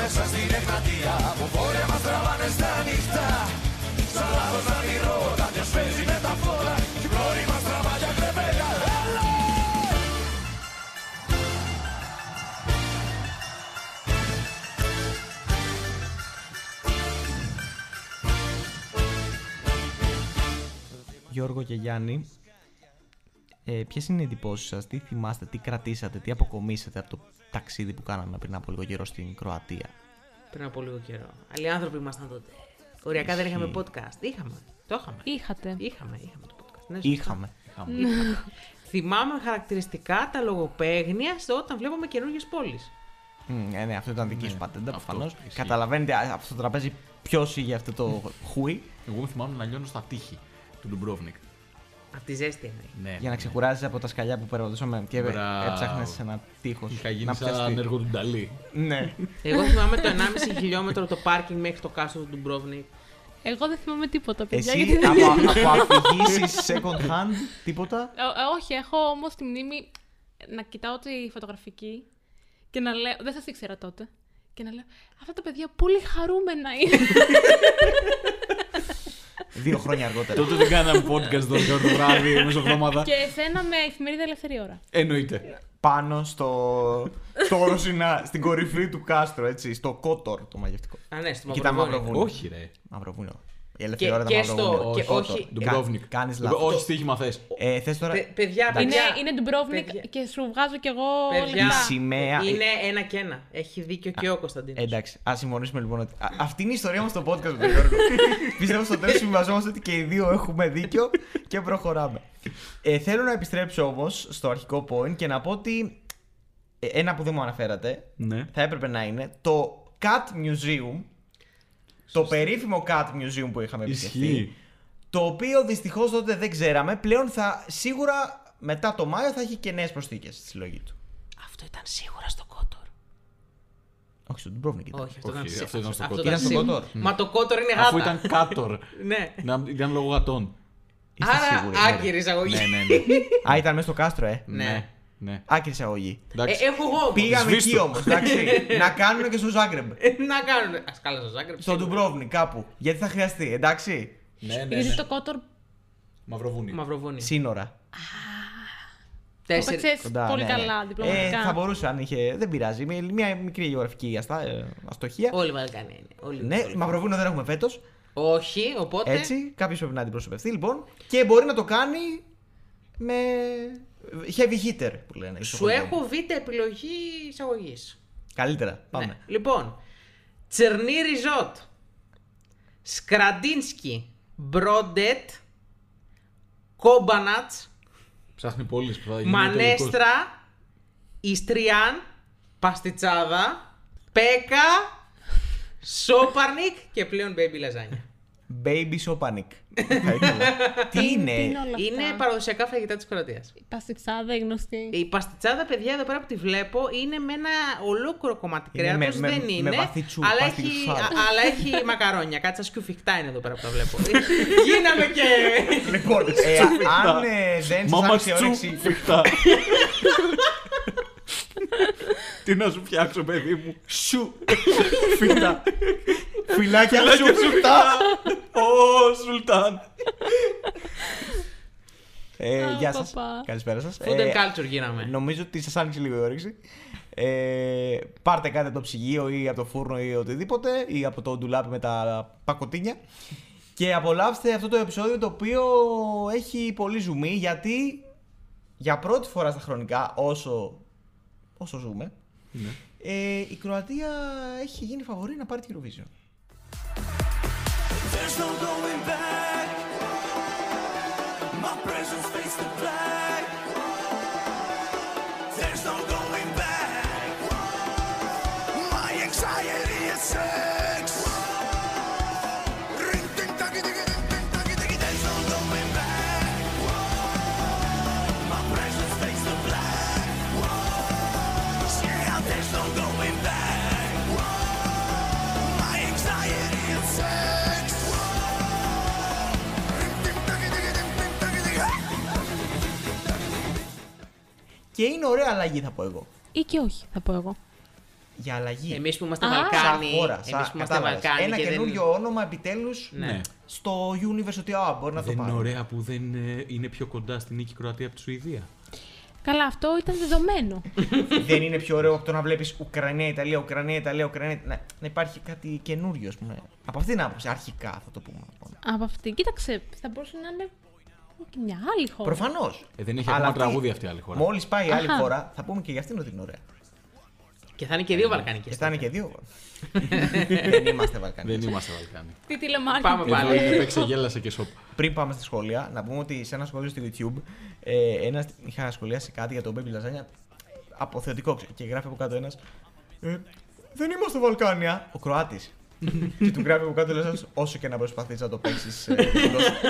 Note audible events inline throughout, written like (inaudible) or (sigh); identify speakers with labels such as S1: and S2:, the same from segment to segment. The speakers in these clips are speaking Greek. S1: μέσα στην εκρατεία Που πόρια μας τραβάνε στα νυχτά Σαν λάθος να ονειρότα Ποιος παίζει με τα φώτα Κι πλώρη μας τραβά για κρεπέλια Έλα!
S2: Γιώργο και Γιάννη, ε, ποιες είναι οι εντυπώσεις σας, τι θυμάστε, τι κρατήσατε, τι αποκομίσατε από το ταξίδι που κάναμε πριν από λίγο καιρό στην Κροατία.
S3: Πριν από λίγο καιρό. Άλλοι άνθρωποι ήμασταν τότε. Οριακά δεν είχαμε podcast. Είχαμε. Το είχαμε.
S4: Είχατε.
S3: Είχαμε, είχαμε το podcast. Ναι, σωστά.
S2: Είχαμε. είχαμε.
S3: Θυμάμαι χαρακτηριστικά τα λογοπαίγνια σε όταν βλέπαμε καινούριε πόλεις.
S2: Μμ, ναι, ναι, αυτό ήταν δική σου πατέντα
S5: αυτό
S2: προφανώς.
S5: ισχύει. Ε,
S2: Καταλαβαίνετε α, από το τραπέζι ποιος είχε αυτό το
S5: ναι,
S2: χουί
S5: Εγώ θυμάμαι να λιώνω στα τείχη του Ντουμπρόβνικ.
S3: Απ' τη ζέστη εννοεί.
S5: Ναι.
S2: για να ξεχωράζει από τα σκαλιά που περπατούσαμε και
S5: Μπράβο.
S2: έψαχνες ένα τείχος.
S5: Είχα γίνει σαν έργο του Νταλή.
S2: Ναι.
S3: Εγώ θυμάμαι το
S2: (laughs)
S3: 1,5 χιλιόμετρο το πάρκινγκ μέχρι το κάστρο του Ντουμπρόβνικ.
S4: Εγώ δεν θυμάμαι τίποτα, παιδιά.
S2: Εσύ
S4: γιατί-
S2: από, από αφηγήσεις second hand τίποτα.
S4: Ε, ε, όχι, έχω όμως τη μνήμη να κοιτάω τη φωτογραφική και να λέω. Δεν σας ήξερα τότε. Και να λέω. Αυτά τα παιδιά πολύ χαρούμενα είναι.
S2: (laughs) Δύο χρόνια αργότερα.
S5: Τότε δεν κάναμε podcast 12 ώρα το βράδυ, μέσα εβδομάδα.
S4: και εσένα με εφημερίδα ελεύθερη ώρα.
S5: Εννοείται.
S2: πάνω στο. στο Ρωσινά, στην κορυφή του κάστρου, έτσι. Στο Κότορ το μαγευτικό.
S3: Α, ναι, στο
S2: Κοίτα,
S3: Μαυροβούνιο.
S2: Μαυροβούνιο.
S5: Όχι, ρε.
S2: Μαυροβούνιο. Η ελεύθερη ώρα
S3: και
S2: ήταν Μαυροβούνιο.
S3: στο- και όχι-
S5: Ντουμπρόβνικ.
S2: Κάνει
S5: Ντουμπ-
S2: λάθο.
S5: Όχι, στοίχημα θες.
S2: Ε, θες τώρα.
S3: Παι- παιδιά,
S4: Είναι,
S3: παιδιά.
S4: είναι Ντουμπρόβνικ
S3: Παιδιά.
S4: και σου βγάζω κι εγώ
S3: Παιδιά.
S2: Η
S4: λεπτά.
S2: σημαία.
S3: Είναι ένα και ένα. Έχει δίκιο και ο Κωνσταντίνος.
S2: Ε, εντάξει, ας συμφωνήσουμε λοιπόν ότι. α, αυτή είναι η ιστορία μας στο podcast με τον
S3: (laughs)
S2: Γιώργο. Πιστεύω στο τέλος συμβιβαζόμαστε ότι και οι δύο έχουμε δίκιο και προχωράμε. Ε, θέλω να επιστρέψω όμως στο αρχικό point και να πω ότι. ε, ένα που δεν μου αναφέρατε,
S5: Ναι.
S2: θα έπρεπε να είναι το Cat Museum. Το περίφημο Cat Museum που είχαμε επισκεφθεί.
S5: Ισχύει.
S2: Το οποίο δυστυχώς τότε δεν ξέραμε. Πλέον θα σίγουρα μετά το Μάιο θα έχει και νέες προσθήκες στη συλλογή του.
S3: Αυτό ήταν σίγουρα στο Κότορ.
S2: Όχι, στον Ντουμπρόβνικ ήταν.
S3: Όχι, αυτό
S5: Όχι,
S3: ήταν ψε-
S5: αυτό ήταν στο
S3: αυτό
S5: Κότορ.
S2: Ήταν
S3: ήταν
S2: στον
S3: σίγουρα.
S2: Κότορ.
S3: Μα το Κότορ είναι γάτα.
S5: Αφού ήταν κάτορ.
S3: Ναι.
S5: Να- Ήταν λόγω γατών.
S2: Είστε
S3: Άρα,
S2: σίγουροι, ναι, ρε.
S3: άκυρη εισαγωγή. Ε,
S5: Ναι, ναι, ναι.
S2: Α, ήταν μέσα στο κάστρο, ε.
S5: Ναι. Ναι.
S2: Άκρη εισαγωγή.
S3: Ε,
S5: Εντάξει.
S3: έχω εγώ όμως.
S2: Πήγαμε
S5: σβήστο.
S2: εκεί όμως, εντάξει.
S5: (laughs)
S2: να κάνουν και στο Ζάγκρεμπ.
S3: Ε, Να κάνουν. Ας καλά, στο Ζάγκρεπ.
S2: Στο Ντουμπρόβνη, κάπου. Γιατί θα χρειαστεί, εντάξει.
S5: Ναι, ναι,
S4: Γιατί
S5: ναι.
S4: το κότορ
S5: Μαυροβούνι.
S3: Μαυροβούνιο.
S2: Σύνορα.
S4: το
S3: Τέσσερι.
S4: παίξες
S2: Κοντά,
S4: πολύ
S2: ναι, ναι.
S4: καλά διπλωματικά.
S2: Ε, θα μπορούσε αν είχε. Δεν πειράζει. Μια- Μια μικρή γεωγραφική αστα... ε, αστοχία.
S3: Όλοι οι Βαλκάνοι είναι. Όλοι οι
S2: Ναι,
S3: Βαλκάνοι.
S2: Μαυροβούνιο δεν έχουμε φέτος.
S3: Όχι, οπότε.
S2: Έτσι. Κάποιος πρέπει να αντιπροσωπευτεί λοιπόν. Και μπορεί να το κάνει με. heavy hitter που λένε. στο
S3: Σου
S2: χωριό μου.
S3: έχω β' επιλογή εισαγωγής.
S5: Ναι.
S2: Καλύτερα. Πάμε.
S3: Λοιπόν, Τσερνί Ριζότ, Σκραντίνσκι, Μπρόντετ, Κόμπανατ,
S5: Ψάχνει πόλεις που θα γίνει.
S3: Μανέστρα, Ιστριάν, Παστιτσάδα, Πέκα, Σόπαρνικ και πλέον Baby Λαζάνια.
S2: Baby
S5: (laughs)
S2: Sopanic. Θα ήθελα. Τι
S4: Τι είναι
S2: είναι. Ε-
S4: όλα
S3: Είναι
S4: αυτά.
S3: παραδοσιακά φαγητά της Κροατίας.
S4: Η παστιτσάδα, η γνωστή.
S3: Η παστιτσάδα, παιδιά, εδώ πέρα που τη βλέπω, είναι με ένα ολόκληρο κομμάτι
S2: Είναι
S3: κρέατος.
S2: με- με-
S3: Δεν
S2: με
S3: είναι.
S2: βαθιτσού,
S3: αλλά, έχει,
S2: παστιτσάδα.
S3: α- αλλά
S2: (laughs)
S3: έχει μακαρόνια. Κάτσα σκιουφιχτά είναι εδώ πέρα που τα βλέπω. (laughs) Γίναμε και.
S2: Λοιπόν, ε, αν ε, δεν σας
S5: Μάμα
S2: άρεσε η
S5: τσου
S2: όρεξη.
S5: φιχτά. Τι να σου φτιάξω, παιδί μου. Σου. Φιχτά.
S2: Φυλάκια
S5: Λάκια
S2: σου
S5: σου φιχτά. Ω, Σουλτάν.
S2: Ε,
S4: Α,
S2: γεια
S4: παπά.
S2: σα. Καλησπέρα Ε, σα.
S3: Food and culture
S5: Ναι.
S3: γίναμε.
S2: νομίζω ότι σας άνοιξε λίγο η όρεξη. Ε, πάρτε κάτι από το ψυγείο ή από το φούρνο ή οτιδήποτε ή από το ντουλάπι με τα πακοτίνια. Και απολαύστε αυτό το επεισόδιο το οποίο έχει πολύ ζουμί γιατί για πρώτη φορά στα χρονικά όσο, όσο ζούμε
S5: Ναι.
S2: ε, η Κροατία έχει γίνει φαβορή να πάρει την Eurovision.
S1: There's no going back. My presence face the black. There's no going back. My anxiety is sex. Ring ding dong ding ding ding dong ding. There's no going back. My presence face the black. Yeah, there's no going back. My anxiety is sex. Ring ding dong ding ding ding dong ding.
S2: Και είναι ωραία αλλαγή θα πω εγώ.
S4: Ή και όχι, θα πω εγώ.
S2: για αλλαγή.
S3: Εμείς που είμαστε
S4: Α.
S3: Βαλκάνοι.
S2: Σαν χώρα,
S3: εμείς
S2: σαν-
S3: που είμαστε
S2: κατάλαβες.
S3: Βαλκάνοι.
S2: Ένα
S3: και δεν-
S2: καινούριο όνομα επιτέλους
S3: Ναι.
S2: στο universe ότι α, μπορεί να το
S5: Δεν είναι
S2: πάρει.
S5: ωραία που δεν ε, είναι πιο κοντά στην νίκη Κροατία από τη Σουηδία.
S4: Καλά, αυτό ήταν δεδομένο.
S2: δεν είναι πιο ωραίο από το να βλέπεις Ουκρανία, Ιταλία, Ουκρανία, Ιταλία, Ουκρανία. Να, να υπάρχει κάτι καινούριο, ας πούμε. Από αυτήν την άποψη, αρχικά θα το πούμε. λοιπόν.
S4: Από αυτή, κοίταξε, θα μπορούσε να είναι και μια άλλη χώρα.
S2: Προφανώς.
S5: Ε, δεν έχει ακόμα τραγούδι αυτή η άλλη χώρα.
S2: Μόλις πάει η άλλη
S4: Αχα.
S2: χώρα, θα πούμε και για αυτήν ότι είναι ωραία.
S3: Και θα είναι
S2: Ε,
S3: και δύο
S2: ναι.
S3: Βαλκανικέ.
S2: Και θα είναι και δύο. δεν είμαστε Βαλκανοί.
S5: Δεν είμαστε Βαλκάνοι.
S4: Τι τηλεμάρκετ.
S3: Πάμε πάλι.
S5: Εδώ είναι (laughs) παίξε γέλασε και σόπα.
S2: Πριν πάμε στα σχόλια, να πούμε ότι σε ένα σχόλιο στο YouTube ε, ένας, είχα σχολιάσει κάτι για το Baby Lasagna. Αποθεωτικό ξέρω, και γράφει από κάτω ένας. Ε, δεν είμαστε Βαλκάνια. Ο Κροάτης. και του γράφει από κάτω λε, όσο και να προσπαθείς να το παίξεις,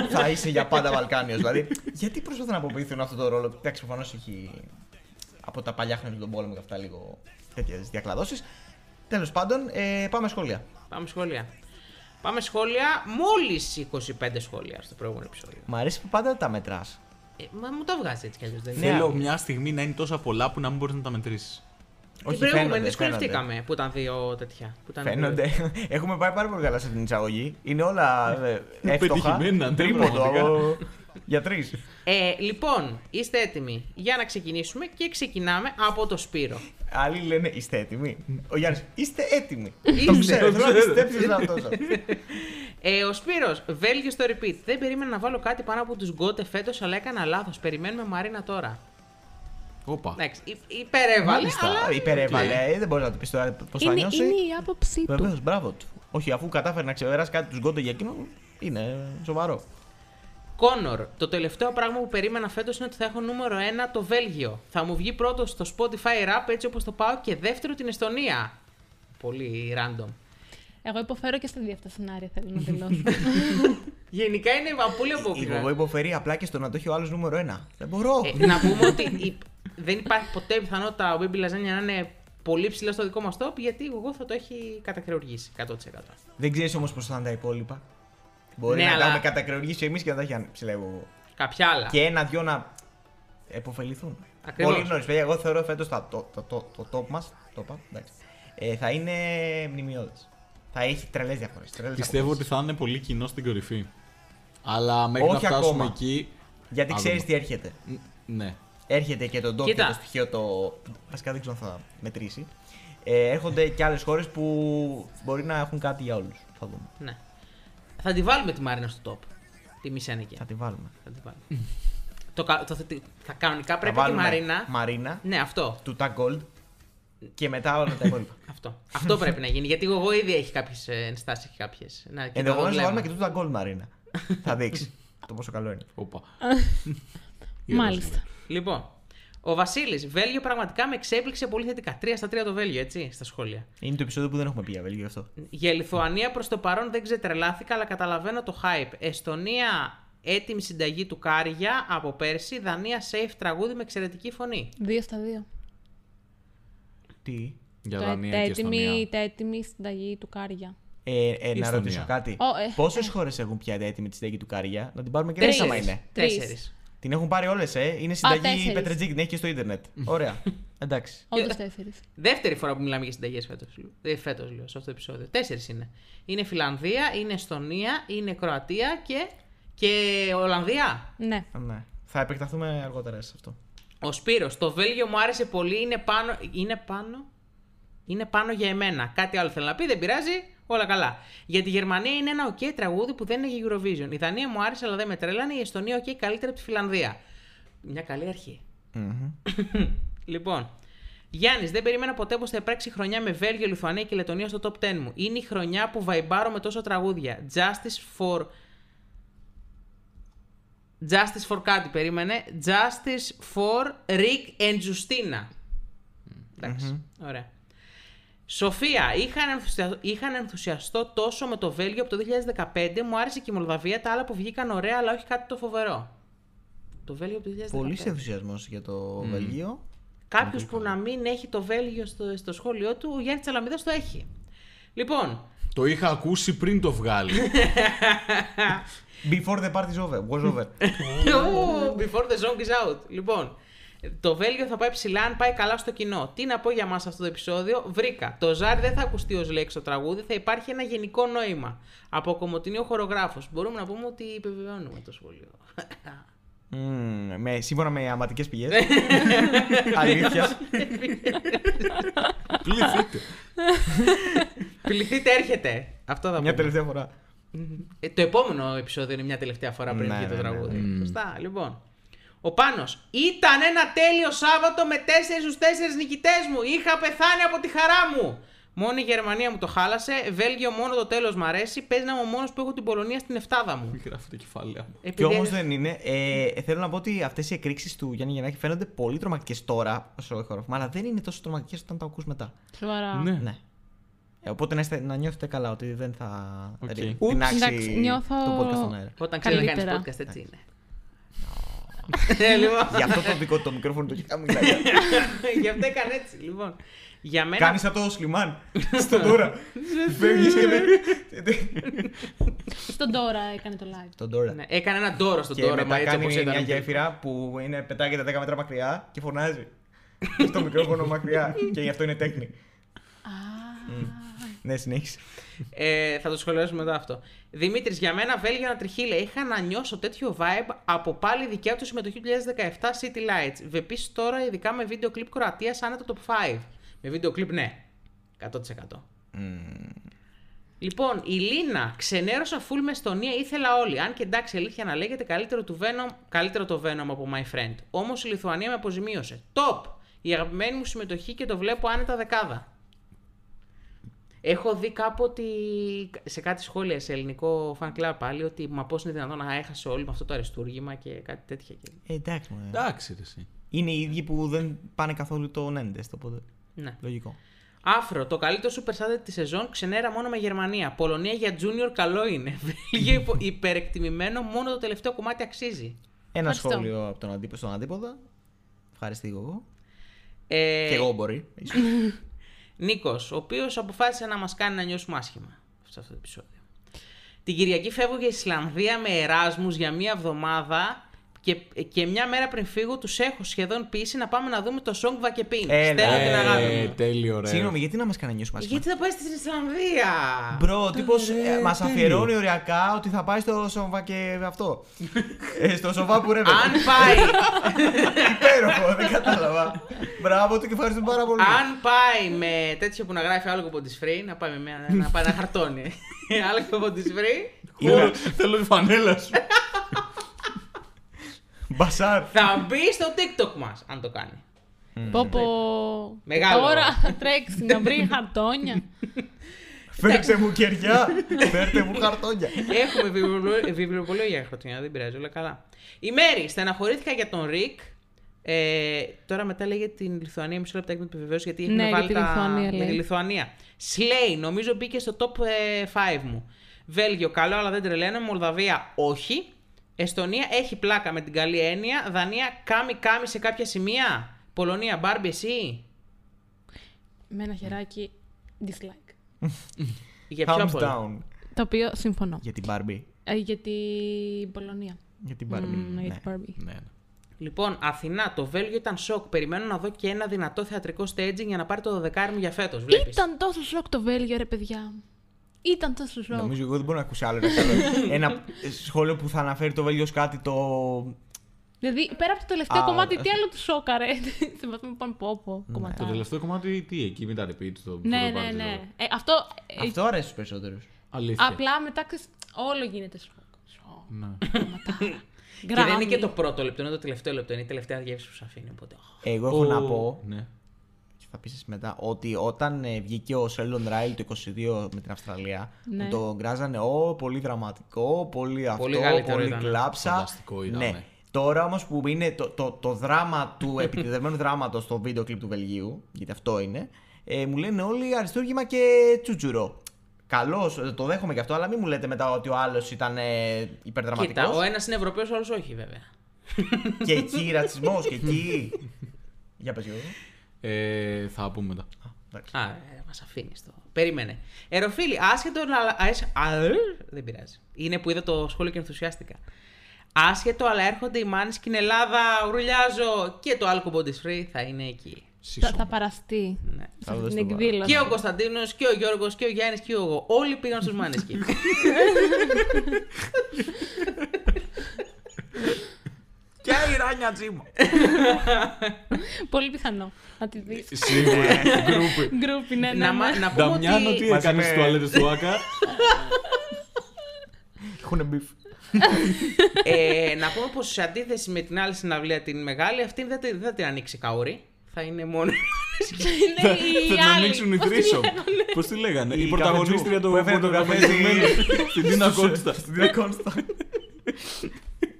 S2: θα είσαι για πάντα Βαλκάνιος. δηλαδή, γιατί προσπαθούν να αποποιηθούν αυτό το ρόλο. Εντάξει, προφανώς έχει από τα παλιά χρόνια του τον πόλεμο και αυτά λίγο τέτοιες διακλαδώσεις. Τέλος πάντων, ε, πάμε σχόλια.
S3: Πάμε σχόλια. Πάμε σχόλια. Μόλις 25 σχόλια στο προηγούμενο επεισόδιο.
S2: Μ' αρέσει που πάντα τα μετράς.
S3: Ε, μα μου το βγάζει έτσι κι αλλιώς. Δεν
S2: Ναι,
S3: είναι.
S5: Θέλω μια στιγμή να είναι τόσα πολλά που να μην μπορείς να τα μετρήσεις.
S3: Την προηγούμενη δυσκολευτήκαμε που ήταν δύο τέτοια. Που ήταν δύο.
S2: Φαίνονται. Έχουμε πάει πάρα πολύ καλά σε αυτήν την εισαγωγή. Είναι όλα ε,
S5: Είναι
S2: εύστοχα.
S5: πετυχημένα, ναι,
S2: Τρίποντο
S5: πραγματικά.
S2: από- για τρεις.
S3: Ε, λοιπόν, είστε έτοιμοι για να ξεκινήσουμε και ξεκινάμε από το Σπύρο.
S2: Άλλοι λένε είστε έτοιμοι. Ο Γιάννης, είστε έτοιμοι.
S3: Είστε,
S2: Το ξέρω.
S5: το
S2: Θέλω να
S5: ξέρω.
S2: πιστέψει σε αυτό σας.
S3: Ε, ο Σπύρος, Βέλγιος στο repeat. Δεν περίμενα να βάλω κάτι πάνω από τους γκότε φέτος, αλλά έκανα λάθος. Περιμένουμε Μαρίνα τώρα.
S5: Όπα.
S3: Εντάξει, υ- υπερέβαλε.
S2: Μάλιστα.
S3: Αλλά...
S2: Υπερέβαλε. Ε, Δεν μπορεί να το πει τώρα πώς θα
S4: είναι,
S2: νιώσει.
S4: είναι η άποψή του.
S2: Βεβαίως, μπράβο του. Όχι, αφού κατάφερε να ξεπεράσει κάτι τους γκόντε για εκείνο, είναι σοβαρό.
S3: Κόνορ, το τελευταίο πράγμα που περίμενα φέτος είναι ότι θα έχω νούμερο 1 το Βέλγιο. Θα μου βγει πρώτο στο Spotify Rap έτσι όπως το πάω και δεύτερο την Εστονία. Πολύ random.
S4: Εγώ υποφέρω και στα δύο αυτά σενάρια, θέλω να δηλώσω.
S3: Γενικά είναι πολύ
S2: Εγώ
S3: απόκριτα.
S2: υποφερεί απλά και στο να το έχει ο άλλος νούμερο ένα. Δεν μπορώ.
S3: Ε, να πούμε ότι η- δεν υπάρχει ποτέ πιθανότητα ο Μπίμπι Λαζάνια να είναι πολύ ψηλά στο δικό μας top γιατί εγώ θα το έχει κατακρεουργήσει 100%.
S2: Δεν ξέρεις όμως πώς θα είναι τα υπόλοιπα. Μπορεί
S3: Ναι,
S2: να
S3: αλλά-
S2: τα έχουμε κατακρεουργήσει εμείς και να τα έχει ψηλά εγώ.
S3: Κάποια άλλα.
S2: και ένα-δυο να επωφεληθούν.
S3: Ακριβώς.
S2: Πολύ νωρίς. Παιδιά, εγώ θεωρώ φέτος το, το, το, το top μας το είπα, εντάξει, ε, θα είναι μνημειώδες. Θα έχει τρελές διαφορές.
S5: Πιστεύω ότι θα είναι πολύ κοινό στην κορυφή. Αλλά μέχρι
S2: Όχι
S5: να φτάσουμε
S2: ακόμα.
S5: εκεί.
S2: Γιατί
S5: Α,
S2: ξέρεις
S5: δούμε.
S2: τι έρχεται.
S5: Ν- Ναι.
S2: Έρχεται και το ντοκ και
S3: Κοίτα.
S2: το στοιχείο το. Βασικά δεν ξέρω αν θα μετρήσει. Ε, έρχονται και άλλες χώρες που μπορεί να έχουν κάτι για όλους. Θα δούμε.
S3: Ναι. Θα τη βάλουμε τη Μαρίνα στο top. Τη μισή ανήκει.
S2: Θα τη βάλουμε.
S3: Θα τη βάλουμε. το, κα- το, θετι- θα κανονικά πρέπει
S2: θα
S3: τη
S2: βάλουμε
S3: Μαρίνα.
S2: Μαρίνα
S3: Ναι, αυτό.
S2: του Tag Gold και μετά όλα τα
S3: (laughs)
S2: υπόλοιπα.
S3: Αυτό. Αυτό πρέπει να γίνει. Γιατί εγώ ήδη έχει κάποιες ενστάσεις και κάποιες.
S2: Ενδεχομένω να βάλουμε και του Tag Gold Μαρίνα. θα δείξει το πόσο καλό είναι.
S5: Όπα.
S4: Μάλιστα.
S3: Λοιπόν, ο Βασίλης, Βέλγιο πραγματικά με εξέπληξε πολύ θετικά. 3 στα 3 το Βέλγιο, έτσι, στα σχόλια.
S2: Είναι το επεισόδιο που δεν έχουμε πει για Βέλγιο αυτό.
S3: Για Λιθουανία προς το παρόν δεν ξετρελάθηκα, αλλά καταλαβαίνω το hype. Εστονία, έτοιμη συνταγή του Κάρια από πέρσι. Δανία, safe τραγούδι με εξαιρετική φωνή.
S4: δύο στα δύο.
S2: Τι.
S5: Για
S4: Το-
S5: Δανία
S4: τα,
S5: και Εστονία.
S4: έτοιμη, τα έτοιμη συνταγή του Κάρια.
S2: Ε, ε, να
S5: Ιστονία.
S2: ρωτήσω κάτι.
S4: Ω, ε,
S2: Πόσες χώρες έχουν πια έτοιμη τη συνταγή του Κάρια, να την πάρουμε και
S4: Τρεις.
S2: εμεί άμα είναι.
S4: Τρεις.
S3: Τέσσερι.
S2: Την έχουν πάρει όλες, ε. Είναι συνταγή
S4: τέσσερις.
S2: Πετρετζίκ, την έχει και στο (laughs) Ιντερνετ. Ωραία. Εντάξει.
S4: Όντω τέσσερις.
S3: Δεύτερη φορά που μιλάμε για συνταγές φέτος. Ε, φέτος, λέω, σε αυτό το επεισόδιο. Τέσσερις είναι. Είναι Φιλανδία, είναι Εστονία, είναι Κροατία και. και Ολλανδία.
S4: Ναι.
S2: Ναι. Θα επεκταθούμε αργότερα σε αυτό.
S3: Ο Σπύρος, το Βέλγιο μου άρεσε πολύ, είναι πάνω, είναι πάνω, είναι πάνω για εμένα. Κάτι άλλο θέλω να πει, δεν πειράζει, όλα καλά. Για τη Γερμανία είναι ένα οκ τραγούδι που δεν έχει Eurovision. Η Δανία μου άρεσε, αλλά δεν με τρέλανε. Η Εστονία οκ καλύτερη από τη Φιλανδία. Μια καλή αρχή. Λοιπόν, Γιάννης, δεν περίμενα ποτέ πως θα υπάρξει χρονιά με Βέλγιο, Λιθουανία και Λετωνία στο top 10 μου. Είναι η χρονιά που βαϊμπάρω με τόσο τραγούδια. Justice for. Justice for κάτι, περίμενε. Justice for Rick and Justina. ενταξει Ωραία. Σοφία, είχαν, ενθουσια... είχαν ενθουσιαστώ τόσο με το Βέλγιο από το 2015. Μου άρεσε και η Μολδαβία. Τα άλλα που βγήκαν ωραία, αλλά όχι κάτι το φοβερό. Το Βέλγιο από το 2015.
S2: Πολύ ενθουσιασμός για το Βέλγιο.
S3: Κάποιος που να μην έχει το Βέλγιο στο, στο σχόλιο του, ο Γιάννης Τσαλαμίδας το έχει. Λοιπόν,
S5: Το είχα ακούσει πριν το (laughs) βγάλει.
S2: (laughs) Before the party's over. Was over.
S3: (laughs) Ου, before the song is out. Λοιπόν, Το Βέλγιο θα πάει ψηλά αν πάει καλά στο κοινό. Τι να πω για μας αυτό το επεισόδιο. Βρήκα. Το ζάρι δεν θα ακουστεί ως λέξη στο τραγούδι, θα υπάρχει ένα γενικό νόημα. Από κομμωτινή ο χορογράφος. Μπορούμε να πούμε ότι επιβεβαιώνουμε το σχολείο.
S2: Μμμ, με, σύμφωνα με αματικές (laughs) πηγές. Αλήθειας.
S5: Πληθείτε.
S3: Πληθείτε, έρχεται. Αυτό θα
S2: Μια
S3: πούμε.
S2: τελευταία φορά.
S3: Ε, το επόμενο επεισόδιο είναι μια τελευταία φορά πριν
S2: Ναι,
S3: βγει το
S2: ναι, ναι.
S3: τραγούδι. Σωστά, λοιπόν. Ο Πάνος. Ήταν ένα τέλειο Σάββατο με 4 στου 4 νικητές μου. Είχα πεθάνει από τη χαρά μου. Μόνο η Γερμανία μου το χάλασε. Βέλγιο μόνο το τέλος μ' αρέσει. Παίζει να είμαι ο μόνος που έχω την Πολωνία στην εφτάδα μου.
S5: Μην γράφω τα κεφάλαια μου.
S3: Επειδή
S2: Και όμως
S3: είναι-
S2: δεν είναι. Ε, θέλω να πω ότι αυτές οι εκρήξεις του Γιάννη Γεννάκη φαίνονται πολύ τρομακτικές τώρα, όσο έχω ρόφημα, αλλά δεν είναι τόσο τρομακτικές όταν τα ακούς μετά.
S4: Σοβαρά.
S5: Ναι.
S2: Ναι. Ε, οπότε να, είστε, να νιώθετε καλά ότι δεν θα
S5: Οκ.
S2: okay.
S5: Ούψ.
S4: Εντάξει, νιώθω-
S2: το podcast στον αέρα.
S3: Όταν ξέρει να κάνει
S4: Καλύτερα.
S3: podcast, έτσι είναι.
S2: Ναι.
S3: Ε, λοιπόν,
S2: Γι' αυτό το δικό του το μικρόφωνο του είχα μιλάει.
S3: Γι' αυτό έκανε έτσι, λοιπόν. Για μένα.
S2: Κάνεις αυτό το Σλιμάν στον τώρα. Φεύγεις και δεν.
S4: Στον τώρα έκανε το live.
S2: Τον τώρα.
S3: Ναι, έκανε έναν τόρο στον
S2: Και
S3: τόρο, μα
S2: μετά
S3: έτσι
S2: κάνει
S3: όπως
S2: μια
S3: ήταν.
S2: γέφυρα που είναι, πετάγεται 10 μέτρα μακριά και φωνάζει. στο μικρόφωνο μακριά. και γι' αυτό είναι τέχνη.
S4: Α,
S2: ναι, συνέχισε.
S3: Ε, θα το σχολιάσουμε μετά αυτό. Δημήτρης, για μένα Βέλγιο να τριχύλε. Είχα να νιώσω τέτοιο vibe από πάλι δικιά τους συμμετοχή του 2017 City Lights. Βεπίσει τώρα, ειδικά με βίντεο κλειπ Κροατία, άνετα το top 5. Με βίντεο κλειπ, ναι. 100%. Λοιπόν, η Λίνα, ξενέρωσα φουλ με Εστονία, ήθελα όλοι. Αν και εντάξει, αλήθεια να λέγεται, καλύτερο, του Venom, καλύτερο το Venom από My Friend. Όμως η Λιθουανία με αποζημίωσε. Top! Η αγαπημένη μου συμμετοχή και το βλέπω άνετα δεκάδα. Έχω δει κάποτε σε κάτι σχόλια σε ελληνικό fan club πάλι ότι μα πώς είναι δυνατόν να έχασε όλοι με αυτό το αριστούργημα και κάτι τέτοια. Και...
S2: Ε, εντάξει, μωρέ.
S5: Εντάξει, ρε. εσύ.
S2: Είναι οι ίδιοι που δεν πάνε καθόλου το Nendest, οπότε.
S3: Ναι.
S2: Λογικό.
S3: Άφρο, το καλύτερο super Saturday της σεζόν ξενέρα μόνο με Γερμανία. Πολωνία για junior καλό είναι. (laughs) Βέλγιο υπο- υπερεκτιμημένο, μόνο το τελευταίο κομμάτι αξίζει.
S2: Ένα
S4: Ευχαριστώ.
S2: σχόλιο από τον αντίπο, στον αντίποδα. Ευχαριστήσω εγώ.
S3: Ε,
S2: Και εγώ μπορεί. ίσως.
S3: Νίκος, ο οποίος αποφάσισε να μας κάνει να νιώσουμε άσχημα σε αυτό το επεισόδιο. Την Κυριακή φεύγω για Ισλανδία με Εράσμους για μία εβδομάδα και, και μια μέρα πριν φύγω τους έχω σχεδόν πείσει να πάμε να δούμε το Song Vakepin.
S2: Έλα,
S3: Στέλνω την
S2: ε,
S3: αγάπη
S5: Ε,
S3: μου.
S5: Τέλειο, ρε.
S2: Συγγνώμη, γιατί να μας κάνει να νιώσουμε άσχημα.
S3: Ναι. Γιατί Ε, θα πάει στην Ισλανδία.
S2: Μπρο, ο τύπος
S5: ρε,
S2: μας
S5: τέλειο.
S2: αφιερώνει ωριακά ότι θα πάει στο σοβά και αυτό.
S3: (laughs)
S2: Ε, στο σοβά που ρεύεται.
S3: Αν πάει,
S2: Υπέροχο, δεν κατάλαβα. Μπράβο του και ευχαριστούμε πάρα πολύ.
S3: αν πάει με τέτοιο που να γράφει άλλο από free, να πάει με μια- να πάει να
S2: (laughs)
S3: χαρτώνει. άλλο από free,
S5: Θέλω- Θέλω τη φανέλα σου.
S2: Μπασάρ.
S3: θα μπει στο TikTok μας, αν το κάνει.
S4: Πω πω.
S3: Μεγάλο.
S4: Τώρα θα τρέξει να βρει χαρτόνια.
S2: Φέρξε μου
S3: (laughs)
S2: κεριά. Φέρτε μου χαρτόνια.
S3: Έχουμε βιβλιο- βιβλιοπολία για χρωτινιά, δεν πειράζει, όλα καλά. Η Μέρη, στεναχωρήθηκα για τον Ρικ. Ε, τώρα μετά λέγεται την Λιθουανία, μισό λεπτό να το επιβεβαιώσω γιατί έχουν
S4: Ναι, για
S3: βάλει
S4: τη
S3: τα...
S4: Λιθουανία,
S3: για τη
S4: λέει.
S3: Λιθουανία. Slay, νομίζω μπήκε στο top 5 μου. Βέλγιο, καλό, αλλά δεν τρελαίνω. Μολδαβία, όχι. Εστονία έχει πλάκα με την καλή έννοια. Δανία, κάμι κάμι σε κάποια σημεία. Πολωνία, Μπάρμπι, εσύ.
S4: Με ένα χεράκι dislike.
S3: Για ποιο
S2: Thumbs
S3: πολύ.
S2: down.
S4: Το οποίο συμφωνώ.
S2: Για την Barbie.
S4: Ε, Για την Πολωνία.
S2: Για την
S4: Μμμ,
S2: Barbie.
S4: για
S2: ναι.
S4: την Barbie.
S5: Ναι, ναι.
S3: Λοιπόν, Αθηνά, το Βέλγιο ήταν σοκ. Περιμένω να δω και ένα δυνατό θεατρικό staging για να πάρει το 12 μου για φέτος. Βλέπεις.
S4: Ήταν τόσο σοκ το Βέλγιο, ρε παιδιά. Ήταν τόσος σοκ.
S2: Νομίζω εγώ δεν μπορώ να ακούσω άλλο ένα σχόλιο. ένα σχόλιο που θα αναφέρει το Βέλγιος ως κάτι το.
S4: Δηλαδή, πέρα από το τελευταίο
S2: Α,
S4: κομμάτι,
S2: ωραία.
S4: τι άλλο του σόκαρε. (laughs) Σε βαθμό που πάνε πω πω κομματά.
S5: Το τελευταίο κομμάτι, τι, εκεί με τα repeat. Το,
S4: Ναι,
S5: το
S4: ναι,
S5: πάρτι,
S4: ναι.
S5: το-
S4: Ε, αυτό. ε,
S2: Αυτό αρέσει στου περισσότερους.
S5: Αλήθεια.
S4: Απλά μετά ξέρεις, όλο γίνεται σοκ. Σοκ.
S5: Ναι.
S3: Και δεν είναι και το πρώτο λεπτό, είναι το τελευταίο λεπτό. Είναι η τελευταία γεύση που σου αφήνει. Οπότε.
S2: Εγώ έχω
S5: Ο-
S2: να πω.
S5: Ναι.
S2: και θα πεις μετά, ότι όταν ε, βγήκε ο Σέλλον Ράιλ το 22 με την Αυστραλία,
S4: Ναι.
S2: που τον γκράζανε, Ω, πολύ δραματικό, πολύ αυτό,
S3: Πολύ
S2: πολύ,
S3: καλύτερο ήταν.
S2: κλάψα.
S5: Φανταστικό ήταν, ναι.
S2: Ναι. Τώρα όμως που είναι το, το, το δράμα του (laughs) επιτεδευμένου δράματος στο βίντεο κλιπ του Βελγίου, γιατί αυτό είναι, ε, μου λένε όλοι αριστούργημα και τσούτσουρο. Καλώς, το δέχομαι και αυτό, αλλά μην μου λέτε μετά ότι ο άλλος ήταν ε,
S3: Κοίτα, ο
S2: υπερδραματικό.
S3: ένας είναι Ευρωπαίος, ο άλλος όχι, βέβαια.
S2: και εκεί ρατσισμός, και
S3: (laughs)
S2: εκεί. Για πες Γιώργο.
S5: Ε, θα πούμε μετά.
S2: Α, εντάξει.
S3: Α, μας αφήνει το. Περίμενε. Εροφίλη, άσχετο να. α, εσ- α, ε, Δεν πειράζει. Είναι που είδα το σχόλιο και ενθουσιάστηκα. Άσχετο, αλλά έρχονται οι μάνες στην Ελλάδα, ουρλιάζω και το alcohol body free θα είναι εκεί.
S4: Θα, θα παραστεί
S3: Ναι.
S4: σε
S2: Θα
S4: αυτή
S2: δω
S4: την
S2: στο βάρο.
S4: εκδήλωση.
S3: Και ο Κωνσταντίνος και ο Γιώργος και ο Γιάννης και εγώ. Όλοι πήγαν στους μάνες εκεί.
S2: Και η Ράνια Τζίμο.
S4: Πολύ πιθανό να τη δεις.
S5: Ε,
S4: Ναι.
S5: Σίγουρα. Γκρούπι.
S4: Γκρούπι, ναι, ναι,
S3: να, μα-
S4: ναι.
S3: να πούμε
S5: Νταμιάνο,
S3: ότι.
S5: τι
S2: Μας
S5: έκανε
S2: είναι-
S5: στι τουαλέτε του Άκα.
S2: Έχουν μπιφ.
S3: ε, να πούμε πως σε αντίθεση με την άλλη συναυλία την μεγάλη, αυτή δεν, τη- δεν θα την ανοίξει καούρι. Θα είναι μόνο.
S4: (laughs) Είναι Ναι, οι
S5: Θα την
S4: άλλοι.
S5: ανοίξουν οι
S4: Πώς τη
S5: θρήσο.
S4: λέγανε.
S5: Πώς τη λέγανε.
S2: Η
S5: Η πρωταγωνίστρια
S2: καφετζού
S5: του
S2: που έφερε το
S5: φωτογραφημένου.
S2: καφέζι.
S5: Την Τίνα Κόντστα.
S2: Στην Τίνα Κόνστα.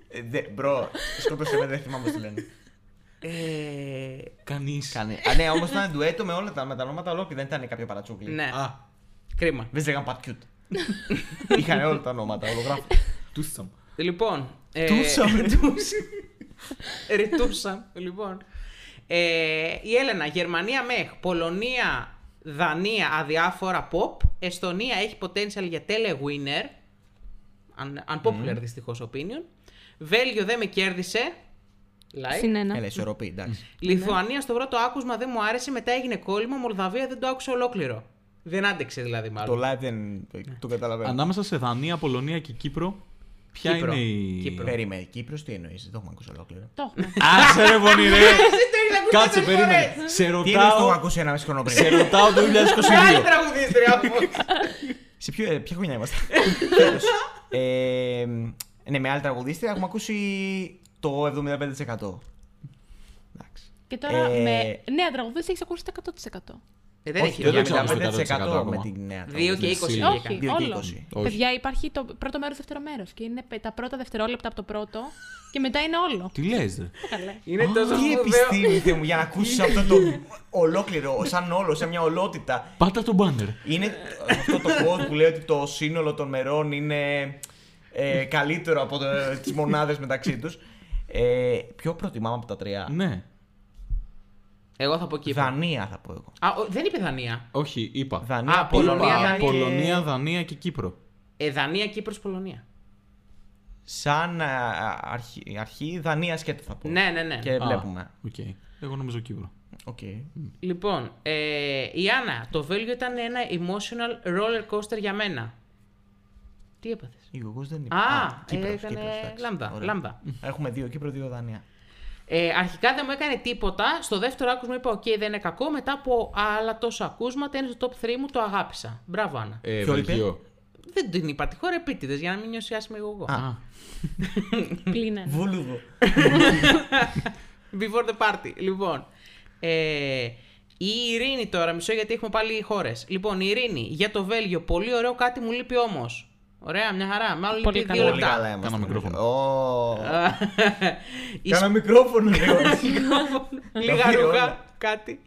S2: Ε, δε- Μπρο, σκότωσε με, δεν θυμάμαι πώς τη λένε.
S3: ε,
S5: Κανείς.
S2: Κάνε. Α, ναι, όμως ήταν ντουέτο με όλα τα, με τα ονόματα ολόκληρα, δεν ήταν κάποιο παρατσούκλι.
S3: ναι,
S5: Α,
S3: κρίμα.
S2: Δεν λέγανε πατκιούτ. Είχαν όλα τα ονόματα, ολογράφο.
S5: τούσταμ.
S3: Λοιπόν. ε, (laughs) Ρητούσα, λοιπόν. Ε, η Έλενα, Γερμανία μεχ, Πολωνία, Δανία, αδιάφορα pop. Εστονία έχει potential για telewinner. Un- Unpopular δυστυχώς opinion. Βέλγιο δεν με κέρδισε. Like.
S4: Συν ένα.
S2: ναι. Έλα, ισορροπή, εντάξει.
S3: Ναι. Λιθουανία στο πρώτο άκουσμα δεν μου άρεσε, μετά έγινε κόλλημα. Μολδαβία δεν το άκουσα ολόκληρο. Δεν άντεξε δηλαδή
S2: Το
S3: (laughs) μάλλον.
S2: live δεν το-
S3: Ναι.
S2: το καταλαβαίνω.
S5: Ανάμεσα σε Δανία, Πολωνία και Κύπρο, ποια
S3: Κύπρο.
S5: είναι η.
S3: Κύπρο.
S2: Περίμενε, Κύπρος τι εννοείς, δεν το έχουμε ακούσει ολόκληρο.
S4: Το έχουμε.
S5: Άσε ρε πονηρέ!
S3: Εσύ το έχεις ακούσει
S5: Κάτσε,
S3: τέσσερις
S5: περίμενε.
S3: φορές.
S5: Σε
S2: Τι εννοείς το έχουμε
S5: ρωτάω.
S2: ακούσει ένα μισό χρόνο
S5: Σε
S2: πριν.
S5: ρωτάω το 2022.
S3: Άλλη
S5: (laughs)
S3: τραγουδίστρια.
S2: Σε ποιο, ε, ποια χρονιά
S3: (laughs)
S2: είμαστε. ε, ναι, με άλλη τραγουδίστρια έχουμε ακούσει το 75%. Εντάξει.
S4: Και τώρα
S2: Ε,
S4: με νέα τραγουδίστρια έχεις ακούσει το 100%.
S3: Ε, δεν
S5: Όχι,
S3: έχει
S5: δεν
S3: βγει
S5: το ξέρω.
S3: μετά.
S2: 75% με
S5: ακόμα.
S2: την νέα
S3: Δύο και
S2: τραγουδίστρια.
S3: 20
S5: Σίγουρα.
S3: βγήκαν.
S4: Όχι,
S2: Δύο και
S4: όλο.
S2: είκοσι.
S5: Όχι.
S4: Παιδιά, υπάρχει το πρώτο μέρος, δεύτερο μέρος. Και είναι πε- τα πρώτα δευτερόλεπτα από το πρώτο και μετά είναι όλο.
S5: Τι λες ρε.
S4: Καλέ.
S3: Είναι τόσο
S2: Τι
S3: σπουδαίο.
S2: επιστήμη, Θεέ μου, για να ακούσεις αυτό το ολόκληρο, σαν όλο, σαν μια ολότητα.
S5: Πάτα τον μπάνερ.
S2: Είναι αυτό το quote που λέει ότι το σύνολο των μερών είναι ε, καλύτερο από το, τις μονάδες μεταξύ τους. Ε, ποιο προτιμάμε από τα τρία.
S5: Ναι.
S3: Εγώ θα πω Κύπρο.
S2: Δανία θα πω εγώ.
S3: Α, ο- δεν είπε Δανία.
S5: Όχι, είπα.
S2: Δανία,
S3: Α, Πολωνία,
S2: είπα,
S3: Δανία
S5: Είπα
S3: και-
S5: Πολωνία, Δανία και Κύπρο.
S3: Ε, Δανία, Κύπρος, Πολωνία.
S2: Σαν α, α, αρχή, αρχή Δανία σκέτο θα πω.
S3: Ναι, ναι, ναι.
S2: Και
S5: Α,
S2: Ε, βλέπουμε.
S5: Οκ. Εγώ νομίζω Κύπρο.
S2: Οκ.
S3: Λοιπόν, ε, η Άννα, το Βέλγιο ήταν ένα emotional roller coaster για μένα. Τι έπαθες.
S2: Υπουργός δεν είναι.
S3: Α, ε,
S2: Κύπρος,
S3: έκανε
S2: Κύπρος, εντάξει.
S3: λάμδα,
S2: Ωραία.
S3: λάμδα.
S2: Έχουμε δύο Κύπρο, δύο Δανία.
S3: Ε, αρχικά δεν μου έκανε τίποτα. Στο δεύτερο άκουσμα είπα: Οκ, δεν είναι κακό. Μετά από άλλα τόσα ακούσματα είναι στο top 3 μου, το αγάπησα. Μπράβο, Άννα.
S5: Ε,
S2: Ποιο
S5: Βελγίο.
S3: Δεν την είπα τη χώρα επίτηδε για να μην νιώσει άσχημα εγώ. εγώ.
S5: Α,
S4: Πλήν ένα.
S2: Βούλουγο.
S3: Before the party. Λοιπόν. Ε, η Ειρήνη τώρα, μισό γιατί έχουμε πάλι χώρες. Λοιπόν, η Ειρήνη για το Βέλγιο. Πολύ ωραίο, κάτι μου λείπει όμως. Ωραία, μια χαρά. Μάλλον
S4: Πολύ
S3: λείπει
S4: καλά.
S3: δύο
S2: Πολύ
S3: λεπτά. Ε,
S2: καλά είμαστε.
S5: Κάνα μικρόφωνο.
S2: Ω,
S3: (laughs) Η
S2: Κάνα μικρόφωνο, λοιπόν. λέω.
S3: Λίγα
S2: πήρε
S3: ρούχα,
S2: όλα.
S3: κάτι.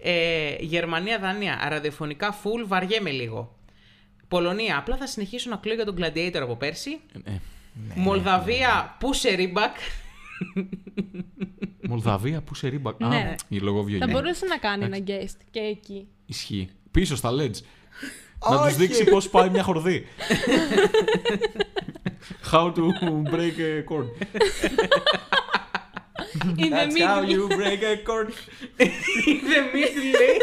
S3: Ε, Γερμανία, Δανία, ραδιοφωνικά full, βαριέμαι λίγο. Πολωνία, απλά θα συνεχίσω να κλαίω για τον Gladiator από πέρσι.
S5: ε,
S2: Ναι,
S3: Μολδαβία, push a (laughs) reback.
S5: Μολδαβία, που σε ρίμπα.
S4: Ναι.
S5: Α, η λογοβιολιά.
S4: Θα μπορούσε να κάνει ένα guest και εκεί.
S5: Ισχύει. Πίσω στα ledge. Να
S2: Όχι.
S5: του δείξει πώς πάει μια χορδή. How to break a chord.
S4: In the middle.
S5: you break a chord.
S3: Δεν μη λέει.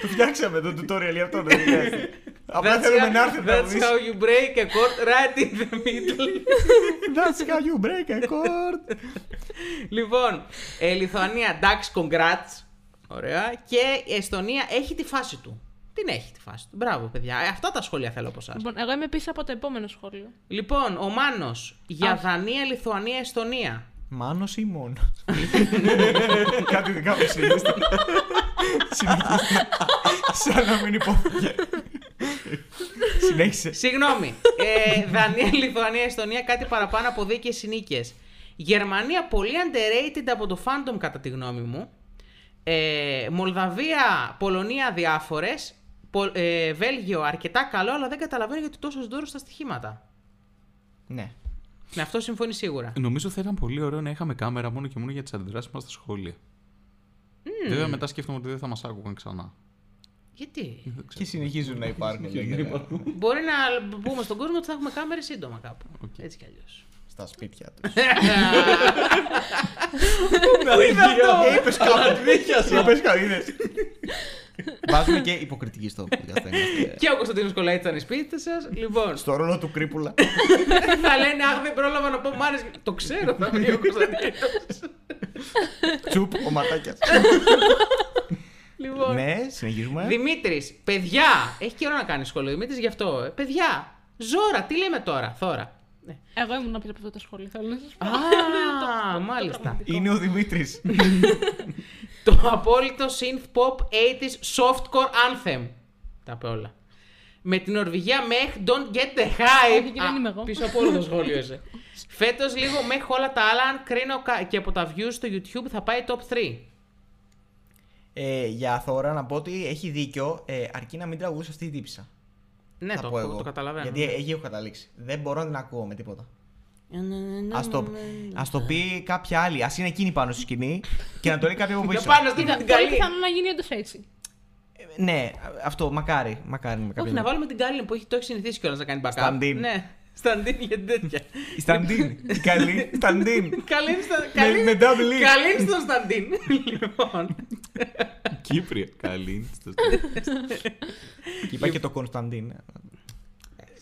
S2: Το φτιάξαμε το tutorial για αυτό.
S3: (laughs)
S2: δεν χρειάζεται. Απλά
S3: That's
S2: θέλουμε
S3: how-
S2: να έρθει να
S3: That's
S2: δεις.
S3: how you break a chord right in the middle.
S2: That's how you break a chord.
S3: λοιπόν, ε, Λιθουανία, εντάξει, congrats. Ωραία. Και η Εστονία έχει τη φάση του. Την έχει τη φάση του. Μπράβο, παιδιά. Ε, Αυτά τα σχόλια θέλω από εσά.
S4: Λοιπόν, εγώ είμαι πίσω από το επόμενο σχόλιο.
S3: Λοιπόν, ο Μάνος για
S4: Αχ.
S3: Δανία, Λιθουανία, Εστονία.
S2: Μάνος ή μόνος. (laughs) Κάτι δικά μου συνήθω. (laughs) Σαν να μην υπόθηκε. Συνέχισε.
S3: Συγγνώμη. ε, Δανία, Λιθουανία, Εστονία, κάτι παραπάνω από δίκαιες συνήκες. Γερμανία, πολύ underrated από το fandom κατά τη γνώμη μου. Ε, Μολδαβία, Πολωνία, διάφορες. Ε, Βέλγιο, αρκετά καλό, αλλά δεν καταλαβαίνω γιατί τόσος δώρος στα στοιχήματα.
S2: Ναι.
S3: Με αυτό συμφωνεί σίγουρα.
S5: Νομίζω θα ήταν πολύ ωραίο να είχαμε κάμερα μόνο και μόνο για τις αντιδράσεις μας στα σχόλια. Βέβαια μετά σκέφτομαι ότι δεν θα μας άκουγαν ξανά.
S3: Γιατί.
S2: Και συνεχίζουν να υπάρχουν
S5: Συνεχίζουν να
S2: λέγεται,
S5: υπάρχουν.
S3: Μπορεί να πούμε στον κόσμο ότι θα έχουμε κάμερες σύντομα κάπου. Έτσι κι αλλιώς.
S2: στα σπίτια (laughs) τους.
S5: Είπες καλατρίχιασα.
S2: Είπες καλύδες. Βάζουμε και υποκριτική στο podcast, (laughs) είμαστε.
S3: Και ο Κωνσταντίνος Κολάιτ ήταν σπίτι σας. Λοιπόν,
S2: Στο ρόλο του (laughs) κρύπουλα.
S3: θα λένε Αχ, δεν πρόλαβα να πω μάνες Το ξέρω, θα πει ο Κωνσταντίνος.
S2: Τσουπ, ο ματάκιας.
S3: Λοιπόν.
S2: Ναι, συνεχίζουμε.
S3: Δημήτρης, παιδιά! Έχει καιρό να κάνεις σχόλιο. Δημήτρης, γι' αυτό. ε. Παιδιά! Ζώρα, τι λέμε τώρα, θώρα. Ναι.
S4: Εγώ ήμουν πριν από αυτό το σχολείο, θέλω να
S3: (laughs)
S4: σας πω.
S3: Α, Ναι, μάλιστα.
S2: Είναι ο Δημήτρης.
S3: Το απόλυτο synth pop 80s softcore anthem. Τα είπε όλα. Με την Νορβηγία μέχρι Don't Get The Hype.
S4: Όχι, δεν
S3: Α,
S4: είμαι εγώ.
S3: Πίσω από όλο το σχόλιο (laughs) είσαι. Φέτος λίγο μέχρι όλα τα άλλα, αν κρίνω κα- και από τα views στο YouTube, θα πάει top 3.
S2: Ε, για Θώρα να πω ότι έχει δίκιο, ε, αρκεί να μην τραγουδούσε αυτή η τύψα.
S3: Ναι,
S2: θα
S3: το,
S2: πω
S3: το,
S2: εγώ.
S3: το καταλαβαίνω. ναι.
S2: Γιατί εκεί έχω καταλήξει. Δεν μπορώ να την ακούω με τίποτα.
S3: Ναι,
S2: Ας το, ας το πει κάποια άλλη. Ας είναι εκείνη πάνω στη σκηνή και να το λέει κάποια από
S3: (laughs) Για
S2: πίσω.
S3: πάνω στην
S4: Ήταν
S3: την
S4: πολύ
S3: καλή.
S4: πιθανό να γίνει όντως έτσι.
S2: Ε, Ναι, αυτό μακάρι. Μακάρι με
S3: Όχι,
S2: κάποιον.
S3: να βάλουμε την Κάλλιν που έχει, το έχει συνηθίσει κιόλας να κάνει backup.
S2: Σταντίν.
S3: Ναι, Σταντίν για τέτοια.
S2: (laughs) Η Σταντίν. Η καλή
S3: (laughs)
S2: Σταντίν.
S3: Καλήν στον
S2: με, με
S3: Σταντίν.
S2: double E.
S3: Καλήν στον Σταντίν. (laughs) Λοιπόν.
S5: Κύπρια. (laughs) Καλή.
S2: Και είπα και το Κωνσταντίν. ναι.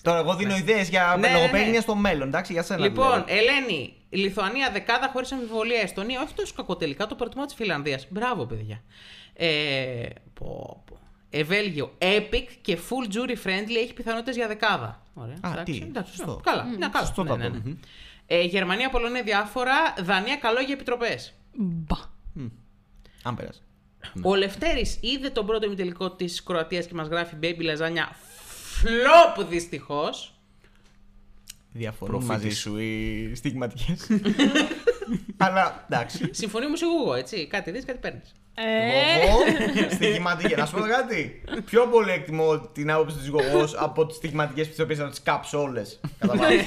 S2: Τώρα εγώ δίνω ιδέες για
S3: Ναι, ναι, ναι.
S2: λογοπαίγνια στο μέλλον, εντάξει, για σένα.
S3: Λοιπόν,
S2: δηλαδή.
S3: Ελένη, Λιθουανία δεκάδα χωρίς αμφιβολία. Εστονία, όχι τόσο κακό τελικά, το προτιμώ της Φιλανδίας. Μπράβο, παιδιά. Ε, πω, πω. Ε, Βέλγιο, epic και full jury friendly έχει πιθανότητες για δεκάδα. Ωραία.
S2: Α,
S3: εντάξει,
S2: τι,
S3: εντάξει,
S2: σωστό.
S3: Καλά, είναι καλά. Ναι,
S2: σωστό τα πω.
S3: Ε, Γερμανία, Πολωνία διάφορα. Δανία, καλό για επιτροπές.
S4: Μπα.
S3: ε-
S2: Αν πέρασε. Ναι.
S3: Ο Λευτέρης είδε τον πρώτο ημιτελικό της Κροατίας και μας γράφει Baby Lasagna. Φλόπ δυστυχώς.
S2: Διαφορούν
S5: Προφήτης.
S2: μαζί σου (laughs) οι στιγματικές. Αλλά εντάξει.
S3: Συμφωνεί μου εγώ, έτσι. Κάτι δεις, κάτι παίρνεις.
S4: Ε,
S2: Εγώ στιγματικές. Να σου πω κάτι. Πιο πολύ εκτιμώ την άποψη της γογός από τις στιγματικές τις οποίες θα τις κάψω όλες. Κατά
S3: (laughs)
S2: βάση.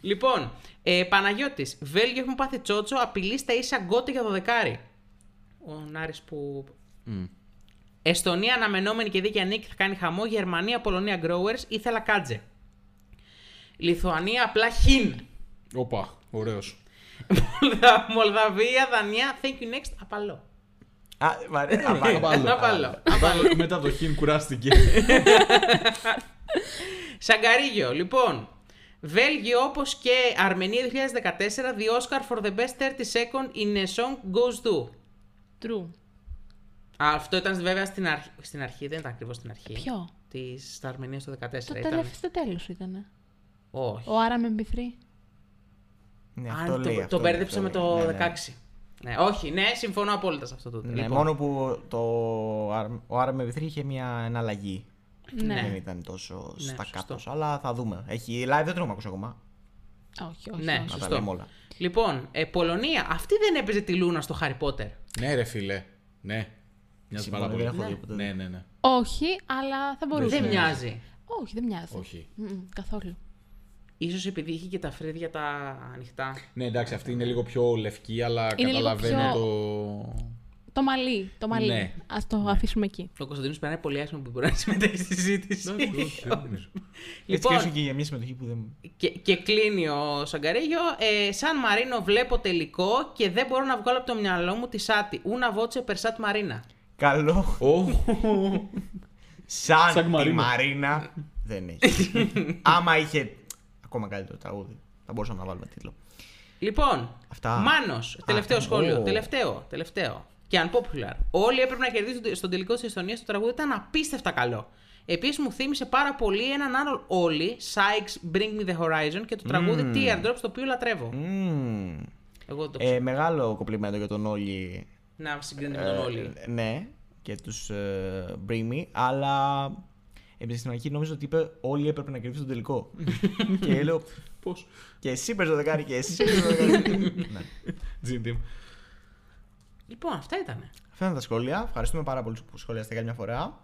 S3: Λοιπόν, ε, Παναγιώτης, Βέλγιο έχουμε πάθει τσότσο, απειλή στα ίσα γκότε για δωδεκάρι. Ο Νάρης που. Εστονία αναμενόμενη και δίκαια νίκη θα κάνει χαμό. Γερμανία, Πολωνία, Growers, ήθελα κάτζε. Λιθουανία, απλά χιν.
S5: Όπα, ωραίος.
S3: Μολδα- Μολδαβία, Δανία, thank you next, απαλό.
S2: Α, μ' αρέ- απάνω.
S5: Απαλό.
S3: (laughs) Απαλό.
S5: Μετά- Μετά το χιν κουράστηκε.
S3: Σαγκαρίγιο, λοιπόν. Βέλγιο όπως και Αρμενία 2014, the Oscar for the best 30 second in a song goes to.
S4: true.
S3: Αυτό ήταν βέβαια στην, αρχ... στην αρχή, δεν ήταν ακριβώς στην αρχή.
S4: Ποιο?
S3: Της Αρμενίας το 2014.
S4: Το
S3: ήταν.
S4: τελευταίο στο τέλος ήταν.
S3: Όχι.
S4: Ο Άρα με MP3.
S2: Ναι,
S3: Αν
S2: αυτό
S3: το,
S2: λέει, αυτό
S3: το
S2: λέει,
S3: μπέρδεψα
S2: αυτό
S3: με
S2: λέει.
S3: το
S2: Ναι, ναι.
S3: 16. Ναι, όχι, ναι, συμφωνώ απόλυτα σε αυτό το
S2: Ναι,
S3: λοιπόν,
S2: μόνο που το, Arm- ο RMV3 είχε μια εναλλαγή.
S4: Ναι.
S2: Δεν ήταν τόσο
S3: Ναι,
S2: στα
S3: σωστό. Λοιπόν.
S2: κάτω, αλλά θα δούμε. Έχει live, δεν τον έχουμε ακούσει ακόμα.
S4: Όχι, όχι.
S3: Ναι,
S4: όχι.
S2: Να τα
S3: σωστό.
S2: λέμε όλα.
S3: Λοιπόν, ε, Πολωνία. Αυτή δεν έπαιζε τη Λούνα στο Χάρι Πότερ.
S5: Ναι, ρε φίλε. Ναι. Μοιάζει
S2: Συμφωνώ,
S5: πάρα πολύ.
S2: δεν έχω δει
S5: Ναι.
S2: ποτέ.
S5: Ναι, ναι, ναι.
S4: Όχι, αλλά θα μπορούσε.
S3: Δεν μοιάζει.
S4: Όχι, δεν μοιάζει.
S5: Όχι.
S4: Μμμ, καθόλου.
S3: Ίσως επειδή είχε και τα φρύδια τα ανοιχτά.
S5: Ναι, εντάξει, αυτή είναι λίγο πιο λευκή, αλλά
S4: Είναι λίγο
S5: καταλαβαίνω
S4: πιο-
S5: το.
S4: Το μαλλί, το μαλλί.
S5: Ναι.
S4: Ας το αφήσουμε εκεί.
S3: Ο Κωνσταντίνος περνάει πολύ άσχημα που μπορεί να συμμετέχει στη συζήτηση.
S4: (laughs)
S5: Ναι,
S3: (laughs)
S2: Έτσι και
S3: λοιπόν,
S2: όσο και για μια συμμετοχή που δεν.
S3: Και, και κλείνει ο Σαγκαρίγιο. Ε, Σαν Μαρίνο βλέπω τελικό και δεν μπορώ να βγάλω από το μυαλό μου τη Σάτι. Ούνα βότσε περσάτ Μαρίνα.
S2: Καλό.
S5: Ω, Σαν
S2: Σαν τη
S5: Μαρίνα.
S2: Μαρίνα δεν έχει. Άμα είχε ακόμα καλύτερο τραγούδι, θα μπορούσαμε να βάλουμε τίτλο.
S3: Λοιπόν,
S2: Αυτά.
S3: Μάνος, τελευταίο
S2: Α,
S3: σχόλιο.
S5: ω.
S3: Τελευταίο, τελευταίο. Και unpopular. Όλοι έπρεπε να κερδίσουν στον τελικό της Εστονίας. Το τραγούδι ήταν απίστευτα καλό. Επίσης μου θύμισε πάρα πολύ έναν άλλον Όλοι, Sykes Bring Me the Horizon και το τραγούδι Teardrops, το οποίο λατρεύω.
S2: Μμμ.
S3: Εγώ το
S2: Ε, μεγάλο κοπλιμέντο για τον Όλη.
S3: Να συγκρίνει με τον Όλοι.
S2: Ε, ναι, και τους ε, Bring Me, αλλά ε, επειδή στην αρχή νόμιζα ότι είπε όλοι έπρεπε να κερδίσουν τον
S3: (laughs)
S2: τελικό. και λέω
S5: Πώς.
S2: και εσύ παίζει το δεκάρι και εσύ παίζει το
S3: (laughs)
S2: δεκάρι. ναι.
S5: Τζιντιμ.
S3: Λοιπόν, αυτά ήτανε.
S2: Αυτά ήταν τα σχόλια. Ευχαριστούμε πάρα πολύ που σχολιάσατε για μια φορά.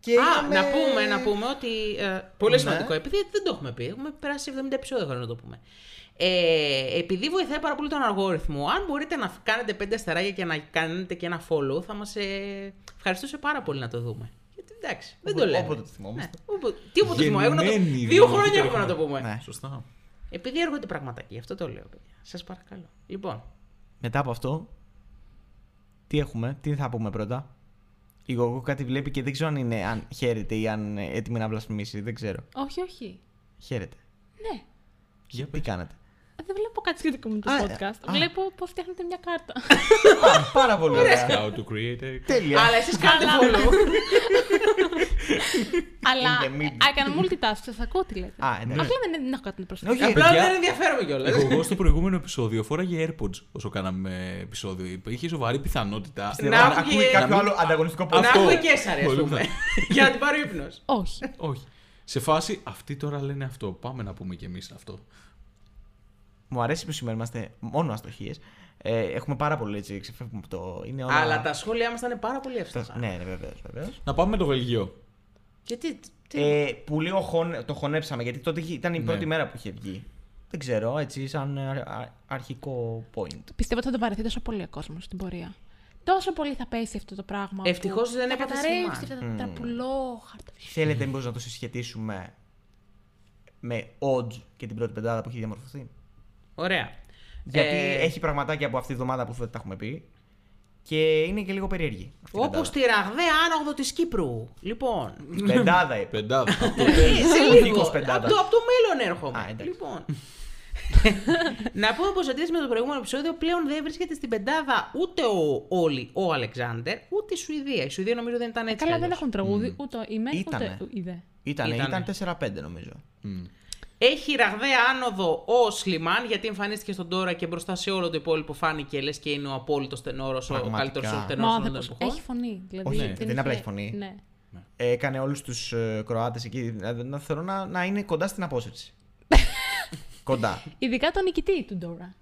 S2: Και
S3: Α,
S2: είχαμε-
S3: να πούμε, να πούμε ότι. Ε, πολύ
S2: Ναι.
S3: σημαντικό, επειδή δεν το έχουμε πει. Έχουμε περάσει 70 επεισόδια χωρίς να το πούμε. Ε, επειδή βοηθάει πάρα πολύ τον αργόριθμο, αν μπορείτε να κάνετε πέντε αστεράκια και να κάνετε και ένα follow, θα μας ε, ευχαριστούσε πάρα πολύ να το δούμε. Γιατί εντάξει, δεν
S2: Όποτε-
S3: το λέμε.
S2: όποτε το θυμόμαστε.
S3: Ναι, όποτε- τι όποτε θυμόμαστε. έχουμε να το-
S5: Γεννημένοι
S3: Δύο
S5: δηλαδή,
S3: χρόνια
S5: τώρα.
S3: έχουμε να το πούμε.
S2: Ναι.
S5: Σωστά.
S3: Επειδή έρχονται πραγματάκια, γι' αυτό το λέω, παιδιά. Σας παρακαλώ. Λοιπόν,
S2: Μετά από αυτό, τι έχουμε, τι θα πούμε πρώτα. Η Γογό κάτι βλέπει και δεν ξέρω αν είναι αν χαίρεται ή αν ε, έτοιμη να βλασφημίσει. Δεν ξέρω.
S4: Όχι, όχι.
S2: Χαίρεται.
S4: Ναι.
S5: Για
S2: Τι κάνατε.
S4: Δεν βλέπω κάτι σχετικό με το
S2: Α,
S4: podcast.
S2: α.
S4: Βλέπω πώς φτιάχνετε μια
S2: (laughs)
S4: κάρτα.
S2: Α, πάρα πολύ ωραία.
S5: How to create a...
S2: Τέλεια.
S3: αλλά εσείς κάντε follow.
S4: Αλλά
S2: In the middle.
S4: I can multitask, σας ακούω τι λέτε.
S2: Α, εντάξει.
S4: Απλά δεν, δεν έχω κάτι να προσθέσω.
S2: Όχι,
S3: Απλά
S5: παιδιά.
S3: δεν ενδιαφέρομαι κιόλας.
S5: Εγώ στο προηγούμενο επεισόδιο φόραγε AirPods όσο κάναμε επεισόδιο. Είχε σοβαρή πιθανότητα.
S2: Πιστεύω
S3: Να
S2: αν
S3: βγει-
S2: ακούει
S3: να
S2: κάποιο
S5: μην-
S2: άλλο ανταγωνιστικό
S3: Να
S2: podcast.
S5: Αυτό.
S3: έχουμε και σαρέ, ας
S5: Πολύ
S3: πούμε.
S5: πιθανό.
S3: (laughs) Για να την πάρει ύπνος.
S4: Όχι.
S5: Όχι. Σε φάση αυτοί τώρα λένε αυτό. Πάμε να πούμε κι εμείς αυτό.
S2: Μου αρέσει που σήμερα είμαστε μόνο αστοχίες. Ε, έχουμε πάρα πολύ έτσι, ξεφεύγουμε από το. Είναι όλα...
S3: Αλλά τα σχόλιά μας ήταν πάρα πολύ εύστοχα.
S2: Ναι, ναι, βεβαίως, βεβαίως.
S5: Να πάμε με το Βελγίο.
S3: Γιατί. τι-
S2: Ε, που λίγο χων- το χωνέψαμε γιατί τότε είχε- ήταν η
S5: Ναι.
S2: πρώτη μέρα που είχε βγει. Δεν ξέρω, έτσι, σαν ε, α- α- αρχικό point.
S4: Πιστεύω ότι θα τον βαρεθεί τόσο πολύ ο κόσμος στην πορεία. Τόσο πολύ θα πέσει αυτό το πράγμα.
S3: Ευτυχώς
S4: που
S3: δεν
S4: θα
S3: έπαθε
S4: καταρρεύσει,
S3: σχήμα.
S4: θα τα τραπουλόχαρτα.
S2: Θέλετε μήπως να το συσχετίσουμε με odds και την πρώτη πεντάδα που έχει διαμορφωθεί.
S3: Ωραία.
S2: Γιατί
S3: Ε,
S2: έχει πραγματάκια από αυτή τη βδομάδα που δεν τα έχουμε πει και είναι και λίγο περίεργη. αυτή η
S3: Όπως τη ραγδαία άνοδο της Κύπρου. Λοιπόν.
S2: πεντάδα. Πεντάδα είπε.
S3: (laughs)
S5: Πεντάδα. Αυτό.
S3: Ε, σε
S2: Ο
S3: λίγο.
S2: Νίκος
S3: Από
S2: Πεντάδας.
S3: το, απ' το μέλλον έρχομαι.
S2: Α, εντάξει.
S3: λοιπόν. (laughs) να πούμε πως αντίθεση με το προηγούμενο επεισόδιο, πλέον δεν βρίσκεται στην πεντάδα ούτε ο Όλη ο Αλεξάνδερ, ούτε η Σουηδία. Η Σουηδία νομίζω δεν ήταν έτσι.
S4: Καλά,
S3: κι
S4: δεν
S3: αλλιώς.
S4: έχουν τραγούδι ούτε η μεν
S2: Ήτανε.
S4: ούτε η δε.
S2: Ήτανε,
S3: Ήτανε.
S2: ήταν 4-5 νομίζω.
S5: Μμ.
S3: Έχει ραγδαία άνοδο ο Σλιμάν, γιατί εμφανίστηκε στον τώρα και μπροστά σε όλο το υπόλοιπο φάνηκε λες και είναι ο απόλυτος τενόρος, ο
S2: Πραγματικά.
S3: καλύτερος
S4: Μα ο
S3: τενόρο όλων των
S4: άνθρωπος
S3: εποχών.
S4: έχει φωνή. Δηλαδή,
S2: Όχι,
S5: ναι,
S2: δεν είναι απλά
S4: είχε-
S2: έχει φωνή.
S4: Ναι.
S2: Έκανε όλους τους ε, Κροάτες εκεί, να, να θεωρώ να, να είναι κοντά στην
S3: (laughs)
S2: απόσυρση. κοντά.
S4: Ειδικά τον νικητή του Ντόρα.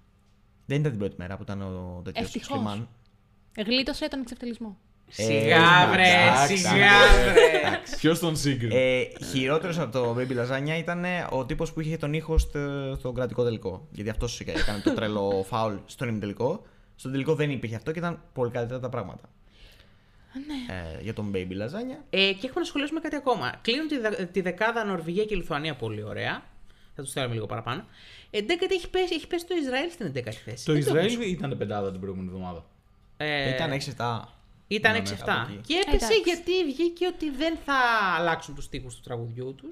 S2: Δεν ήταν την πρώτη μέρα που ήταν ο τέτοιος
S4: Ευτυχώς.
S2: Σλιμάν.
S4: Γλίτωσε τον εξευτελισμό.
S3: Σιγά,
S2: Ε,
S3: βρε,
S5: εντάξει,
S3: σιγά, βρε.
S5: Ποιος τον σύγκρινε.
S2: Ε, Χειρότερος από το Baby Lasagna ήταν ε, ο τύπος που είχε τον ήχο στο, στο κρατικό τελικό. Γιατί αυτός έκανε το τρελό φάουλ στον ημιτελικό. Στον τελικό δεν υπήρχε αυτό και ήταν πολύ καλύτερα τα πράγματα.
S4: ναι.
S2: Ε, για τον Baby Lasagna.
S3: Ε, και έχουμε να σχολιάσουμε κάτι ακόμα. Κλείνουν τη, δε- τη δεκάδα Νορβηγία και Λιθουανία πολύ ωραία. Θα τους θέλαμε λίγο παραπάνω. Εντέκατη έχει πέσει, έχει πέσει το Ισραήλ στην 11η θέση.
S5: Το
S3: Δεν
S5: Ισραήλ ήταν πεντάδα την προηγούμενη εβδομάδα.
S3: Ε,
S2: Ήταν 6-7.
S3: ήταν
S5: ναι,
S3: 6-7.
S2: από εκεί.
S3: και έπεσε
S4: Εντάξει.
S3: γιατί βγήκε ότι δεν θα αλλάξουν τους τοίχου του τραγουδιού τους.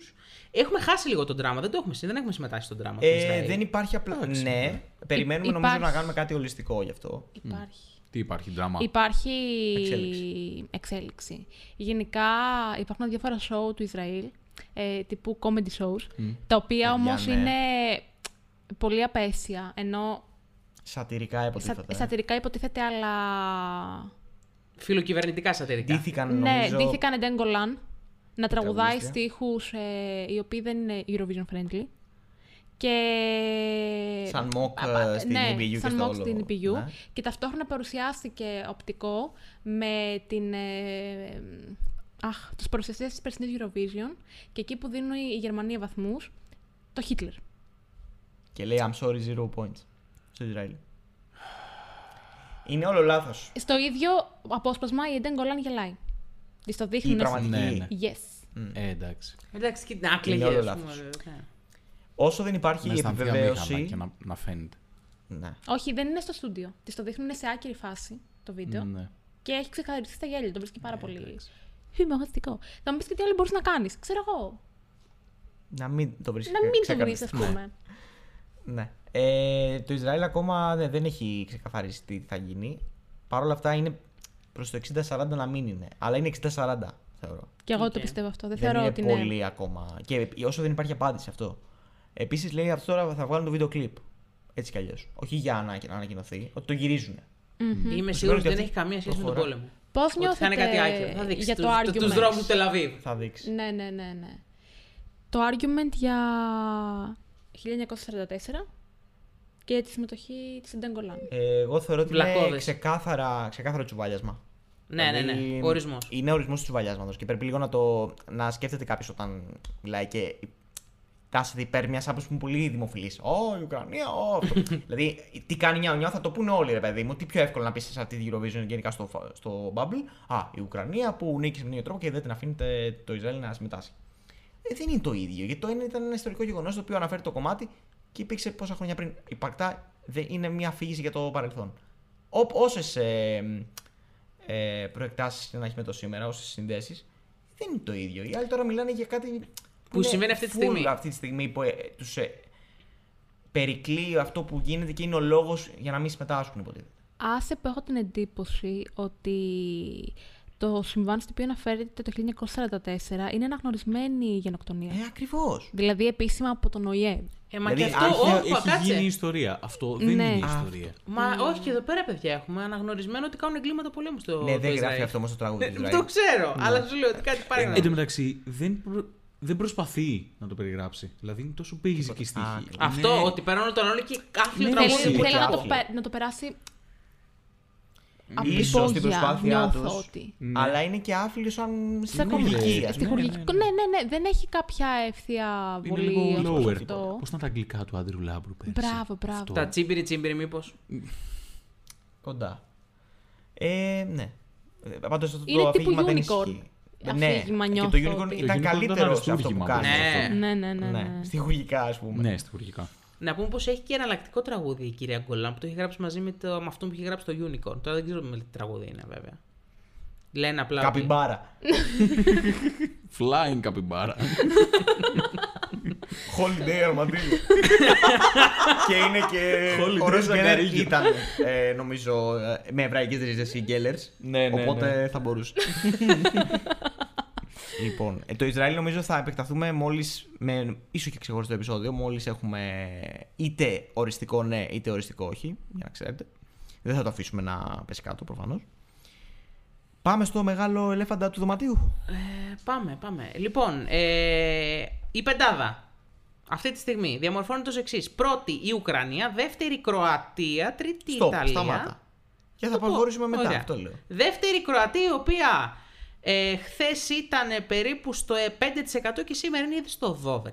S3: Έχουμε χάσει λίγο τον τράμα. Δεν το έχουμε, συ- δεν έχουμε συμμετάσχει στον τράμα. του
S2: Ε,
S3: Ισραήλ.
S2: δεν υπάρχει απλά.
S5: Εντάξει,
S2: Ναι, περιμένουμε νομίζω
S4: υπάρχει.
S2: να κάνουμε κάτι ολιστικό γι' αυτό.
S4: Υπάρχει.
S5: Τι υπάρχει, δράμα.
S4: Υπάρχει
S2: Εξέλιξη.
S4: εξέλιξη. Γενικά υπάρχουν διάφορα show του Ισραήλ, ε, τύπου comedy shows, τα οποία
S2: Παιδιά,
S4: όμως
S2: ναι.
S4: είναι πολύ απέσια, ενώ
S2: Σατυρικά
S4: σα,
S2: υποτίθεται.
S4: σατυρικά υποτίθεται, αλλά...
S3: Φιλοκυβερνητικά σατυρικά.
S2: Ντύθηκαν
S4: Ναι,
S2: νομίζω.
S4: ντύθηκαν Εντέν Γκολάν να τραγουδάει
S2: τραγουδίστρια.
S4: στίχους ε, οι οποίοι δεν είναι Eurovision friendly. Και...
S2: Σαν mock,
S4: Α, α,
S2: ε, στην
S4: ναι,
S2: EBU και
S4: σαν
S2: στο
S4: mock
S2: όλο.
S4: στην EBU.
S2: Ναι.
S4: Και ταυτόχρονα παρουσιάστηκε οπτικό με την... ε, αχ, τους παρουσιαστές της περσινής Eurovision και εκεί που δίνουν η Γερμανία βαθμούς, το Χίτλερ.
S2: Και λέει I'm sorry, zero points. Στο Ισραήλ. Είναι όλο λάθος.
S4: Στο ίδιο απόσπασμα η Εντέν Γκολάν γελάει. Της το
S2: Η
S4: δείχνουν...
S2: πραγματική.
S5: Ναι, ναι.
S4: Yes.
S5: Ε, εντάξει.
S3: Εντάξει, και να κλαιγε,
S2: όλο
S3: ας πούμε,
S2: λάθος.
S3: ναι.
S2: Όσο δεν υπάρχει
S5: Να
S2: η
S5: αισθανθεί αμήχανα
S2: επιβεβαίωση.
S5: και να, να φαίνεται.
S2: Ναι.
S4: Όχι, δεν είναι στο στούντιο. Της το δείχνουν σε άκυρη φάση το βίντεο.
S5: Ναι.
S4: Και έχει ξεκαθαριστεί στα γέλια. Το βρίσκει πάρα
S2: Ε,
S4: πολύ. Χιουμοριστικό. Θα μου πεις και τι άλλο μπορείς να κάνεις. Ξέρω εγώ.
S2: Να μην το βρίσκει.
S4: Να μην το βρει,
S2: Ε, ξεκαθαριστεί.
S4: ας πούμε.
S2: Ναι. Ε, το Ισραήλ ακόμα ναι, δεν έχει ξεκαθαρίσει τι θα γίνει. Παρ' όλα αυτά είναι προς το 60-40 να μην είναι. Αλλά είναι 60-40, θεωρώ.
S4: Και εγώ
S3: Οκ.
S4: το πιστεύω αυτό. Δεν,
S2: δεν
S4: θεωρώ
S2: είναι
S4: ότι είναι.
S2: πολύ ακόμα. Και όσο δεν υπάρχει απάντηση αυτό. Επίσης λέει αυτό τώρα θα βγάλουν το βίντεο κλιπ. Έτσι κι αλλιώς. Όχι για να να ανακοινωθεί, ότι το γυρίζουν.
S3: Είμαι
S2: Το
S3: σίγουρη ότι δεν
S2: ότι
S3: έχει καμία σχέση με τον
S2: προχωρά.
S3: πόλεμο.
S4: Πώς
S3: Ότι θα
S4: νιώθετε
S3: είναι κάτι άκυρο. Θα δείξει
S4: για το
S3: τους-
S4: argument.
S3: τους δρόμους του Τελαβίβ.
S2: Θα δείξεις.
S4: Ναι, ναι, ναι, ναι. Το argument για 1944 και τη συμμετοχή της Εντεγκολάν.
S2: Ε, εγώ θεωρώ ότι είναι
S3: Βλακώδες.
S2: ξεκάθαρα, ξεκάθαρο τσουβάλιασμα.
S3: Ναι, ναι,
S2: Δηλαδή,
S3: ναι. Ορισμός.
S2: Είναι ορισμός του τσουβαλιάσματο και πρέπει λίγο να, το, να σκέφτεται κάποιος όταν μιλάει και τάσεται υπέρ μιας άποψη που είναι πολύ δημοφιλής. Ω, η Ουκρανία, ω. αυτό».
S3: (laughs)
S2: δηλαδή, τι κάνει μια ονιά θα το πούνε όλοι, ρε παιδί μου. Τι πιο εύκολο να πεις σε αυτή τη Eurovision γενικά στο, στο Bubble. Α, η Ουκρανία που νίκησε με τον ίδιο τρόπο και δεν την αφήνεται το Ισραήλ να συμμετάσχει. Ε, δεν είναι το ίδιο. Γιατί το ένα ήταν ένα ιστορικό γεγονός το οποίο αναφέρει το κομμάτι και υπήρξε πόσα χρόνια πριν. Υπαρκτά δεν είναι μια αφήγηση για το παρελθόν. Όσες ε, ε, προεκτάσεις και να έχεις με το σήμερα, όσες συνδέσεις, δεν είναι το ίδιο. Οι άλλοι τώρα μιλάνε για κάτι
S3: Που
S2: είναι
S3: συμβαίνει αυτή τη
S2: full
S3: στιγμή.
S2: Αυτή τη στιγμή που ε, τους ε, περικλείει αυτό που γίνεται και είναι ο λόγος για να μην συμμετάσχουν, υποτίθεται.
S4: Άσε που έχω την εντύπωση ότι το συμβάν στο οποίο αναφέρεται το 1944 είναι αναγνωρισμένη η γενοκτονία.
S2: Ε, ακριβώς.
S4: Δηλαδή επίσημα από τον ΟΗΕ.
S3: Ε, μα
S2: Δηλαδή,
S3: και αυτό,
S2: αν
S3: όπα,
S5: Έχει
S3: κάτσε.
S5: γίνει ιστορία. Αυτό δεν
S4: Ναι.
S5: είναι
S4: Α,
S5: ιστορία.
S3: Μα όχι και εδώ πέρα, παιδιά, έχουμε αναγνωρισμένο ότι κάνουν εγκλήματα πολέμου στο
S2: Ναι,
S3: στο
S2: δεν γράφει
S3: Ισραήλ.
S2: αυτό όμως το τραγούδι. δηλαδή.
S3: Ναι,
S2: του Ισραήλ.
S3: Το ξέρω, αλλά σου λέω ότι κάτι
S2: Ε,
S3: πάει να
S5: Εν τω μεταξύ, δεν, προ- δεν προσπαθεί να το περιγράψει. Δηλαδή είναι τόσο παίγιζικη στοίχη.
S2: Α,
S5: Είναι-
S3: Αυτό, ότι περνάνε τον άλλο και κάθε
S2: Ναι,
S3: τραγούδι.
S2: Τραγούδι
S4: Θέλει,
S2: που
S4: θέλει να, το,
S2: υπάρχει.
S4: πε- να το περάσει από την
S2: Ίσως την
S4: υπόγεια,
S2: προσπάθειά
S4: νιώθω
S2: τους.
S4: ότι.
S5: Ναι.
S2: Αλλά είναι και άφιλο σαν
S4: Σαν
S2: στοιχουργική.
S4: κομική,
S2: ας
S4: στη
S2: πούμε.
S4: χουργική-
S5: ναι,
S4: Ναι, ναι, ναι. Δεν έχει κάποια ευθεία
S5: Είναι
S2: ναι.
S4: βολή
S5: λίγο
S4: ως προς
S5: lower.
S4: αυτό.
S5: Πώς ήταν τα αγγλικά του Άντριου Λάμπρου πέρσι.
S4: Μπράβο, μπράβο.
S5: Αυτό.
S3: Τα τσίμπηρι τσίμπηρι, μήπως.
S2: Κοντά. Ε, ναι. Πάντως αυτό
S4: Είναι
S2: το
S4: τύπου
S2: αφήγημα δεν
S4: unicorn.
S2: ισχύει. ναι.
S4: Αφήγημα
S2: Και
S4: νιώθω
S2: το Unicorn
S4: ότι-
S2: ήταν
S5: Το unicorn ήταν
S2: καλύτερο σε αυτό που
S5: αριστούργημα,
S2: κάνει.
S5: μπορεί να
S2: ας
S3: Ναι.
S2: πούμε.
S4: Ναι, ναι, ναι. ναι.
S2: ναι. Στοιχουργικά, ας πούμε.
S5: Ναι, στοιχουργικά.
S3: Να πούμε πως έχει και εναλλακτικό τραγούδι η κυρία Γκολάν που το έχει γράψει μαζί με, το, με αυτόν που έχει γράψει το Unicorn. Τώρα δεν ξέρω με τι τραγούδι είναι βέβαια. Λένε απλά. ότι-
S2: Καπιμπάρα.
S5: Flying καπιμπάρα.
S2: Holiday
S5: (laughs)
S2: Armadillo. και είναι και.
S5: Holiday
S2: χορός και δεν
S5: Ζαγκαρίγιο.
S2: ήταν, ε, νομίζω, ε, με εβραϊκές ρίζες οι Γκέλλερς,
S5: Ναι, ναι,
S2: Οπότε θα
S5: (laughs)
S2: μπορούσε. λοιπόν, ε, το Ισραήλ νομίζω θα επεκταθούμε μόλις. με ίσως και ξεχωριστό επεισόδιο. Μόλις έχουμε είτε οριστικό ναι, είτε οριστικό όχι. Για να ξέρετε. Δεν θα το αφήσουμε να πέσει κάτω προφανώς. Πάμε στο μεγάλο ελέφαντα του δωματίου.
S3: Ε, πάμε, πάμε. Λοιπόν, ε, η πεντάδα. Αυτή τη στιγμή διαμορφώνεται ως εξής. Πρώτη η Ουκρανία, δεύτερη η Κροατία, τρίτη η
S2: Stop,
S3: Ιταλία.
S2: σταμάτα. Και θα
S3: Το πω.
S2: προχωρήσουμε μετά.
S3: Ωραία.
S2: Αυτό λέω.
S3: Δεύτερη Κροατία, η οποία ε, χθες ήταν περίπου στο ε, 5% και σήμερα είναι ήδη στο 12%.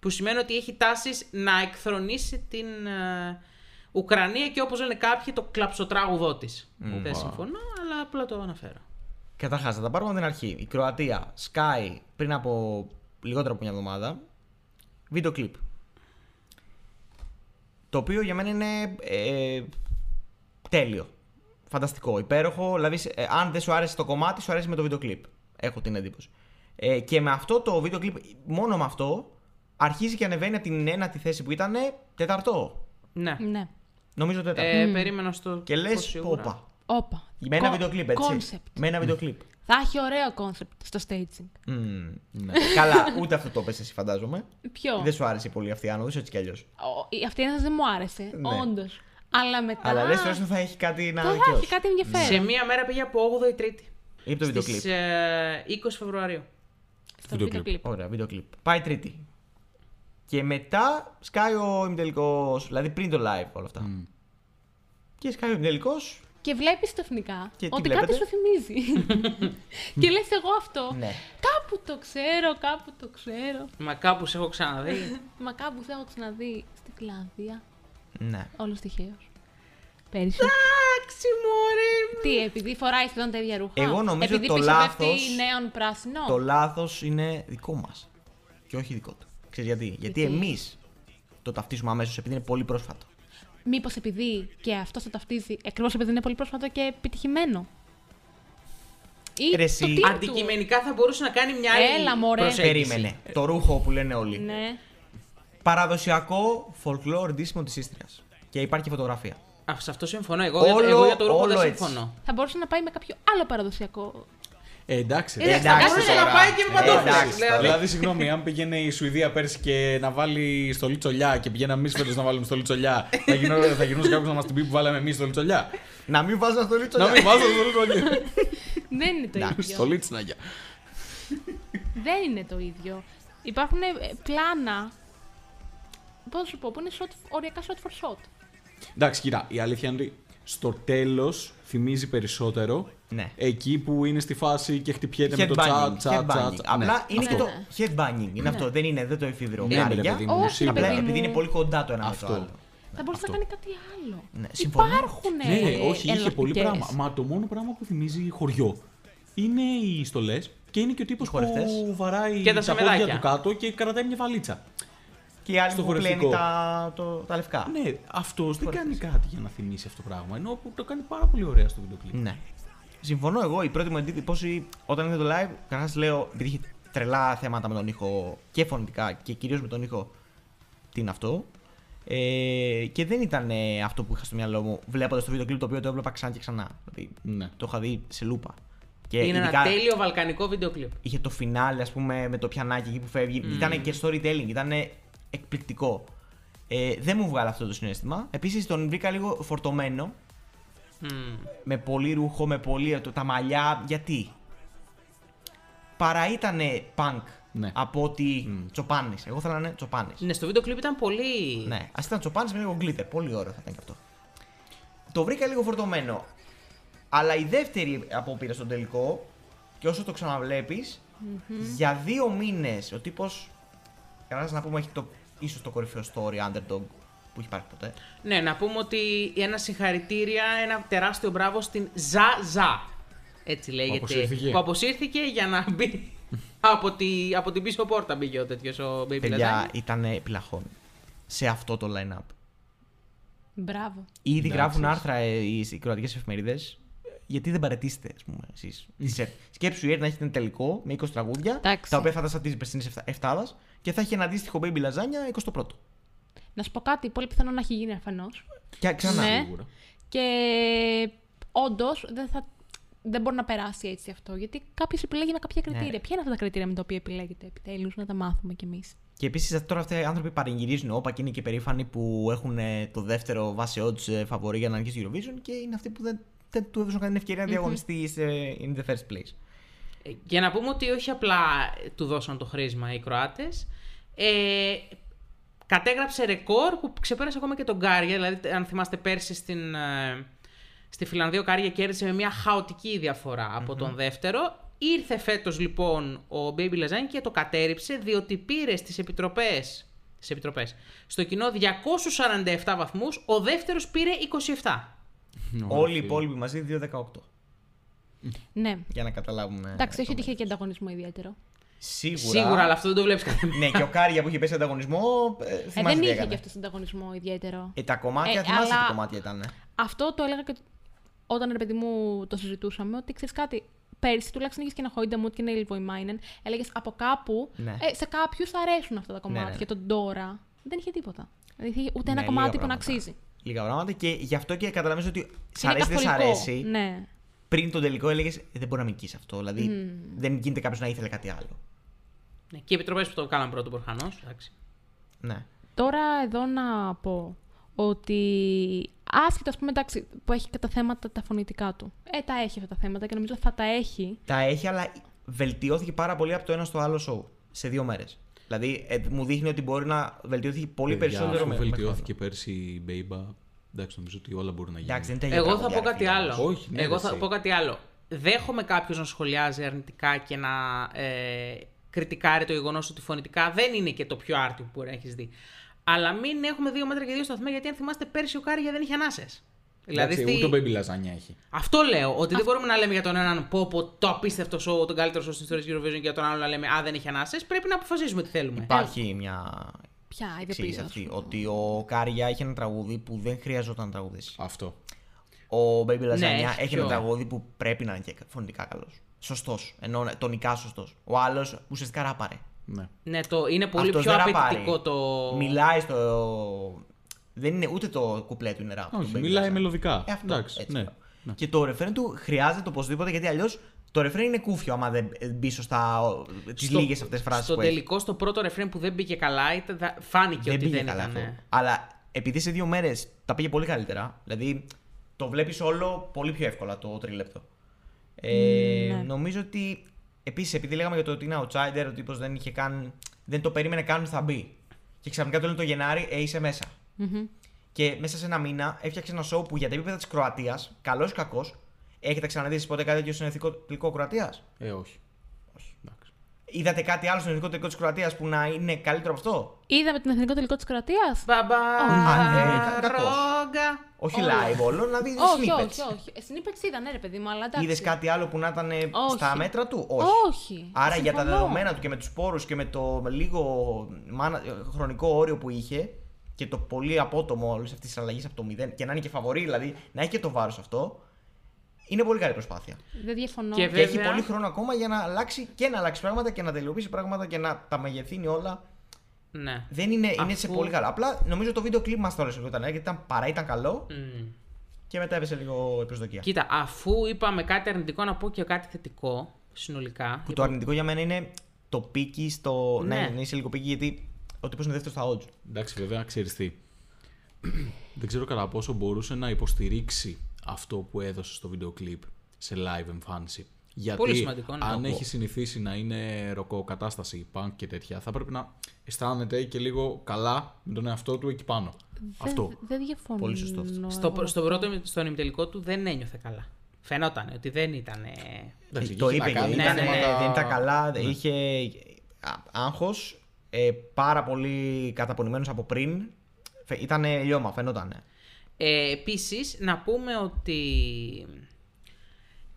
S3: Που σημαίνει ότι έχει τάσεις να εκθρονήσει την ε, Ουκρανία και όπως λένε κάποιοι το κλαψοτράγουδό της. Δεν συμφωνώ, αλλά απλά το αναφέρω.
S2: Καταρχάς, θα τα πάρουμε από την αρχή. Η Κροατία σκάει πριν από λιγότερο από μια εβδομάδα βίντεο κλιπ. Το οποίο για μένα είναι ε, τέλειο. Φανταστικό, υπέροχο. Δηλαδή, σε- ε, αν δεν σου άρεσε το κομμάτι, σου αρέσει με το βίντεο κλιπ. Έχω την εντύπωση. Ε, και με αυτό το βίντεο κλιπ, μόνο με αυτό, αρχίζει και ανεβαίνει από την ένατη θέση που ήταν τεταρτό.
S3: Ναι.
S4: Ναι.
S2: Νομίζω τέταρτο.
S3: Ε, Περίμενα στο.
S2: και λες,
S3: πω σίγουρα.
S2: πόπα.
S4: Όπα.
S2: Με ένα
S4: Κο-
S2: βίντεο κλιπ, έτσι.
S4: concept.
S2: Με ένα βίντεο κλιπ.
S4: Θα έχει ωραίο κόνσεπτ στο staging.
S2: Μμμ, ναι. Καλά, ούτε αυτό το πες εσύ, φαντάζομαι.
S4: Ποιο.
S2: Δεν σου άρεσε πολύ αυτή η άνοδος, έτσι κι αλλιώς.
S4: Ο- η- Αυτή ένας δεν μου άρεσε,
S2: Ναι.
S4: όντως. Αλλά μετά.
S2: Αλλά λες τουλάχιστον θα έχει κάτι να
S4: Τώρα
S2: δικαιώσει.
S4: έχει κάτι
S2: Ναι.
S3: Σε
S4: ενδιαφέρον.
S3: μία μέρα πήγε από 8η Τρίτη.
S2: Είπε το βίντεο κλιπ.
S3: Στις ε, 20 Φεβρουαρίου.
S4: Στο
S5: Βίντεο
S4: βίντεο
S5: κλιπ.
S4: κλιπ.
S2: Ωραία, βίντεο κλιπ. Πάει Τρίτη. Και μετά σκάει ο ημιτελικός, δηλαδή πριν το live όλα αυτά. Και σκάει ο ημιτελικός.
S4: Και βλέπεις τεχνικά
S2: Και τι
S4: ότι
S2: βλέπετε?
S4: κάτι σου
S2: (laughs)
S4: θυμίζει. και λες εγώ αυτό.
S2: Ναι.
S4: Κάπου το ξέρω, κάπου το ξέρω.
S3: Μα κάπου σε έχω ξαναδεί.
S4: Μα κάπου σε έχω ξαναδεί στη Φιλανδία.
S2: Ναι.
S4: Όλο τυχαίο. Πέρυσι.
S3: Εντάξει, μωρέ.
S4: Τι, επειδή φοράει σχεδόν τα ίδια ρούχα.
S2: Εγώ νομίζω
S4: επειδή
S2: το
S4: πίσω
S2: λάθος-
S4: πέφτει νέων πράσινο.
S2: Το λάθος είναι δικό μας. Και όχι δικό του. Ξέρεις γιατί. Γιατί
S4: Γιατί?
S2: εμείς το ταυτίζουμε αμέσως επειδή είναι πολύ πρόσφατο.
S4: Μήπως επειδή και αυτό το ταυτίζει ακριβώς επειδή είναι πολύ πρόσφατο και επιτυχημένο. Ή
S2: Ρε εσύ.
S4: το τι του.
S3: Αντικειμενικά θα μπορούσε να κάνει μια άλλη.
S4: Έλα, μωρέ.
S3: προσέγγιση.
S2: Περίμενε. Το ρούχο που λένε όλοι.
S4: Ναι.
S2: Παραδοσιακό folklore ντύσιμο τηΊστρια. Και υπάρχει φωτογραφία.
S3: Α, σε αυτό συμφωνώ. Εγώ,
S2: Όλο-
S3: εγώ για το ρούχο δεν
S2: όλο έτσι.
S3: συμφωνώ.
S4: Θα μπορούσε να πάει με κάποιο άλλο παραδοσιακό. (laughs)
S5: Ε, εντάξει.
S4: Ε,
S5: εντάξει.
S4: θα
S2: εντάξει
S4: μπορούσε
S2: τώρα.
S3: να πάει και με παντόφλες,
S2: Εντάξει
S3: δηλαδή.
S2: τώρα.
S5: Δηλαδή, συγγνώμη, αν πήγαινε η Σουηδία πέρσι και να βάλει στολή τσολιά και πηγαίναμε εμείς φέτος να βάλουμε στολή τσολιά, θα γινόταν θα γινούσε κάποιος να μας την πει που βάλαμε εμείς στολή τσολιά.
S2: Να μην βάζει να στολί
S5: Να μην βάζω στολή τσολιά.
S4: Δεν είναι το ίδιο.
S5: Στολή τσναγιά.
S4: Δεν είναι το ίδιο. Υπάρχουν ε, πλάνα. Πώς να σου πω, που είναι shot, οριακά shot for shot.
S5: Εντάξει, κοίτα, η αλήθεια είναι ότι στο τέλος θυμίζει περισσότερο.
S2: Ναι.
S5: Εκεί που είναι στη φάση και χτυπιέται με το
S2: Headbanging,
S5: τσα, τσα, τσα,
S2: headbanging.
S5: τσα.
S2: Απλά
S5: Ναι,
S2: είναι
S5: αυτό.
S2: το headbanging. Είναι αυτό, δεν είναι, δεν το εφηβρώ.
S5: Ναι, ρε παιδί μου,
S4: Όχι, ρε
S5: σίγουρα.
S2: Απλά
S4: παιδί μου.
S2: επειδή είναι πολύ κοντά το ένα με το
S5: Αυτό.
S2: άλλο.
S4: Θα μπορούσε να κάνει κάτι άλλο.
S2: Ναι, συμφωνώ.
S4: Υπάρχουν ε,
S5: Ναι, όχι, είχε πολύ πράγμα. Μα το μόνο πράγμα που θυμίζει χωριό είναι οι στολές και είναι και ο τύπος
S2: χορευτές.
S5: που βαράει
S3: Και τα
S5: τα πόδια
S3: σαμεδάκια.
S5: του κάτω και κρατάει μια βαλίτσα.
S2: Και οι άλλοι
S5: Στο
S2: που πλένει
S5: χορευτικό.
S2: τα, το, τα λευκά.
S5: Ναι, αυτός δεν κάνει κάτι για να θυμίσει αυτό το πράγμα. Ενώ που το κάνει πάρα πολύ ωραία στο βίντεο κλιπ.
S2: Ναι. Συμφωνώ εγώ. Η πρώτη μου εντύπωση όταν είδα το live, καταρχάς λέω, επειδή είχε τρελά θέματα με τον ήχο και φωνητικά και κυρίως με τον ήχο, τι είναι αυτό. Ε, και δεν ήταν ε, αυτό που είχα στο μυαλό μου βλέποντας το βίντεο κλιπ το οποίο το έβλεπα ξανά και ξανά. Δηλαδή,
S5: Ναι.
S2: Το είχα δει σε λούπα. Και
S3: Είναι ένα
S2: Ε, ειδικά
S3: τέλειο βαλκανικό βίντεο κλιπ.
S2: είχε το φινάλε, ας πούμε, με το πιανάκι εκεί που φεύγει. Ήταν και storytelling, ήταν εκπληκτικό. Ε, δεν μου βγάλε αυτό το συνέστημα. Επίσης τον βρήκα λίγο φορτωμένο
S3: Μμμ.
S2: με πολύ ρούχο, με πολύ το- τα μαλλιά, γιατί. Παρά ήταν punk
S5: Ναι.
S2: από ότι mm. Εγώ θέλω να είναι τσοπάνης.
S3: Ναι, στο βίντεο κλιπ ήταν πολύ.
S2: Ναι, ας ήταν τσοπάνης με λίγο glitter. Πολύ ωραίο θα ήταν και αυτό. Το βρήκα λίγο φορτωμένο. Αλλά η δεύτερη απόπειρα στον τελικό, και όσο το ξαναβλεπεις για δύο μήνες ο τύπος. Κανένα να πούμε έχει το, ίσως το κορυφαίο story underdog που έχει υπάρχει ποτέ.
S3: Ναι, να πούμε ότι ένα συγχαρητήρια, ένα τεράστιο μπράβο στην Ζαζα. Έτσι λέγεται.
S5: αποσύρθηκε.
S3: Που αποσύρθηκε για να μπει (laughs) από, τη, από την πίσω πόρτα μπήκε ο τέτοιος ο Baby
S2: Παιδιά,
S3: Lasagna.
S2: ήταν επιλαχών σε αυτό το line-up.
S4: Μπράβο.
S2: Ήδη
S5: Να,
S2: γράφουν
S5: ξέρεις.
S2: άρθρα ε, οι κροατικές εφημερίδες. Γιατί δεν παρετήσετε, ας πούμε,
S5: Mm.
S2: εσείς. Σκέψου η Έρνα έχει ένα τελικό με 20 τραγούδια.
S4: Εντάξει.
S2: Τα οποία θα τα στατίζει περσινή εφτάδας και θα έχει ένα αντίστοιχο baby λαζάνια 21ο.
S4: Να σου πω κάτι, πολύ πιθανό να έχει γίνει αφενός.
S2: Και ξανά.
S4: Ναι.
S5: Σίγουρα.
S4: Και όντως δεν, θα... δεν μπορεί να περάσει έτσι αυτό. Γιατί κάποιος επιλέγει με κάποια κριτήρια. Ποια είναι αυτά τα κριτήρια με τα οποία επιλέγετε επιτέλους, να τα μάθουμε κι εμείς.
S2: Και επίσης τώρα αυτοί οι άνθρωποι παρηγυρίζουν όπα και είναι και περήφανοι που έχουν ε, το δεύτερο βάση odds ε, φαβορή για να νικήσει η Eurovision και είναι αυτοί που δεν, δεν του έδωσαν κανένα ευκαιρία να διαγωνιστεί σε, in the first place.
S3: Ε, Για να πούμε ότι όχι απλά του δώσαν το χρήσμα οι Κροάτες. Ε, κατέγραψε ρεκόρ που ξεπέρασε ακόμα και τον Κάρια. Δηλαδή, αν θυμάστε πέρσι στην, ε, στη Φιλανδία, ο Κάρια κέρδισε με μια χαοτική διαφορά από τον δεύτερο. Ήρθε φέτος λοιπόν ο Baby Λαζάνη και το κατέριψε διότι πήρε στις επιτροπές. Στις επιτροπές. Στο κοινό 247 βαθμούς, ο δεύτερος πήρε 27.
S2: Όλοι οι υπόλοιποι μαζί 2-18.
S4: Ναι.
S2: Για να καταλάβουμε.
S4: Εντάξει, όχι
S2: το
S4: ότι είχε
S2: μέτρο.
S4: και ανταγωνισμό ιδιαίτερο.
S2: Σίγουρα.
S3: Σίγουρα, αλλά αυτό δεν το βλέπεις κάθε μέρα.
S2: Ναι, και ο Κάρια που είχε πέσει ανταγωνισμό. Ε,
S4: Ε,
S2: θυμάσαι
S4: δεν
S2: τι
S4: είχε
S2: έκανε.
S4: και αυτός ανταγωνισμό ιδιαίτερο.
S2: Ε, τα κομμάτια,
S4: Ε,
S2: θυμάσαι
S4: αλλά-
S2: τι κομμάτια ήταν. ε.
S4: Αυτό το έλεγα και όταν ρε παιδί μου το συζητούσαμε, ότι ξέρεις κάτι. Πέρσι τουλάχιστον είχες και ένα Χόιντα Μουτ και ένα Ελβοϊμάινεν. Έλεγες από κάπου.
S2: Ναι.
S4: Ε, σε κάποιους θα αρέσουν αυτά τα κομμάτια.
S2: ναι, ναι.
S4: Και τον Τώρα δεν είχε τίποτα. Δηλαδή είχε ούτε
S2: Ναι,
S4: ένα
S2: λίγα
S4: κομμάτι που να
S2: πράγματα.
S4: αξίζει.
S2: Λίγα πράγματα και γι' αυτό και καταλαβαίνεις ότι σ'
S4: Είναι
S2: αρέσει δεν σ'
S4: καθολικό.
S2: αρέσει.
S4: Ναι.
S2: Πριν τον τελικό έλεγες δεν μπορεί να νικήσει αυτό. Δηλαδή δεν γίνεται κάποιος να ήθελε κάτι άλλο.
S3: Ναι, και οι επιτροπές που το κάναν πρώτο προφανώς. εντάξει.
S2: Ναι.
S4: Τώρα εδώ να πω ότι άσχετα, ας πούμε, εντάξει, που έχει και τα θέματα τα φωνητικά του. Ε, τα έχει αυτά τα θέματα και νομίζω θα τα έχει.
S2: Τα έχει, αλλά βελτιώθηκε πάρα πολύ από το ένα στο άλλο σοου σε δύο μέρες. Δηλαδή ε, μου δείχνει ότι μπορεί να βελτιώθηκε πολύ
S5: Παιδιά,
S2: περισσότερο
S5: αφού
S2: με- με χρόνο.
S5: Βελτιώθηκε πέρσι η Μπέιμπα. Εντάξει, νομίζω ότι όλα μπορούν να γίνουν.
S2: Εντάξει, δεν ήταν για
S3: Εγώ θα
S2: τραγουδιά,
S3: πω
S2: ρε
S3: κάτι
S2: φίλε.
S3: άλλο.
S5: Όχι, ναι,
S3: Εγώ
S5: ρε,
S3: θα
S5: εσύ.
S3: πω κάτι άλλο. Δέχομαι κάποιος να σχολιάζει αρνητικά και να ε, κριτικάρει το γεγονός ότι φωνητικά δεν είναι και το πιο άρτιο που μπορεί να έχεις δει. Αλλά μην έχουμε δύο μέτρα και δύο σταθμά, γιατί αν θυμάστε πέρσι ο Κάρια δεν είχε ανάσες. Δηλαδή,
S5: Εντάξει,
S3: στη-
S5: ούτε ο Baby Λαζάνια έχει.
S3: αυτό λέω. Ότι δεν μπορούμε να λέμε για τον έναν πόπο το απίστευτο show, τον καλύτερο show στην ιστορία της Eurovision και για τον άλλο να λέμε Α, δεν έχει ανάσες. Πρέπει να αποφασίζουμε τι θέλουμε.
S2: Υπάρχει μια
S4: Ποια, η
S2: εξήγηση
S4: διαπίστωση.
S2: αυτή. Ότι ο Κάρια είχε ένα τραγούδι που δεν χρειαζόταν να τραγουδήσει.
S5: Αυτό.
S2: Ο Baby Lasagna
S3: έχει
S2: έχει
S3: πιο.
S2: ένα τραγούδι που πρέπει να είναι και φωνητικά καλός. Σωστός. Ενώ ναι, τονικά σωστός. Ο άλλος ουσιαστικά ράπαρε.
S5: Ναι.
S3: Ναι, το, είναι πολύ
S2: Αυτός
S3: πιο
S2: δεν ραπάρει.
S3: απαιτητικό το.
S2: Μιλάει στο. Δεν είναι ούτε το κουπλέ του είναι ράπ. του
S5: Όχι,
S2: Baby
S5: μιλάει
S2: Lasagna.
S5: μελωδικά.
S2: Ε, αυτό,
S5: Εντάξει,
S2: έτσι,
S5: ναι.
S2: μπράβο. Και το ρεφρέν του χρειάζεται οπωσδήποτε γιατί αλλιώς το ρεφρέν είναι κούφιο άμα δεν μπει σωστά τις
S3: Στο-
S2: λίγες αυτές φράσεις
S3: Στο
S2: που έχει.
S3: τελικό, στο πρώτο ρεφρέν που δεν μπήκε καλά, ήταν, δα- φάνηκε
S2: Δεν
S3: ότι
S2: πήγε
S3: δεν
S2: καλά
S3: ήταν.
S2: αυτό.
S3: ε.
S2: Αλλά επειδή σε δύο μέρες τα πήγε πολύ καλύτερα, δηλαδή το βλέπεις όλο πολύ πιο εύκολα το τρίλεπτο. Ε, Νομίζω ότι επίσης επειδή λέγαμε για το ότι είναι outsider, ο τύπος δεν είχε καν. δεν το περίμενε καν ότι θα μπει. Και ξαφνικά το λένε το Γενάρη, ε, είσαι μέσα. Και μέσα σε ένα μήνα έφτιαξε ένα σοου που για τα επίπεδα της Κροατίας, καλός ή κακός, έχετε ξαναδείς ποτέ κάτι τέτοιο στον εθνικό τελικό Κροατίας.
S5: Ε, όχι. Όχι. Εντάξει.
S2: Είδατε κάτι άλλο στον εθνικό τελικό της Κροατίας που να είναι καλύτερο από αυτό.
S4: Είδαμε τον εθνικό τελικό της Κροατίας.
S3: Μπαμπά,
S2: Α, ναι, κακός.
S3: ρόγκα.
S2: Όχι
S4: Όλα.
S2: live όλο, να δεις
S4: Όχι, όχι, όχι. Ε, Snippets είδα, ναι, ρε παιδί μου, αλλά εντάξει.
S2: Είδε κάτι άλλο που να ήταν ε,
S4: Όχι.
S2: στα μέτρα του, όχι.
S4: Όχι.
S2: Άρα για τα
S4: Συμφωνώ.
S2: δεδομένα του και με τους πόρου και με το λίγο μάνα- ε, χρονικό όριο που είχε και το πολύ απότομο όλης αυτής της αλλαγής από το 0 και να είναι και φαβορή, δηλαδή να έχει και το βάρος αυτό, είναι πολύ καλή προσπάθεια.
S4: Δεν διαφωνώ.
S3: Και
S2: Και έχει
S3: Βέβαια.
S2: πολύ χρόνο ακόμα για να αλλάξει και να αλλάξει πράγματα και να τελειοποιήσει πράγματα και να τα μεγεθύνει όλα.
S3: Ναι.
S2: Δεν είναι, είναι σε
S3: Αφού-
S2: πολύ καλά. Απλά νομίζω το βίντεο κλειπ μας το όλο ήταν, γιατί ήταν παρά ήταν καλό
S3: Μμμ.
S2: και μετά έπεσε λίγο η προσδοκία.
S3: Κοίτα, αφού είπαμε κάτι αρνητικό, να πω και κάτι θετικό συνολικά.
S2: Που το αρνητικό για μένα είναι το πίκι στο. Ναι,
S3: Ναι.
S2: να είσαι λίγο πίκι γιατί ο τύπος είναι δεύτερος στα odds.
S5: Εντάξει, βέβαια, ξέρεις τι. Δεν ξέρω κατά πόσο μπορούσε να υποστηρίξει αυτό που έδωσε στο βίντεο κλιπ σε live εμφάνιση. Γιατί
S3: Πολύ σημαντικό, ναι.
S5: αν
S3: Το
S5: έχει
S3: ακούω.
S5: συνηθίσει να είναι ροκοκατάσταση, punk και τέτοια, θα πρέπει να αισθάνεται και λίγο καλά με τον εαυτό του εκεί πάνω.
S4: Δεν-
S5: αυτό.
S4: Δεν διαφωνώ.
S2: Πολύ σωστό αυτό.
S3: Στο,
S4: εγώ.
S3: πρω- στο πρώτο, στον ημιτελικό του δεν ένιωθε καλά. Φαινόταν ότι δεν ήταν.
S5: Εντάξει,
S2: Ε, το
S5: είχε να
S2: είπε και
S5: κάνει
S2: ήταν, ε,
S3: ναι, ναι,
S5: θέματα-
S2: δεν ήταν καλά. Είχε άγχος. Ε, πάρα πολύ καταπονημένος από πριν. Ήταν λιώμα, φαινόταν.
S3: Ε, επίσης, να πούμε ότι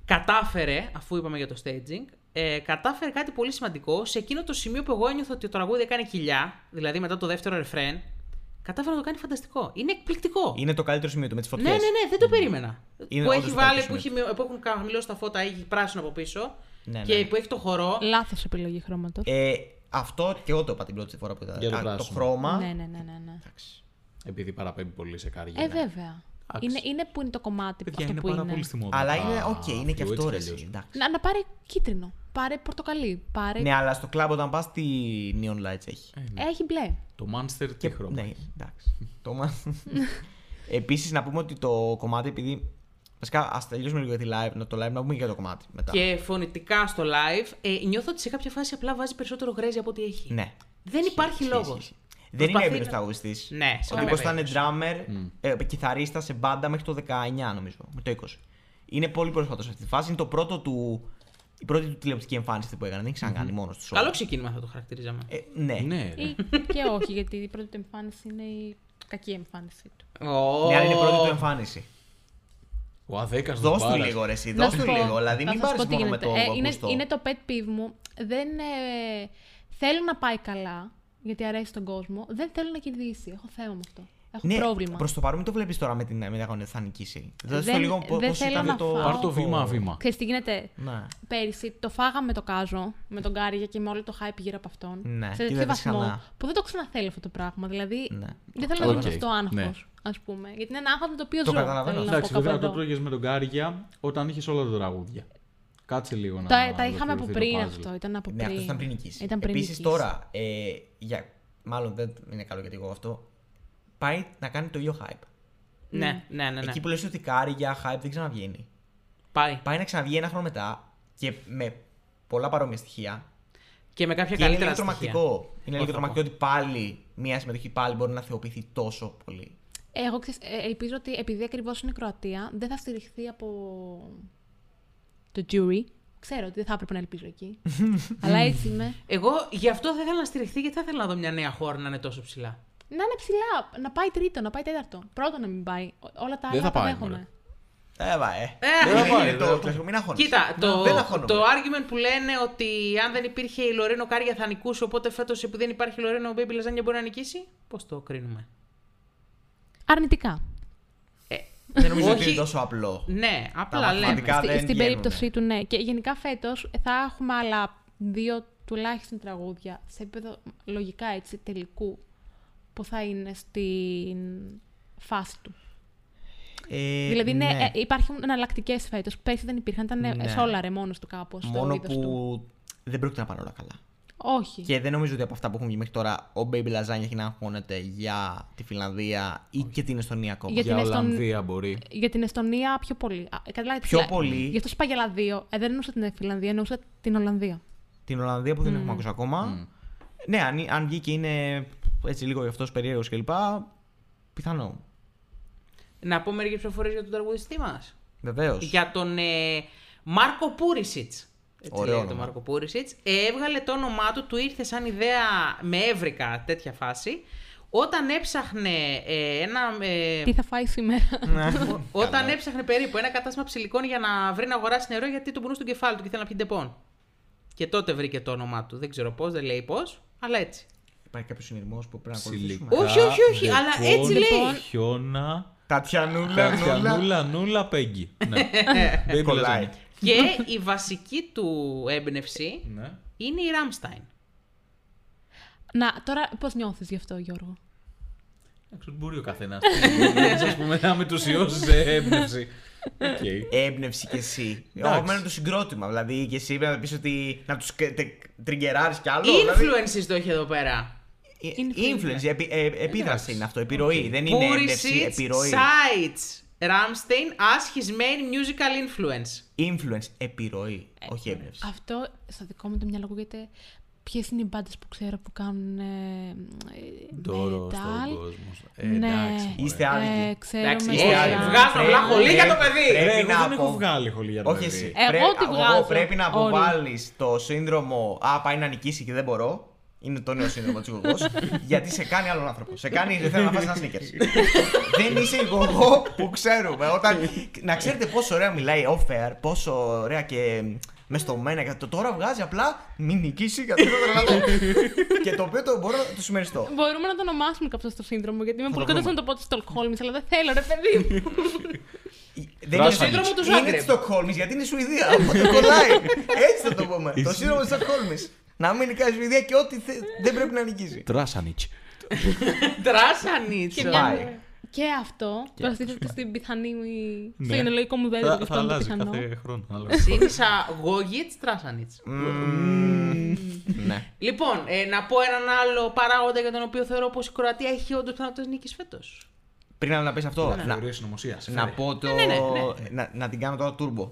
S3: κατάφερε, αφού είπαμε για το staging, ε, κατάφερε κάτι πολύ σημαντικό σε εκείνο το σημείο που εγώ ένιωθα ότι το τραγούδι έκανε κοιλιά, δηλαδή μετά το δεύτερο ρεφρέν, κατάφερε να το κάνει φανταστικό. Είναι εκπληκτικό.
S2: Είναι το καλύτερο σημείο του με τις φωτιές.
S3: Ναι, ναι, ναι, δεν το περίμενα.
S2: Είναι
S3: που
S2: όντως
S3: έχει
S2: το
S3: βάλει,
S2: καλύτερο
S3: που, έχει, μειω- που έχουν χαμηλώσει τα φώτα, έχει πράσινο από πίσω
S2: Ναι, ναι,
S3: και
S2: ναι.
S3: που έχει το χορό.
S4: Λάθος επιλογή χρώματος.
S2: Ε, αυτό και εγώ το είπα την πρώτη φορά που ήταν.
S5: Για το
S2: Α, το
S5: πράσινο.
S2: χρώμα.
S4: Ναι, ναι, ναι, ναι. ναι.
S2: Εντάξει.
S5: Επειδή παραπέμπει πολύ σε κάρια.
S4: Ε, βέβαια.
S5: Εντάξει.
S4: Είναι, είναι που είναι το κομμάτι
S5: Παιδιά,
S4: αυτό
S5: είναι
S4: που
S5: πάρα
S4: είναι.
S5: πολύ στη μόδα.
S2: Αλλά
S5: τα
S2: είναι, οκ, είναι και
S5: φλου,
S2: αυτό ρε.
S5: έτσι κι αλλιώς.
S2: εσύ, εντάξει.
S4: Να, να πάρει κίτρινο. Πάρε πορτοκαλί. Πάρε...
S2: Ναι, αλλά στο κλαμπ όταν πας, τι neon lights έχει.
S4: Έχει μπλε.
S5: Το Monster τι χρώμα.
S2: Ναι,
S5: έχει.
S2: εντάξει. (laughs) το μα... Επίσης, να πούμε ότι το κομμάτι, επειδή. Βασικά, ας τελειώσουμε λίγο για τη live, να το live, να πούμε και για το κομμάτι μετά.
S3: Και φωνητικά στο live, ε, νιώθω ότι σε κάποια φάση απλά βάζει περισσότερο γρέζι από ό,τι έχει.
S2: Ναι.
S3: Δεν υπάρχει
S2: Ισχύει,
S3: λόγος.
S2: ισχύει. Δεν είναι έμπειρο τραγουδιστής.
S3: Ναι, σε
S2: Ο
S3: καμία
S2: τύπο ήταν
S3: περίπτωση.
S2: drummer, ε, κιθαρίστας σε μπάντα μέχρι το 19, νομίζω. Με το 20. Είναι πολύ πρόσφατο σε αυτή τη φάση. Είναι το πρώτο του. Η πρώτη του τηλεοπτική εμφάνιση που έκανε. Δεν έχει ξανακάνει μόνος τους.
S3: Καλό ξεκίνημα θα το χαρακτηρίζαμε.
S2: Ε, ναι.
S5: Ναι, ρε.
S4: Ή και όχι, γιατί η πρώτη του εμφάνιση είναι η κακή εμφάνιση του.
S3: Ω.
S2: Ναι, αλλά είναι η πρώτη του εμφάνιση.
S5: Ο αδέκας
S2: Δώσ' του
S5: μπάρας.
S2: λίγο, ρε, εσύ.
S4: Να
S2: Δώσ'
S4: σου
S2: του
S4: πω,
S2: λίγο. Δηλαδή,
S4: να
S2: μην
S4: σας πω
S2: πάρει
S4: τι
S2: μόνο με
S4: γίνεται.
S2: το.
S4: Ε, είναι,
S2: ακουστό.
S4: είναι το pet peeve μου. Δεν ε, θέλω να πάει καλά, γιατί αρέσει τον κόσμο. Δεν θέλω να κερδίσει. Έχω θέμα με αυτό. Έχω πρόβλημα.
S2: Προς Ναι, το παρόν, μην το βλέπεις τώρα με την με την αγωνία, θα νικήσει. Δεν,
S4: Δεν-
S2: λίγο πώς
S4: δεν θέλω να
S2: ήταν το.
S4: φάω.
S5: Πάρ' το βήμα-βήμα.
S4: Ξέρεις τι γίνεται.
S2: Ναι.
S4: Πέρυσι το φάγαμε το κάζο με τον Κάρια και με όλο το hype γύρω από αυτόν.
S2: Ναι, και
S4: σε τέτοιο
S2: δεν
S4: βαθμό
S2: ξανά.
S4: που δεν το ξαναθέλει αυτό το πράγμα. Δηλαδή
S2: Ναι.
S4: δεν θέλω να
S5: Οκ.
S4: δω αυτό το άγχο,
S5: Ναι.
S4: ας πούμε. Γιατί είναι ένα άγχος με το οποίο
S2: Το
S4: ζω.
S2: καταλαβαίνω.
S4: Θέλω να
S5: Εντάξει,
S4: πω κάπου
S5: βέβαια το
S4: εδώ.
S5: τρώγε με τον Κάρια όταν είχες όλα τα τραγούδια. Κάτσε λίγο να.
S4: Τα, τα είχαμε από
S5: ολοκληρωθεί
S4: πριν
S5: το puzzle.
S4: αυτό. Ήταν από πριν.
S2: Ναι, αυτός ήταν πριν νικήσεις.
S4: Ήταν πριν
S2: Επίσης,
S4: νικήσεις.
S2: τώρα, ε, για... μάλλον δεν είναι καλό γιατί εγώ αυτό, πάει να κάνει το ίδιο hype.
S3: Ναι, ναι, ναι. ναι.
S2: Εκεί που λες ότι κάρι για hype δεν ξαναβγαίνει.
S3: Πάει.
S2: Πάει να ξαναβγεί ένα χρόνο μετά και με πολλά παρόμοια στοιχεία.
S3: Και με κάποια
S2: Και είναι
S3: καλύτερα
S2: λίγο
S3: στοιχεία.
S2: τρομακτικό. Είναι λίγο
S3: θα πω.
S2: τρομακτικό ότι πάλι μια συμμετοχή πάλι μπορεί να θεοποιηθεί τόσο πολύ.
S4: Ε, Εγώ ξέρεις, ε, ελπίζω ότι επειδή ακριβώς είναι η Κροατία, δεν θα στηριχθεί από το jury. Ξέρω ότι δεν θα έπρεπε να ελπίζω εκεί. Αλλά έτσι είμαι.
S3: Εγώ γι' αυτό θα ήθελα να στηριχθεί γιατί θα ήθελα να δω μια νέα χώρα να είναι τόσο ψηλά.
S4: Να είναι ψηλά, να πάει τρίτο, να πάει τέταρτο. Πρώτο να μην πάει. Ό- Όλα τα
S5: Δεν
S4: άλλα
S5: θα
S4: τα
S5: πάει,
S4: δέχομαι.
S5: μωρέ.
S2: Ε, βα, ε.
S3: Ε,
S2: Είναι
S5: πάει,
S2: το
S5: δεν
S2: κλασικό, μην αγχώνεσαι.
S3: Κοίτα, το,
S2: δεν αγχώνομαι.
S3: το argument που λένε ότι αν δεν υπήρχε η Λορένο Κάρια θα νικούσε, οπότε φέτος επειδή δεν υπάρχει η Λορένο, ο Baby Λαζάνια μπορεί να νικήσει. Πώς το κρίνουμε.
S4: Αρνητικά.
S2: Δεν νομίζω ότι
S3: όχι-
S2: είναι τόσο απλό.
S3: Ναι, απλά
S2: μαθηματικά
S3: λέμε.
S2: δεν
S4: Στη- στην
S2: βγαίνουνε.
S4: περίπτωση του, ναι. Και γενικά φέτος θα έχουμε άλλα δύο τουλάχιστον τραγούδια σε επίπεδο λογικά έτσι τελικού που θα είναι στην φάση του.
S2: Ε,
S4: δηλαδή ναι.
S2: ναι.
S4: ε, υπάρχουν εναλλακτικές φέτος. Πέρσι δεν υπήρχαν, ήταν
S2: Ναι.
S4: ναι. σόλαρε μόνος του κάπως.
S2: Μόνο που
S4: Του.
S2: δεν πρόκειται να πάνε όλα καλά.
S4: Όχι.
S2: Και δεν νομίζω ότι από αυτά που έχουν βγει μέχρι τώρα ο Baby Lasagna έχει να αγχώνεται για τη Φιλανδία ή και την Εστονία ακόμα.
S4: Γιατί
S5: Για
S4: είναι στον-
S5: Ολλανδία μπορεί.
S4: Για την Εστονία πιο πολύ. Α, Καλά,
S2: Πιο πολύ.
S4: Γι' αυτό είπα για άλλα δύο. Ε, δεν εννοούσα την Φιλανδία, εννοούσα την Ολλανδία.
S2: Την Ολλανδία που δεν έχουμε ακούσει ακόμα. Ναι, αν, αν βγει και είναι έτσι λίγο γι' αυτός περίεργος κλπ. Πιθανό.
S3: Να πω μερικές πληροφορίε για τον τραγουδιστή μας.
S2: Βεβαίως.
S3: Για τον ε, Μάρκο Πούρισιτ. Έτσι
S2: Ωραίο
S3: λέει το
S2: όνομα.
S3: Μάρκο Πούρισιτ. έβγαλε το όνομά του, του ήρθε σαν ιδέα με έβρικα τέτοια φάση. Όταν έψαχνε ε, ένα. ε,
S4: Τι θα φάει σήμερα.
S3: ο- όταν έψαχνε περίπου ένα κατάστημα ψηλικών για να βρει να αγοράσει νερό γιατί του μπουνούσε στο κεφάλι του και ήθελε να πιει ντεπών. Και τότε βρήκε το όνομά του. Δεν ξέρω πώς, δεν λέει πώς, αλλά έτσι.
S2: Υπάρχει κάποιος συνειδημό που πρέπει να
S5: Ψιλικά,
S2: ακολουθήσουμε.
S3: Όχι, όχι, όχι,
S5: δεκόν,
S3: αλλά έτσι λέει.
S5: Χιώνα.
S2: Τατιανούλα,
S5: Κάτια
S2: νούλα.
S5: νούλα, νούλα, πέγγι. Ναι. Δεν
S2: Κολλάει.
S5: μιλάς,
S3: και η βασική του έμπνευση
S5: ναι. Ναι.
S3: είναι η Ράμσταϊν.
S4: Να, τώρα πώς νιώθεις γι' αυτό, Γιώργο.
S5: Εντάξει, Μπορεί ο καθένας. Ας πούμε, (laughs) να με τουσιώσει σε έμπνευση. Οκ.
S2: Έμπνευση κι εσύ. Εγώ
S5: Εντάξει.
S2: μένω το συγκρότημα. Δηλαδή και εσύ πρέπει να πεις ότι να τους τριγκεράρεις κι άλλο. δηλαδή.
S3: Influences το έχει εδώ πέρα.
S2: Influence. επι- ε, Επίδραση είναι αυτό. Επιρροή. Δεν είναι έμπνευση.
S3: Purisic,
S2: Επιρροή.
S3: Sites, Ramstein as his main musical influence.
S2: Influence. Επιρροή. Όχι έμπνευση.
S4: Αυτό στο δικό μου το μυαλό ακούγεται. Ποιες είναι οι μπάντες που ξέρω που κάνουν. Ε, ε,
S5: Ντόρο
S4: metal.
S5: στον κόσμο. Ε,
S4: Ναι.
S5: Εντάξει.
S2: Είστε
S5: μωρέ.
S4: Ε,
S2: άδικοι.
S4: ξέρω
S3: Εντάξει,
S4: με
S2: είστε
S4: σειρά.
S2: άλλοι.
S3: ε, βγάζω
S2: Πρέπει-
S3: βλάχο λίγα το
S5: Ε,
S3: παιδί.
S5: ρε,
S2: Πρέπει
S5: εγώ
S2: να
S5: δεν έχω
S2: πω.
S5: βγάλει χολή για το
S2: Όχι
S5: παιδί.
S2: εσύ.
S4: Εγώ
S2: Πρέ-
S4: τη Ε, βγάζω.
S2: Εγώ πρέπει να
S4: Όλοι.
S2: αποβάλει το σύνδρομο Α, πάει να νικήσει και δεν μπορώ. Είναι το νέο σύνδρομο της Γογός.
S4: (laughs)
S2: γιατί σε κάνει άλλον άνθρωπο. Σε κάνει. Δεν θέλω να φας ένα σνίκερ. δεν είσαι η Γογό που ξέρουμε. Όταν... να ξέρετε πόσο ωραία μιλάει off air, πόσο ωραία και μες στο μένα και το τώρα βγάζει απλά μην νικήσει γιατί θα
S4: (laughs)
S2: τρελαθώ. και το οποίο το μπορώ να το συμμεριστώ.
S4: Μπορούμε να το ονομάσουμε κάποιο στο σύνδρομο, γιατί είμαι
S2: Θα
S4: πολύ
S2: το
S4: κοντά στο
S2: βρούμε.
S4: να το πω τη Στολχόλμη, αλλά δεν θέλω, ρε παιδί μου.
S2: Δεν
S5: Το
S2: είναι
S5: σύνδρομο
S3: του
S2: Είναι
S3: Ζάγκρεπ.
S2: της Στοκχόλμης γιατί είναι Σουηδία. (laughs) Οπότε κολλάει. Έτσι θα το πούμε. το σύνδρομο της Στοκχόλμης. Να μην νικάει η Σουηδία και ό,τι θε- δεν πρέπει να
S4: Ε,
S2: νικήσει.
S5: Τράσανιτ.
S3: Τράσανιτς.
S4: Και
S2: Πάει.
S4: μια- Και αυτό προστίθεται στην πιθανή. Στο
S5: Ναι.
S4: γενολογικό μου δέντρο, γι'
S5: Θα,
S4: αυτό
S5: θα
S4: είναι το
S5: αλλάζει
S4: πιθανό.
S5: κάθε χρόνο. αλλά-
S3: Σύνησα Γόγιτς, Τράσανιτς.
S2: Ναι.
S3: Λοιπόν, ε, να πω έναν άλλο παράγοντα για τον οποίο θεωρώ πως η Κροατία έχει όντως πιθανότητες νίκης φέτος.
S2: Πριν να πεις
S3: Ναι,
S2: αυτό, να,
S5: Θεωρία συνωμοσία. σε
S2: να
S5: φέρει.
S2: πω το. Να, να την κάνω τώρα
S3: (laughs)
S2: turbo.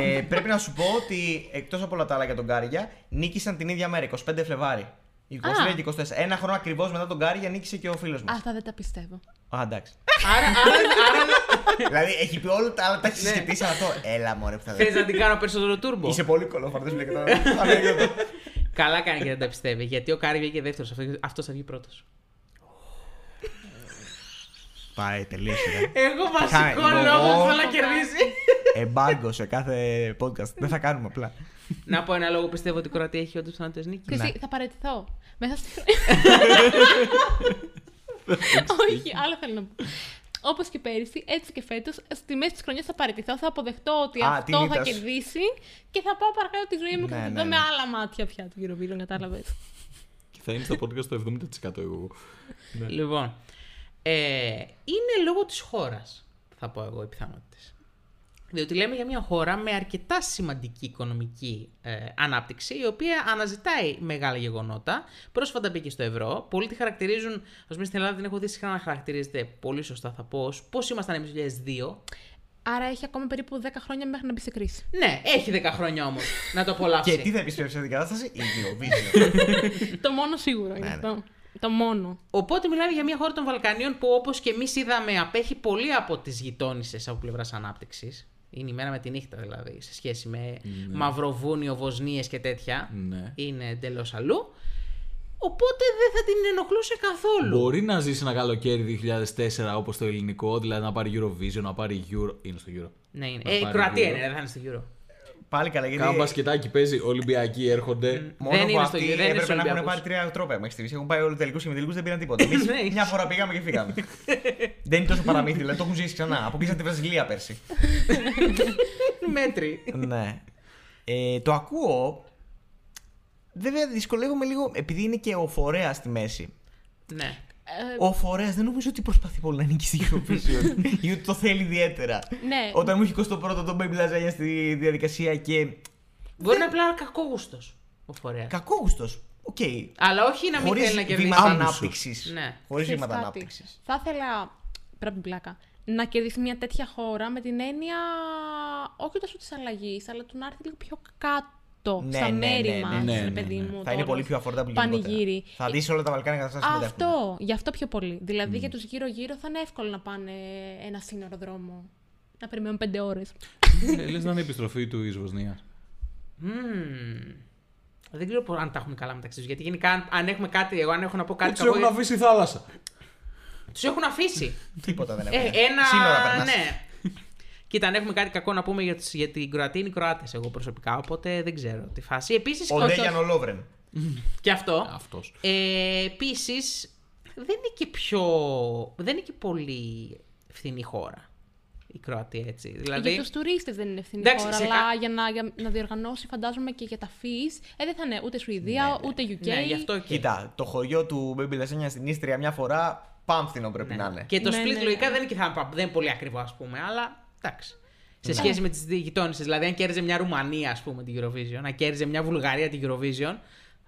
S2: ε, πρέπει να σου πω ότι εκτός από όλα τα άλλα για τον Κάρια, νίκησαν την ίδια μέρα, 25 Φλεβάρι. 23 και 24. Ένα χρόνο ακριβώς μετά τον Κάρια νίκησε και ο φίλος μας.
S4: Αυτά δεν τα πιστεύω.
S2: Α, εντάξει.
S3: άρα, άρα, άρα
S2: (laughs)
S3: Ναι.
S2: δηλαδή έχει πει όλα τα άλλα, τα έχει συσκεφτεί, αλλά το. Έλα, μωρέ, που θα
S3: θες να την κάνω περισσότερο τούρμπο.
S2: Ε. Είσαι πολύ κολοφαρτό που
S3: (laughs)
S2: λέγεται.
S3: Καλά κάνει και δεν τα πιστεύει. Γιατί ο Κάρι βγήκε δεύτερος, αυτό θα βγει πρώτος.
S2: Πάει, τελείωσε.
S3: Εγώ βασικό
S2: Χάει,
S3: λόγο
S2: εγώ.
S3: θέλω να κερδίσει.
S2: Εμπάργκο σε κάθε podcast. Δεν θα κάνουμε απλά.
S3: να πω ένα λόγο που πιστεύω ότι η Κροατία έχει όντως πιθανότητε νίκης.
S4: Και εσύ θα παραιτηθώ. Μέσα στη. Όχι, άλλο θέλω να πω. Όπως και πέρυσι, έτσι και φέτος, στη μέση της χρονιάς θα παραιτηθώ. Θα αποδεχτώ ότι
S2: Α, την
S4: αυτό θα
S2: ήττα σου.
S4: κερδίσει και θα πάω παρακάτω τη ζωή μου και
S2: Ναι,
S4: θα τη
S2: ναι,
S4: δω με
S2: ναι.
S4: άλλα μάτια πια του Eurovision, κατάλαβες.
S5: Και θα είναι στο podcast το 70% εγώ.
S3: Λοιπόν. Ε, είναι λόγω της χώρας, θα πω εγώ, οι πιθανότητες. Διότι λέμε για μια χώρα με αρκετά σημαντική οικονομική ε, ανάπτυξη, η οποία αναζητάει μεγάλα γεγονότα. Πρόσφατα μπήκε στο ευρώ. Πολλοί τη χαρακτηρίζουν, ας πούμε στην Ελλάδα την έχω δει συχνά να χαρακτηρίζεται πολύ σωστά, θα πω, πώς ήμασταν εμείς το 2002,
S4: Άρα έχει ακόμα περίπου 10 χρόνια μέχρι να μπει σε κρίση.
S3: Ναι, έχει 10 χρόνια όμως να το
S2: (laughs)
S3: απολαύσει.
S2: Και τι θα επιστρέψει σε την κατάσταση, η Eurovision.
S4: το μόνο σίγουρο είναι
S2: Ναι,
S4: αυτό. Το μόνο.
S3: Οπότε μιλάμε για μια χώρα των Βαλκανίων που όπως και εμείς είδαμε απέχει πολύ από τις γειτόνισε από πλευράς ανάπτυξης. Είναι η μέρα με τη νύχτα δηλαδή, σε σχέση με Μαυροβούνιο, Βοσνίες και τέτοια.
S5: Ναι.
S3: Είναι εντελώς αλλού. Οπότε δεν θα την ενοχλούσε καθόλου.
S5: Μπορεί να ζήσει ένα καλοκαίρι 2004 όπως το ελληνικό, δηλαδή να πάρει Eurovision, να πάρει Euro. Είναι στο Euro.
S3: Ναι, είναι.
S5: Να
S3: Ε, η
S5: πάρει
S3: Κροατία
S5: Euro.
S3: είναι, δεν θα είναι στο Euro.
S2: (laughs) Πάλι καλά, γιατί.
S5: Κάνα μπασκετάκι παίζει, Ολυμπιακοί έρχονται.
S2: Μόνο
S3: Δεν
S2: που
S3: είναι στο-
S2: αυτοί
S3: δεν είναι στους
S2: έπρεπε να έχουν
S3: Ολυμπιακούς.
S2: πάρει τρία τρόπια μέχρι στιγμής. Έχουν πάει όλοι τελικούς και με τελικού δεν πήραν τίποτα. Εμείς
S3: (laughs) Ναι.
S2: μια φορά πήγαμε και
S3: (laughs)
S2: φύγαμε. δεν είναι τόσο παραμύθι, δηλαδή το έχουν ζήσει ξανά. Αποκλείσαν τη Βραζιλία πέρσι.
S3: Μέτρη.
S2: (laughs) ναι. Ε, το ακούω. Βέβαια, δυσκολεύομαι λίγο επειδή είναι και ο φορέας στη μέση.
S3: ναι.
S4: Ε,
S2: Ο φορέας δεν νομίζω ότι προσπαθεί πολύ να νικήσει η Eurovision
S3: (laughs)
S2: ή ότι το θέλει ιδιαίτερα.
S4: Ναι.
S2: Όταν μου είχε 21ο τον Baby Lasagna στη διαδικασία και.
S3: Μπορεί να είναι απλά κακόγουστος ο φορέας.
S2: Κακόγουστος. Οκ.
S3: Αλλά όχι να μην
S2: Χωρίς
S3: θέλει να κερδίσει.
S2: βήματα
S5: Άμεσος.
S2: ανάπτυξης.
S3: Ναι.
S2: Χωρίς
S4: Ξέρεις
S2: βήματα
S4: κάτι,
S2: ανάπτυξης.
S4: Θα ήθελα. Πρέπει πλάκα. Να κερδίσει μια τέτοια χώρα με την έννοια όχι τόσο της αλλαγής, αλλά του να έρθει λίγο πιο κάτω αυτό
S2: Ναι,
S4: στα
S2: ναι,
S4: μέρη
S2: ναι,
S4: μας,
S2: ναι,
S5: ναι,
S4: ρε
S5: ναι.
S4: παιδί μου.
S2: Θα είναι
S4: το
S2: πολύ
S4: όλο
S2: πιο affordable.
S4: Πανηγύρι.
S2: γενικότερα. Θα δει όλα τα Βαλκάνια κατά
S4: Α,
S2: σας
S4: Αυτό, γι' αυτό πιο πολύ. Δηλαδή για τους γύρω-γύρω θα είναι εύκολο να πάνε ένα σύνορο δρόμο. Να περιμένουν πέντε ώρες.
S5: Λε Ε, να είναι η επιστροφή του ει Βοσνία.
S3: Μμμ. Δεν ξέρω πο- αν τα έχουμε καλά μεταξύ τους. Γιατί γενικά, αν- αν έχουμε κάτι, εγώ αν έχω να πω κάτι.
S5: Τους έχουν αφήσει η θάλασσα.
S3: Τους έχουν αφήσει.
S2: Τίποτα δεν
S3: Ε,
S2: έχουμε.
S3: ένα.
S2: Σύνορα Ναι. περνάς.
S3: ναι. Κοίτα, αν έχουμε κάτι κακό να πούμε για, τους, για την Κροατία, είναι Κροάτες εγώ προσωπικά. Οπότε δεν ξέρω τη φάση. Επίσης.
S2: Ο Ντέγιαν ο Λόβρεν.
S3: Και αυτό.
S5: Αυτός.
S3: Ε, Επίσης, δεν είναι και πιο. Δεν είναι και πολύ φθηνή χώρα η Κροατία, έτσι. Δηλαδή.
S4: Για τους τουρίστες δεν είναι ευθύνη
S3: Εντάξει,
S4: χώρα,
S3: σε κα-
S4: αλλά για, να, για να διοργανώσει, φαντάζομαι και για τα fees, ε, δεν θα είναι ούτε Σουηδία, ούτε UK.
S3: Ναι, γι' αυτό και.
S2: Κοίτα, το χωριό του Baby Lasagna στην Ίστρια μια φορά πάμφθινο πρέπει να είναι.
S3: Και το
S4: Ναι,
S3: split
S4: ναι.
S3: λογικά δεν είναι, και θα, πα- δεν είναι πολύ ακριβό, ας πούμε, αλλά εντάξει.
S4: Ναι.
S3: Σε σχέση με τις γειτόνισες, δηλαδή, αν κέρδιζε μια Ρουμανία, ας πούμε, την Eurovision, αν κέρδιζε μια Βουλγαρία την Eurovision,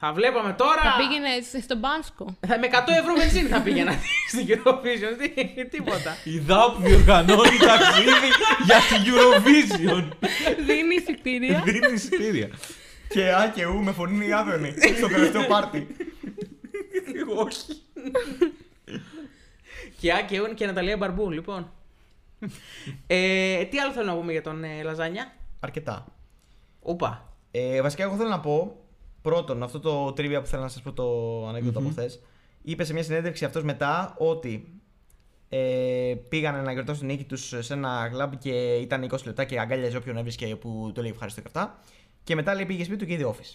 S3: θα βλέπαμε τώρα.
S4: Θα πήγαινε σε- στον
S3: (laughs)
S4: Πάνσκο.
S3: θα- με 100 ευρώ βενζίνη θα πήγαινα (laughs) στην Eurovision. Τι- Τίποτα.
S5: Η ΔΑΠ διοργανώνει ταξίδι για την Eurovision.
S4: Δίνει εισιτήρια.
S5: Δίνει
S3: (laughs)
S5: εισιτήρια.
S2: Και α και ου με φωνή η Άδωνη στο τελευταίο πάρτι.
S5: Όχι.
S3: και Άκη Αιών και Ναταλία Μπαρμπού, λοιπόν. ε, τι άλλο θέλω να πούμε για τον ε, Λαζάνια.
S2: Αρκετά.
S3: Ούπα.
S2: Ε, βασικά, εγώ θέλω να πω πρώτον, αυτό το τρίβια που θέλω να σας πω το ανεκδοτο από χθες. Είπε σε μια συνέντευξη αυτός μετά ότι ε, πήγανε να γιορτάσουν την νίκη τους σε ένα κλαμπ και ήταν 20 λεπτά και αγκάλιαζε όποιον έβρισκε που το λέει ευχαριστώ και αυτά. Και μετά λέει πήγε σπίτι του και είδε office.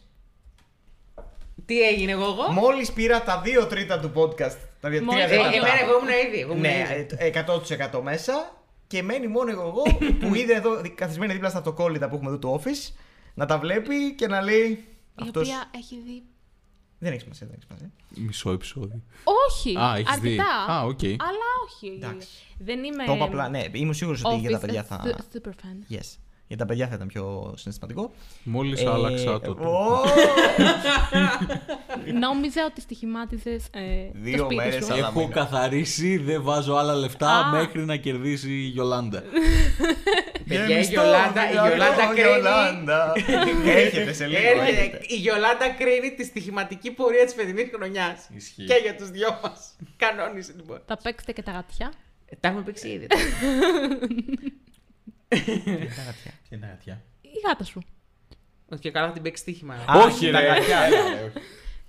S3: Τι έγινε εγώ, εγώ.
S2: Μόλις πήρα τα δύο τρίτα του podcast. Τα δύο
S4: Μόλις-
S2: τρία
S3: Ε,
S2: τέταρτα.
S3: εμένα εγώ ήμουν ήδη. εγώ ήμουν
S2: Ναι,
S3: ήδη.
S2: ε, 100% μέσα. Και μένει μόνο εγώ, εγώ
S3: (laughs)
S2: που είδε εδώ δι- καθισμένη δίπλα στα αυτοκόλλητα που έχουμε εδώ του office να τα βλέπει και να λέει.
S4: Η
S2: Αυτός...
S4: οποία έχει δει.
S2: Δεν έχει σημασία, δεν έχει σημασία.
S5: Μισό επεισόδιο.
S4: Όχι!
S5: Α, έχεις δει.
S4: αρκετά,
S5: Α, οκ.
S4: Αλλά όχι.
S2: Εντάξει.
S4: Δεν
S3: Ε,
S4: είμαι.
S2: Το είπα απλά, ναι, ήμουν σίγουρος ότι για τα
S4: office,
S2: παιδιά
S4: that's
S2: θα.
S4: su- super fan.
S2: Yes. Για τα παιδιά θα ήταν πιο συναισθηματικό.
S5: Μόλις
S2: Ε,
S5: άλλαξα το. του.
S2: ω,
S4: Νόμιζα ότι στοιχημάτιζε. Ε, το
S2: Δύο
S4: σπίτι
S2: μέρες
S4: σου.
S2: αλλά-
S5: Έχω καθαρίσει, δεν βάζω άλλα λεφτά
S4: Α.
S5: μέχρι να κερδίσει η Γιολάντα.
S3: Παιδιά, η
S2: γεμιστό,
S3: Γιολάντα- η
S2: γεμιστό,
S3: Γιολάντα κρίνει. (laughs)
S2: Γιολάντα. Έρχεται σε λίγο.
S3: Έρχεται.
S2: έρχεται.
S3: Η Γιολάντα κρίνει τη στοιχηματική πορεία της φετινής χρονιάς.
S5: Ισχύει.
S3: Και για τους δυο μας. Κανόνισε λοιπόν.
S4: Θα παίξετε και τα γατιά.
S3: Ε, Τα έχουμε παίξει ήδη.
S5: Τι είναι γατιά.
S4: Η γάτα σου.
S3: Ότι και καλά θα την παίξεις στοίχημα. ναι.
S2: Α,
S5: Όχι,
S2: τα
S5: ρε.
S2: γατιά.
S4: ναι.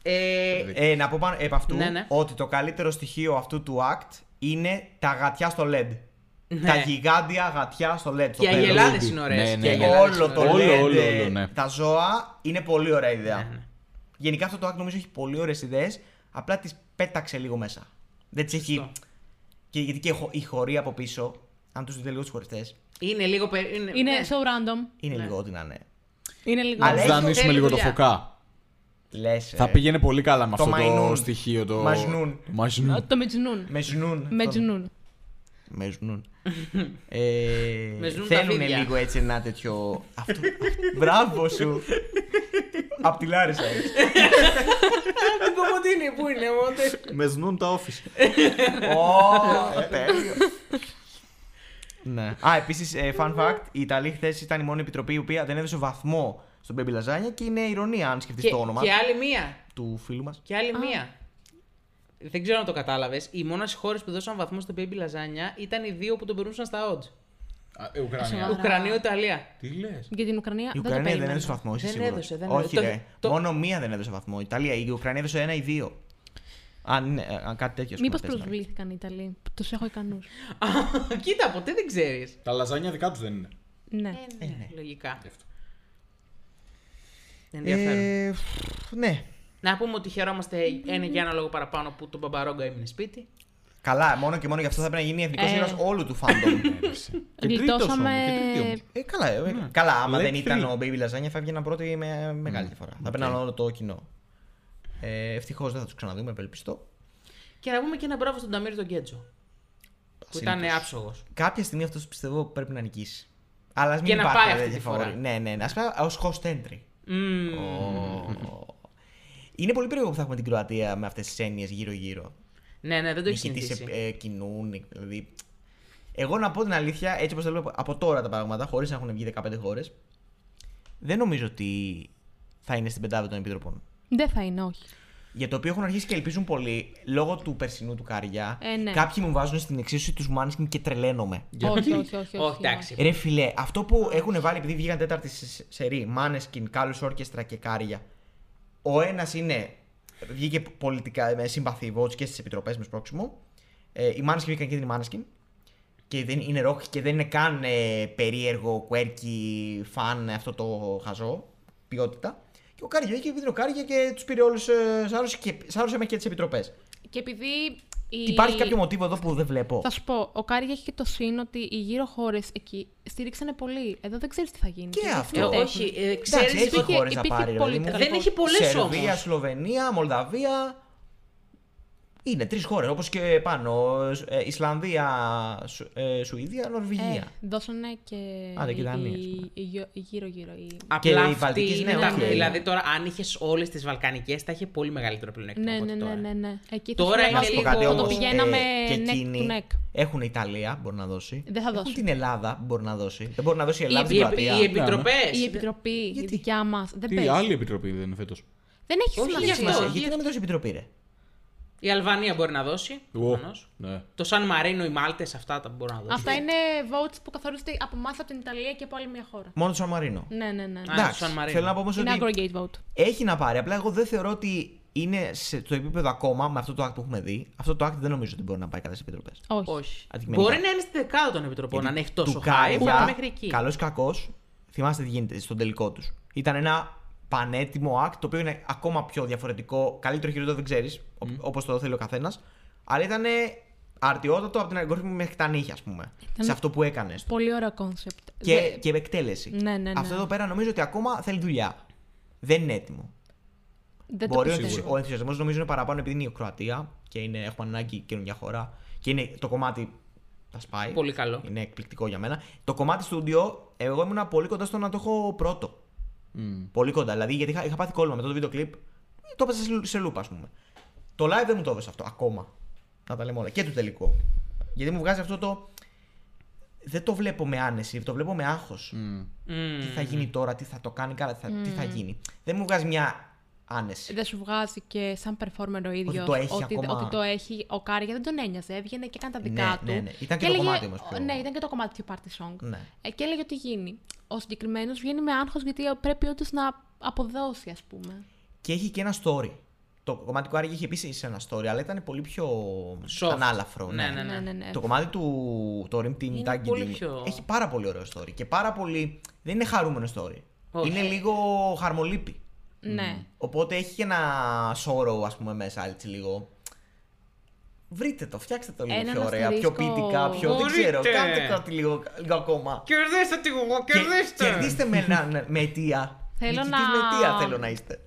S3: Ε,
S2: Ε, να πω πάνω επ' αυτού
S3: Ναι, ναι.
S2: ότι το καλύτερο στοιχείο αυτού του act είναι τα γατιά στο LED. Τα
S3: Ναι. γιγάντια
S2: γιγάντια γατιά στο LED.
S3: Και οι
S5: αγελάδες
S3: αγελάδες
S5: Ruby.
S3: είναι ωραίες.
S5: Ναι, ναι.
S2: Και
S5: αγελάδες
S2: όλο το
S5: ωραίες.
S2: LED,
S5: Όλο, όλο,
S2: ε,
S5: όλο, ναι.
S2: τα ζώα είναι πολύ ωραία ιδέα.
S3: Ναι, ναι.
S2: Γενικά αυτό το act νομίζω έχει πολύ ωραίες ιδέες, απλά τις πέταξε λίγο μέσα. Δεν τις έχει.
S3: Σωστό.
S2: Και, γιατί και η χο- η χορή από πίσω, αν τους δείτε λίγο τους χωριστές,
S3: Είναι λίγο. περί- Είναι,
S4: Είναι
S3: ναι.
S4: so random.
S2: είναι λίγο ό,τι να είναι.
S4: Είναι λίγο.
S2: Αλλά
S5: Αν
S2: έχει
S5: δανείσουμε
S3: τέλειο
S5: λίγο το
S3: δουλειά.
S5: φωκά.
S2: Λες.
S5: Θα πήγαινε πολύ καλά με
S2: Το
S5: αυτό Ε. το
S2: μαϊνούν.
S5: στοιχείο. Το
S2: Μαζνούν.
S5: το Μαζνούν.
S4: Το μετζουνούν.
S2: Με ζνούν.
S4: Με
S2: Τον-
S4: τζουνούν.
S2: Με
S3: (laughs)
S2: ζνούν. ε,
S3: Με ζνούν τα
S2: θέλουν
S3: φίδια.
S2: λίγο έτσι ένα τέτοιο.
S3: (laughs)
S2: αυτό. Μπράβο σου. Απ' τη Λάρισα. έτσι.
S3: Δεν πω ότι είναι, πού είναι. οπότε.
S5: Μεζνούν τα office.
S4: Ε,
S2: Ω, τέλειο. Ναι. Α, επίσης, fun fact: η Ιταλία χθες ήταν η μόνη επιτροπή η οποία δεν έδωσε βαθμό στον Baby Lasagna και είναι ηρωνία αν σκεφτείς
S3: Και,
S2: το όνομα
S3: και άλλη μία.
S2: του φίλου μας.
S3: Και άλλη μία. Δεν ξέρω αν το κατάλαβες. Οι μόνες χώρες που δώσαν βαθμό στο Baby Lasagna ήταν οι δύο που τον περνούσαν στα odds.
S5: ε, Ουκρανία.
S4: Σοβαρά.
S3: Ουκρανία, Ιταλία.
S5: (laughs) Τι λες.
S4: Για την Ουκρανία
S2: Η
S4: δεν το
S2: Ουκρανία δεν έδωσε
S4: περίμενα.
S2: βαθμό, είσαι
S3: Δεν
S2: σίγουρος?
S3: έδωσε, δεν
S2: Όχι,
S3: έδωσε.
S2: ρε.
S3: Το- το-
S2: Μόνο μία δεν έδωσε βαθμό. Η Ιταλία. Η Ουκρανία έδωσε ένα ή δύο. Αν, ναι, ε, αν κάτι τέτοιο. ας πούμε,
S4: Μήπω
S2: θες να πεις.
S4: προσβλήθηκαν οι Ιταλοί. Τους έχω ικανούς.
S3: Α, Κοίτα, ποτέ δεν ξέρεις.
S5: Τα λαζάνια δικά τους δεν είναι.
S4: Ναι.
S3: Λογικά.
S5: αυτό.
S3: Ενδιαφέρον.
S2: Ε, φφ, ναι.
S3: Να πούμε ότι χαιρόμαστε ένα και ένα λόγο παραπάνω που τον Μπαμπαρόγκα έμεινε σπίτι.
S2: Καλά, μόνο και μόνο γι' αυτό θα πρέπει να γίνει εθνικός
S4: Ε.
S2: ήρωας όλου του φάντομ.
S3: (laughs)
S5: Και τρίτος
S4: Γλιτώσαμε-
S5: όμως, και τρίτη όμως.
S2: Ε, καλά, ε,
S3: Ναι.
S2: καλά άμα
S5: Λέει
S2: δεν ήταν
S5: three.
S2: ο Baby Lasagna θα έβγαιναν πρώτοι με μεγάλη διαφορά. Θα παίρναν όλο το κοινό. Ε, Ευτυχώς δεν θα τους ξαναδούμε, ευελπιστώ.
S3: Και να πούμε και ένα μπράβο στον Ταμίρ τον Κέτζο. Που ήταν άψογος.
S2: Κάποια στιγμή αυτός πιστεύω πρέπει να νικήσει. Αλλά ας μην
S3: Και να
S2: υπάρχουν
S3: πάει αυτή
S2: τέτοια
S3: τη φορά.
S2: φαβορί. Ναι, ναι, ναι. Ας πούμε ω host entry. Ω. Είναι πολύ περίεργο που θα έχουμε την Κροατία με αυτές τις έννοιες γύρω-γύρω.
S3: Ναι, ναι, δεν το έχει συνηθίσει.
S2: Νικητή ε, κοινού, νικ- δηλαδή. Εγώ να πω την αλήθεια, έτσι όπως τα βλέπω από τώρα τα πράγματα, χωρίς να έχουν βγει 15 χώρες, δεν νομίζω ότι θα είναι στην πεντάδα των επιτροπών.
S4: Δεν θα είναι, όχι.
S2: Για το οποίο έχουν αρχίσει και ελπίζουν πολύ λόγω του περσινού του Καριά.
S4: Ε, ναι.
S2: Κάποιοι μου βάζουν στην εξίσωση τους Μάνσκιν και τρελαίνομαι.
S4: Όχι, όχι, όχι.
S3: Όχι, εντάξει.
S2: Ρε φιλέ, αυτό που έχουν βάλει επειδή βγήκαν τέταρτη σε- σερή, Μάνεσκιν, Κάλου Όρκεστρα και Κάρια. Ο ένας είναι. Βγήκε πολιτικά με συμπαθή votes και στις επιτροπές μες σπρόξιμο. Ε, η Μάνεσκιν βγήκαν και την Μάνεσκιν. Και δεν είναι ροκ και δεν είναι καν ε, περίεργο, quirky, φαν αυτό το χαζό. Ποιότητα. Και ο Κάρια βγήκε επειδή είναι ο Κάρια και τους πήρε όλους. Ε, σάρωσε και, σάρωσε μέχρι και τις επιτροπές.
S4: Και επειδή. η-
S2: Υπάρχει κάποιο μοτίβο εδώ που δεν βλέπω.
S4: Θα σου πω, ο Κάρι έχει και το σύν ότι οι γύρω χώρες εκεί στηρίξανε πολύ. Εδώ δεν ξέρεις τι θα γίνει.
S2: Και
S4: δεν
S2: αυτό.
S3: Ε,
S4: φταίει.
S3: όχι, ε, ξέρεις
S2: Εντάξει, έχει
S3: ότι-
S4: υπήρχε-
S2: χώρες να
S4: υπήρχε
S2: πάρει. ρε παιδί μου.
S4: πολιτικά-
S3: Δεν έχει πολλές όμω.
S2: Σερβία, Σλοβενία, Μολδαβία. Είναι τρεις χώρες όπως και πάνω. ε, Ισλανδία, Σου- ε, Σουηδία,
S4: Ε,
S2: Νορβηγία.
S4: δώσανε και.
S2: Α, δεν
S4: η-
S2: κοιτάνε, ας
S4: η- η γιο- η γύρω-γύρω. η-
S2: Και
S3: Απλά
S2: οι Βαλτικές
S3: αυτή είναι
S2: είναι
S3: τα...
S2: οκ.
S3: Δηλαδή τώρα, αν είχες όλες τις Βαλκανικές, θα είχε πολύ μεγαλύτερο πλεονέκτημα.
S4: Ναι,
S3: από
S4: ναι,
S3: ό,τι
S4: ναι,
S3: τώρα.
S4: ναι, ναι. Εκεί θα
S3: Τώρα
S4: σου
S3: είναι
S2: Να σου πω
S4: λέγαμε,
S3: λίγο-
S2: κάτι
S4: θα
S2: όμως,
S4: Το πηγαίναμε
S2: ε, και
S4: neck
S2: εκείνοι
S4: to neck.
S2: Έχουν Ιταλία, μπορεί να δώσει.
S4: Δεν θα
S2: Έχουν
S4: δώσει.
S2: την Ελλάδα, μπορεί να δώσει. Δεν μπορεί να δώσει η Ελλάδα
S3: Οι,
S2: στην
S3: οι, οι
S2: Κροατία.
S3: επιτροπές.
S4: Η επιτροπή, η
S2: Γιατί?
S4: δικιά μας, δεν
S5: Τι
S4: παίζει.
S5: άλλη επιτροπή δεν είναι φέτος.
S4: Δεν έχει
S3: Όχι,
S2: Τι
S4: σημασία.
S3: γι' αυτό.
S2: σημασία, Γιατί να μην δώσει η επιτροπή, ρε.
S3: Η Αλβανία μπορεί να δώσει. προφανώς.
S5: ναι.
S3: Το Σαν Μαρίνο, οι Μάλτες, αυτά τα μπορούν να δώσουν.
S4: Αυτά είναι votes που καθορίζονται από εμάς, από την Ιταλία και από άλλη μια χώρα.
S2: Μόνο το Σαν Μαρίνο.
S4: Ναι, ναι, ναι.
S3: Α,
S2: Εντάξει.
S3: Σαν Μαρίνο.
S2: Θέλω να πω όμως
S4: Είναι
S2: ότι
S4: aggregate vote.
S2: Έχει να πάρει. Απλά εγώ δεν θεωρώ ότι είναι σε το επίπεδο ακόμα με αυτό το act που έχουμε δει. Αυτό το act δεν νομίζω ότι μπορεί να πάει κατά τι επιτροπές.
S4: Όχι.
S3: Όχι.
S2: Αντικειμενικά.
S3: Μπορεί να είναι στη δεκάδα των επιτροπών, αν έχει τόσο high, που μέχρι εκεί.
S2: Καλός ή κακός, θυμάστε τι γίνεται στον τελικό τους. Ήταν ένα πανέτοιμο act το οποίο είναι ακόμα πιο διαφορετικό. Καλύτερο χειρότερο δεν ξέρεις, όπως το θέλει ο καθένας. Αλλά ήταν αρτιότατο από την αγκορφή μέχρι τα νύχια, ας πούμε. Σε αυτό που έκανες.
S4: Πολύ ωραίο κόνσεπτ.
S2: Και, και επεκτέλεση.
S4: Ναι, ναι, ναι.
S2: Αυτό εδώ πέρα νομίζω ότι ακόμα θέλει δουλειά. Δεν είναι έτοιμο.
S4: Δεν το
S2: Μπορεί ο
S4: πιστεύω.
S2: ενθουσιασμός- ο ενθουσιασμός νομίζω είναι παραπάνω επειδή είναι η Κροατία και είναι, έχουμε ανάγκη καινούργια χώρα. Και είναι το κομμάτι. Τα σπάει.
S3: Πολύ καλό.
S2: Είναι εκπληκτικό για μένα. Το κομμάτι στούντιο, εγώ ήμουν πολύ κοντά στο να το έχω πρώτο. Πολύ κοντά. Δηλαδή, γιατί είχα, είχα πάθει κόλλημα μετά το βίντεο κλειπ. Το έπαιζα σε, σε loop, ας πούμε. Το live δεν μου το έδωσε αυτό ακόμα. Να τα λέμε όλα. Και το τελικό. Γιατί μου βγάζει αυτό το. Δεν το βλέπω με άνεση, το βλέπω με άγχος
S3: Μμμ.
S2: τι θα γίνει τώρα, τι θα το κάνει καλά, τι θα, τι θα γίνει. Δεν μου βγάζει μια άνεση.
S4: Δεν σου βγάζει και σαν performer ο ίδιος
S2: το έχει ακόμα.
S4: ότι το έχει. Ο Κάρια δεν τον ένοιαζε. Έβγαινε και έκανε τα δικά
S2: Ναι,
S4: του.
S2: ναι, ναι. Ήταν και το
S4: έλεγε-
S2: κομμάτι όμως πιο-
S4: Ναι, ήταν και το κομμάτι του party song.
S2: Ναι.
S4: Ε, και έλεγε ότι γίνει. Ο συγκεκριμένος βγαίνει με άγχος γιατί πρέπει όντως να αποδώσει, ας πούμε.
S2: Και έχει και ένα story. Το κομμάτι του Άρη είχε επίσης ένα story, αλλά ήταν πολύ πιο
S3: Soft.
S2: ανάλαφρο.
S3: Ναι, ναι,
S4: Ναι, ναι, ναι.
S2: Το κομμάτι του το Rim Team
S3: Είναι
S2: Tag
S3: πολύ
S2: Team
S3: πιο-
S2: έχει πάρα πολύ ωραίο story. Και πάρα πολύ. Δεν είναι χαρούμενο story.
S3: Όχι.
S2: Είναι λίγο χαρμολύπη.
S4: Ναι.
S2: Οπότε έχει και ένα sorrow, ας πούμε, μέσα έτσι λίγο. Βρείτε το, φτιάξτε το λίγο
S4: Έναν
S2: πιο ωραία, πιο
S4: αστερίσκο.
S2: ποιητικά, πιο. Δεν
S3: Μπορείτε.
S2: ξέρω, κάντε κάτι λίγο, λίγο ακόμα.
S3: Κερδίστε τη γουγό,
S2: Και- Κερδίστε με,
S4: (laughs)
S2: ένα- με αιτία.
S4: Θέλω
S2: Νικητής
S4: να-
S2: με αιτία θέλω να είστε.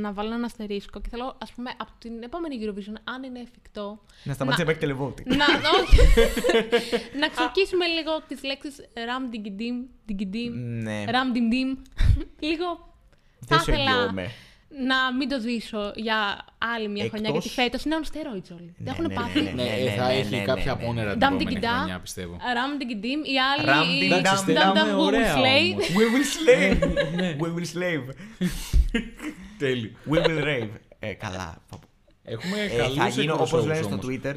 S4: Να βάλω ένα αστερίσκο και θέλω, ας πούμε, από την επόμενη Eurovision, αν είναι εφικτό.
S2: Να σταματήσει να παίξει τηλεβότη.
S4: Να,
S2: (laughs)
S4: όχι. να ξορκίσουμε λίγο τις λέξεις ραμ διγκιντίμ, διγκιντίμ,
S2: Ναι.
S4: ραμ διγκιντίμ. Λίγο
S2: Δεν
S4: θα
S2: σε
S4: ήθελα
S2: εγγυώμαι.
S4: να μην το ζήσω για άλλη μια χρονιά,
S2: Εκτός-
S4: γιατί φέτος είναι on steroids όλοι.
S2: Ναι,
S4: Τα έχουν
S2: ναι, ναι,
S4: πάθει.
S2: ναι.
S5: Ναι, ε, θα
S2: ναι, ναι,
S5: έχει
S2: ναι,
S5: κάποια
S2: ναι, ναι.
S5: απόνερα την
S4: Νταμ
S5: επόμενη
S4: διγκιντά,
S5: χρονιά, πιστεύω.
S4: ραμ διγκιντίμ, οι άλλοι...
S2: Ραμ διγκιντά.
S5: Εντάξει,
S2: Νταμ,
S5: στείλαμε
S4: νταμ,
S5: ωραία
S4: Google Slay.
S5: όμως.
S2: We will slave. (laughs) We will slave.
S5: Τέλειο.
S2: We will rave. Ε, καλά.
S5: Έχουμε
S2: Ε, θα
S5: καλούς
S2: γίνω, όπως λένε
S5: εκπροσώπους
S2: στο
S5: όμως.
S2: Twitter,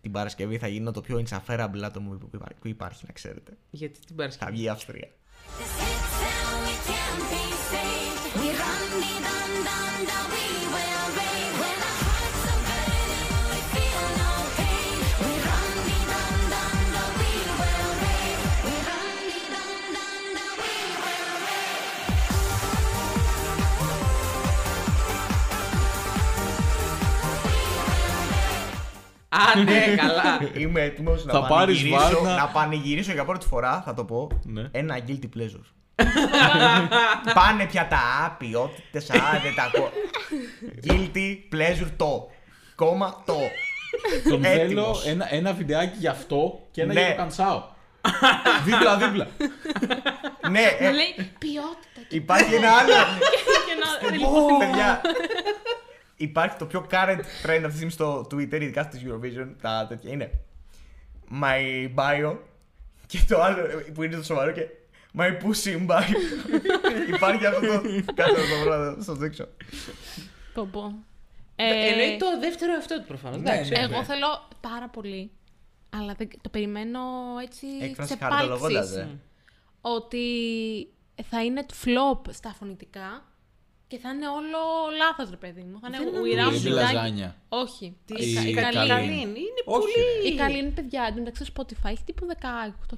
S2: την Παρασκευή θα γίνω το πιο insufferable άτομο που υπά- που υπάρχει, να ξέρετε.
S3: Γιατί την
S2: Θα
S3: Παρασκευή.
S2: βγει η Αυστρία.
S6: This hits and we can't be saved. We run, we run, run, run, we will rave. When our hearts are burning, we feel no pain. We run, we run, run, run, we will rave. We run, we run, run, run, we will rave.
S3: Α,
S2: (laughs)
S3: ναι, καλά.
S2: Είμαι έτοιμος να,
S5: Θα πάρεις
S2: πανηγυρίσω-
S5: βάρνα.
S2: να πανηγυρίσω για πρώτη φορά, θα το πω,
S5: Ναι.
S2: ένα guilty pleasure. (laughs) Πάνε πια τα άπειότητε, α, δεν τα ακούω. guilty pleasure το. Κόμμα το.
S5: Τον θέλω
S2: Έτοιμος.
S5: ένα, ένα βιντεάκι για αυτό και ένα
S2: Ναι.
S5: για το Κανσάο.
S4: (laughs)
S5: Δίπλα-δίπλα.
S2: ναι, ε,
S4: Να λέει ποιότητα και
S2: υπάρχει ένα
S3: (laughs)
S2: άλλο.
S4: να...
S2: Παιδιά, (laughs) υπάρχει το πιο current trend αυτή τη στιγμή στο Twitter, ειδικά στις Eurovision, τα τέτοια ε, είναι My bio και το άλλο που είναι το σοβαρό και My pussy in
S3: (laughs)
S2: bag. Υπάρχει αυτό το. Κάτσε να το βρω, να σας δείξω.
S4: Πω, πω.
S3: Ε,
S4: Ε,
S3: Εννοεί το δεύτερο αυτό του προφανώς.
S5: ναι, ναι.
S4: Εγώ θέλω πάρα πολύ. Αλλά δεν, το περιμένω έτσι
S2: Έκφραση
S4: σε
S2: χαρτολογώντας,
S4: πάλξεις.
S2: ε.
S4: Ότι θα είναι flop στα φωνητικά και θα είναι όλο λάθος, ρε παιδί μου. Θα είναι
S3: Δεν
S4: ο
S3: νομίζω.
S4: Ιράμ
S5: Η
S4: Ζουλάκη-
S5: λαζάνια.
S4: Όχι.
S3: Τι
S5: Η
S3: η
S5: καλή.
S3: καλή. Είναι
S5: Όχι,
S3: πολύ.
S4: Η καλή είναι παιδιά. Εν τω μεταξύ στο Spotify έχει τύπου 18-20.000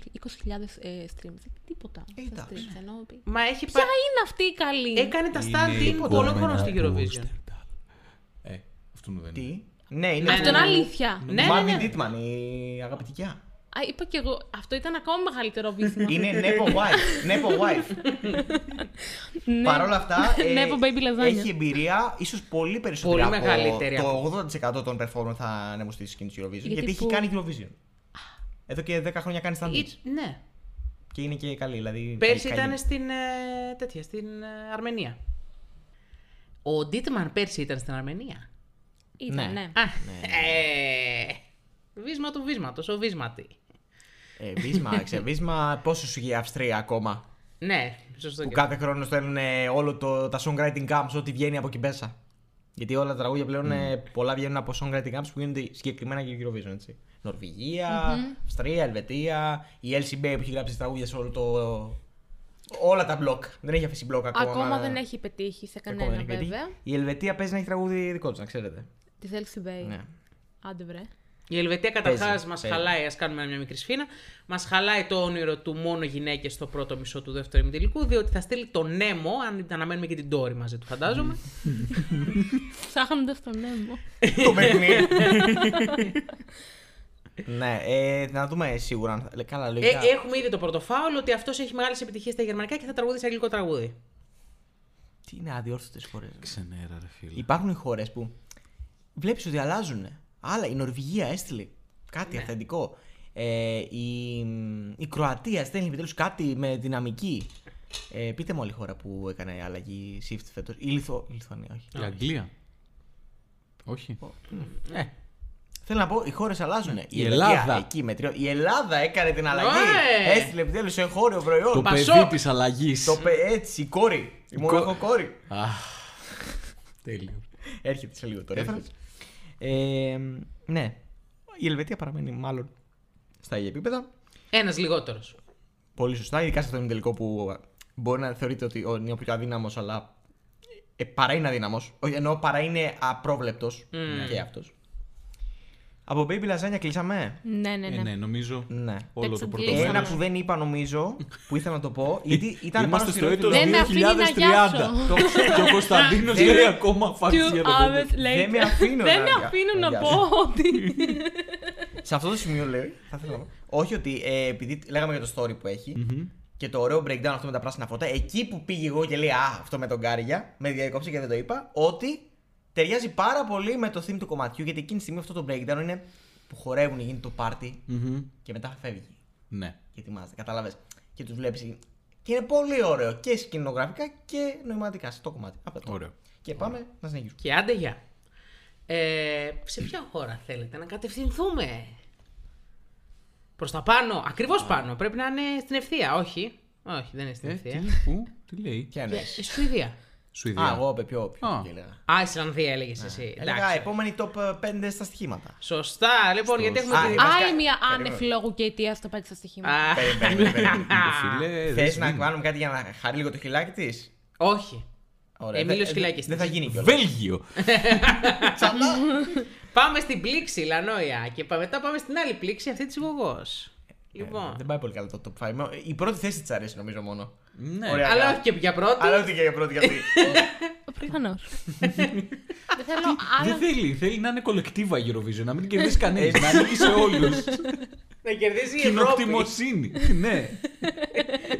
S4: ε, streams. Τίποτα.
S2: Ε,
S4: στα
S2: εντάξει.
S4: streams, ενώ-
S3: Μα έχει
S4: Ποια
S3: πα-
S4: είναι αυτή η καλή.
S2: Ε,
S3: Έκανε τα stand-in πολλών χρόνων στην Eurovision.
S5: Ε, αυτόν δεν είναι.
S2: Τι. Ναι, είναι.
S4: Αυτό είναι αλήθεια.
S3: Ναι, ναι,
S2: Μάμι
S3: ναι.
S2: Ντίτμαν, η αγαπητικιά.
S4: Α, είπα κι εγώ, αυτό ήταν ακόμα μεγαλύτερο
S2: (laughs)
S4: βύθισμα.
S2: Είναι Nepo Wife. Nepo Wife.
S4: (laughs) Ναι.
S2: Παρ' όλα αυτά. ε,
S4: Nepo baby lasagna.
S2: Έχει εμπειρία ίσως πολύ περισσότερη.
S3: Πολύ
S2: από
S3: μεγαλύτερη
S2: Το 80% των performance θα ανέβουν στη σκηνή τη Eurovision. Γιατί,
S4: Γιατί
S2: έχει
S4: που-
S2: κάνει Eurovision. Εδώ και 10 χρόνια κάνει stand
S3: Ή- Ναι.
S2: Και είναι και καλή. Δηλαδή,
S3: Πέρσι
S2: καλή-
S3: ήταν στην, ε, τέτοια, στην ε, Αρμενία. Ο Ντίτμαν πέρσι ήταν στην Αρμενία.
S2: Ναι.
S4: Ήταν, ναι.
S3: Α, ε, βίσμα του βίσματος, ο βίσματη.
S2: Ε, βίσμα, ξέρω,
S3: (laughs)
S2: βίσμα, πόσο σου είχε η Αυστρία ακόμα.
S3: Ναι, σωστό
S2: Που
S3: και
S2: κάθε χρόνο στέλνουν ε, όλο το, τα songwriting camps, ό,τι βγαίνει από εκεί μέσα. Γιατί όλα τα τραγούδια πλέον ε, πολλά βγαίνουν από songwriting camps που γίνονται συγκεκριμένα για Eurovision, έτσι. Νορβηγία,
S4: Mm-hmm.
S2: Αυστρία, Ελβετία, η LCB που έχει γράψει τα τραγούδια σε όλο το. Όλα τα μπλοκ. Δεν έχει αφήσει μπλοκ ακόμα.
S4: Ακόμα δεν έχει πετύχει σε
S2: Ακόμα
S4: κανένα
S2: δεν έχει πετύχει.
S4: βέβαια.
S2: Η Ελβετία παίζει να έχει τραγούδι δικό της, να ξέρετε.
S4: Τη Έλξη Μπέι. (laughs)
S2: Ναι.
S4: Άντε βρε.
S3: Η Ελβετία καταρχάς
S2: Παίζει,
S3: μας
S2: παίζει.
S3: χαλάει, ας κάνουμε μια μικρή σφίνα. Μας χαλάει το όνειρο του μόνο γυναίκες στο πρώτο μισό του δεύτερου ημιτελικού, διότι θα στείλει τον Νέμο, αν αναμένουμε και την Τόρη μαζί του, φαντάζομαι.
S4: Ψάχνοντα τον νέμο.
S2: το
S4: (laughs)
S2: παιχνίδι. ναι, ε, να δούμε σίγουρα. αν θα- Καλά,
S3: ε,
S2: λογικά.
S3: έχουμε ήδη το πρώτο φάουλ ότι αυτός έχει μεγάλες επιτυχίες στα γερμανικά και θα τραγουδίσει αγγλικό τραγούδι.
S2: Τι είναι αδιόρθωτες χώρες.
S5: Ξενέρα, ρε φίλε.
S2: Υπάρχουν χώρες που βλέπεις ότι αλλάζουν. Άλλα, η Νορβηγία έστειλε κάτι
S5: Ναι.
S2: αυθεντικό. Ε, η, η Κροατία στέλνει επιτέλους κάτι με δυναμική. Ε, πείτε μου άλλη χώρα που έκανε αλλαγή shift φέτος. Η Λιθο... η Λιθουανία, όχι.
S5: Η Αγγλία. Όχι.
S2: Ε. Θέλω να πω, οι χώρες αλλάζουν.
S5: Η
S2: Ελβετία,
S5: Ελλάδα. Ναι.
S2: Εκεί μετριό... Η Ελλάδα έκανε την αλλαγή.
S3: Ωε!
S2: Έστειλε επιτέλους εγχώριο προϊόν.
S5: Το
S2: Το...
S5: παιδί
S3: Πασόκ.
S5: της αλλαγής.
S2: πε- Έτσι, η κόρη. Η μοναχό κόρη.
S5: Τέλειο.
S2: Έρχεται σε λίγο το
S5: Έρχεται.
S2: reference. Ε, ναι. Η Ελβετία παραμένει μάλλον στα ίδια επίπεδα.
S3: Ένας λιγότερος.
S2: Πολύ σωστά, ειδικά σε αυτό το τελικό που ε, μπορεί να θεωρείτε ότι ο- είναι ο πιο αδύναμος, αλλά ε, παρά είναι αδύναμος. Ενώ παρά είναι απρόβλεπτος και αυτός. Από Baby Lasagna κλείσαμε.
S4: Ναι, ναι,
S5: Ε,
S4: ναι.
S5: ναι, νομίζω.
S2: Ναι.
S5: Όλο
S4: Έτσι,
S5: το
S4: κλείσαμε.
S5: πρωτοβουλίο.
S2: Ένα που δεν είπα νομίζω, που ήθελα να το πω, γιατί ήταν
S5: Ε, Είμαστε
S2: πάνω στη
S5: στο
S2: ροή του
S5: έτος
S4: Δεν
S2: τραγουδιού.
S4: με αφήνει να
S5: 2030.
S4: γιάσω.
S5: Το- Και ο Κωνσταντίνος
S2: Δεν-
S5: λέει ακόμα fuck
S4: Two
S5: you.
S4: hours later.
S2: Δεν με αφήνω
S4: Δεν
S2: να
S4: με
S2: δια-
S4: αφήνουν
S2: να
S4: να
S2: διαβάσω.
S4: πω
S2: (laughs)
S4: ότι.
S2: Σε αυτό το σημείο λέει. Θα ήθελα να πω. Όχι ότι ε, επειδή λέγαμε για το story που εχει και το ωραίο breakdown αυτό με τα πράσινα φώτα, εκεί που πήγε εγώ και λέει Α, αυτό με τον Κάρια, με διακόψε και δεν το είπα, ότι ταιριάζει πάρα πολύ με το theme του κομματιού γιατί εκείνη τη στιγμή αυτό το breakdown είναι που χορεύουν, γίνει το party
S5: Μμμ.
S2: και μετά φεύγει
S5: Ναι.
S2: και ετοιμάζεται. Κατάλαβες. Και τους βλέπεις. Και είναι πολύ ωραίο και σκηνογραφικά και νοηματικά σε το κομμάτι. Αυτό το.
S5: Ωραίο.
S2: Και πάμε να συνεχίσουμε.
S3: Και άντε γεια. Ε, σε ποια χώρα θέλετε να κατευθυνθούμε. Προς τα πάνω, ακριβώς πάνω. Πρέπει να είναι στην ευθεία, όχι. Όχι, δεν είναι στην
S5: Ε,
S3: ευθεία. Ε,
S5: τι- Πού, τι λέει.
S2: Και εννοεί.
S3: Η Σουηδία.
S2: Α,
S5: Σουηδία.
S2: εγώ είπε πιο. πιο
S5: Α.
S2: και έλεγα.
S3: Α, Ισλανδία έλεγες εσύ.
S2: Έλεγα
S3: Εντάξει.
S2: επόμενη top 5 στα στοιχήματα.
S3: Σωστά, λοιπόν, γιατί έχουμε.
S2: Α,
S3: την-
S2: ε, βασικά-
S4: Άλλη μια άνευ
S2: Περίμενε.
S4: λόγου και αιτία στο πέντε στα στοιχήματα.
S3: Α,
S2: (laughs)
S5: Φίλε, δεν
S2: Θες να
S5: σβήνει.
S2: κάνουμε κάτι για να χαρεί λίγο το χιλάκι της.
S3: Όχι.
S2: Ωραία.
S3: Εμίλιος
S2: δεν- ε,
S3: χιλάκης
S2: Δεν
S3: της.
S2: θα γίνει κιόλας.
S5: Βέλγιο.
S3: Πάμε στην πλήξη, Λανόια. Και πα- μετά πάμε στην άλλη πλήξη, αυτή της Γογό. Λοιπόν.
S2: Δεν πάει πολύ καλά το top 5. Η πρώτη θέση της αρέσει νομίζω μόνο.
S5: Ναι.
S2: Ωραία.
S3: Αλλά όχι και για πρώτη.
S2: Αλλά ούτε και για πρώτη γιατί.
S4: Προφανώς.
S2: (laughs)
S4: Δεν θέλω
S5: Δεν
S4: άλλο.
S5: θέλει, θέλει να είναι κολεκτίβα η Eurovision, να μην την κερδίσει κανένα. Να ανοίγει σε (laughs) όλους.
S3: Να κερδίσει η Ευρώπη.
S5: Κοινοκτημοσύνη. Ναι.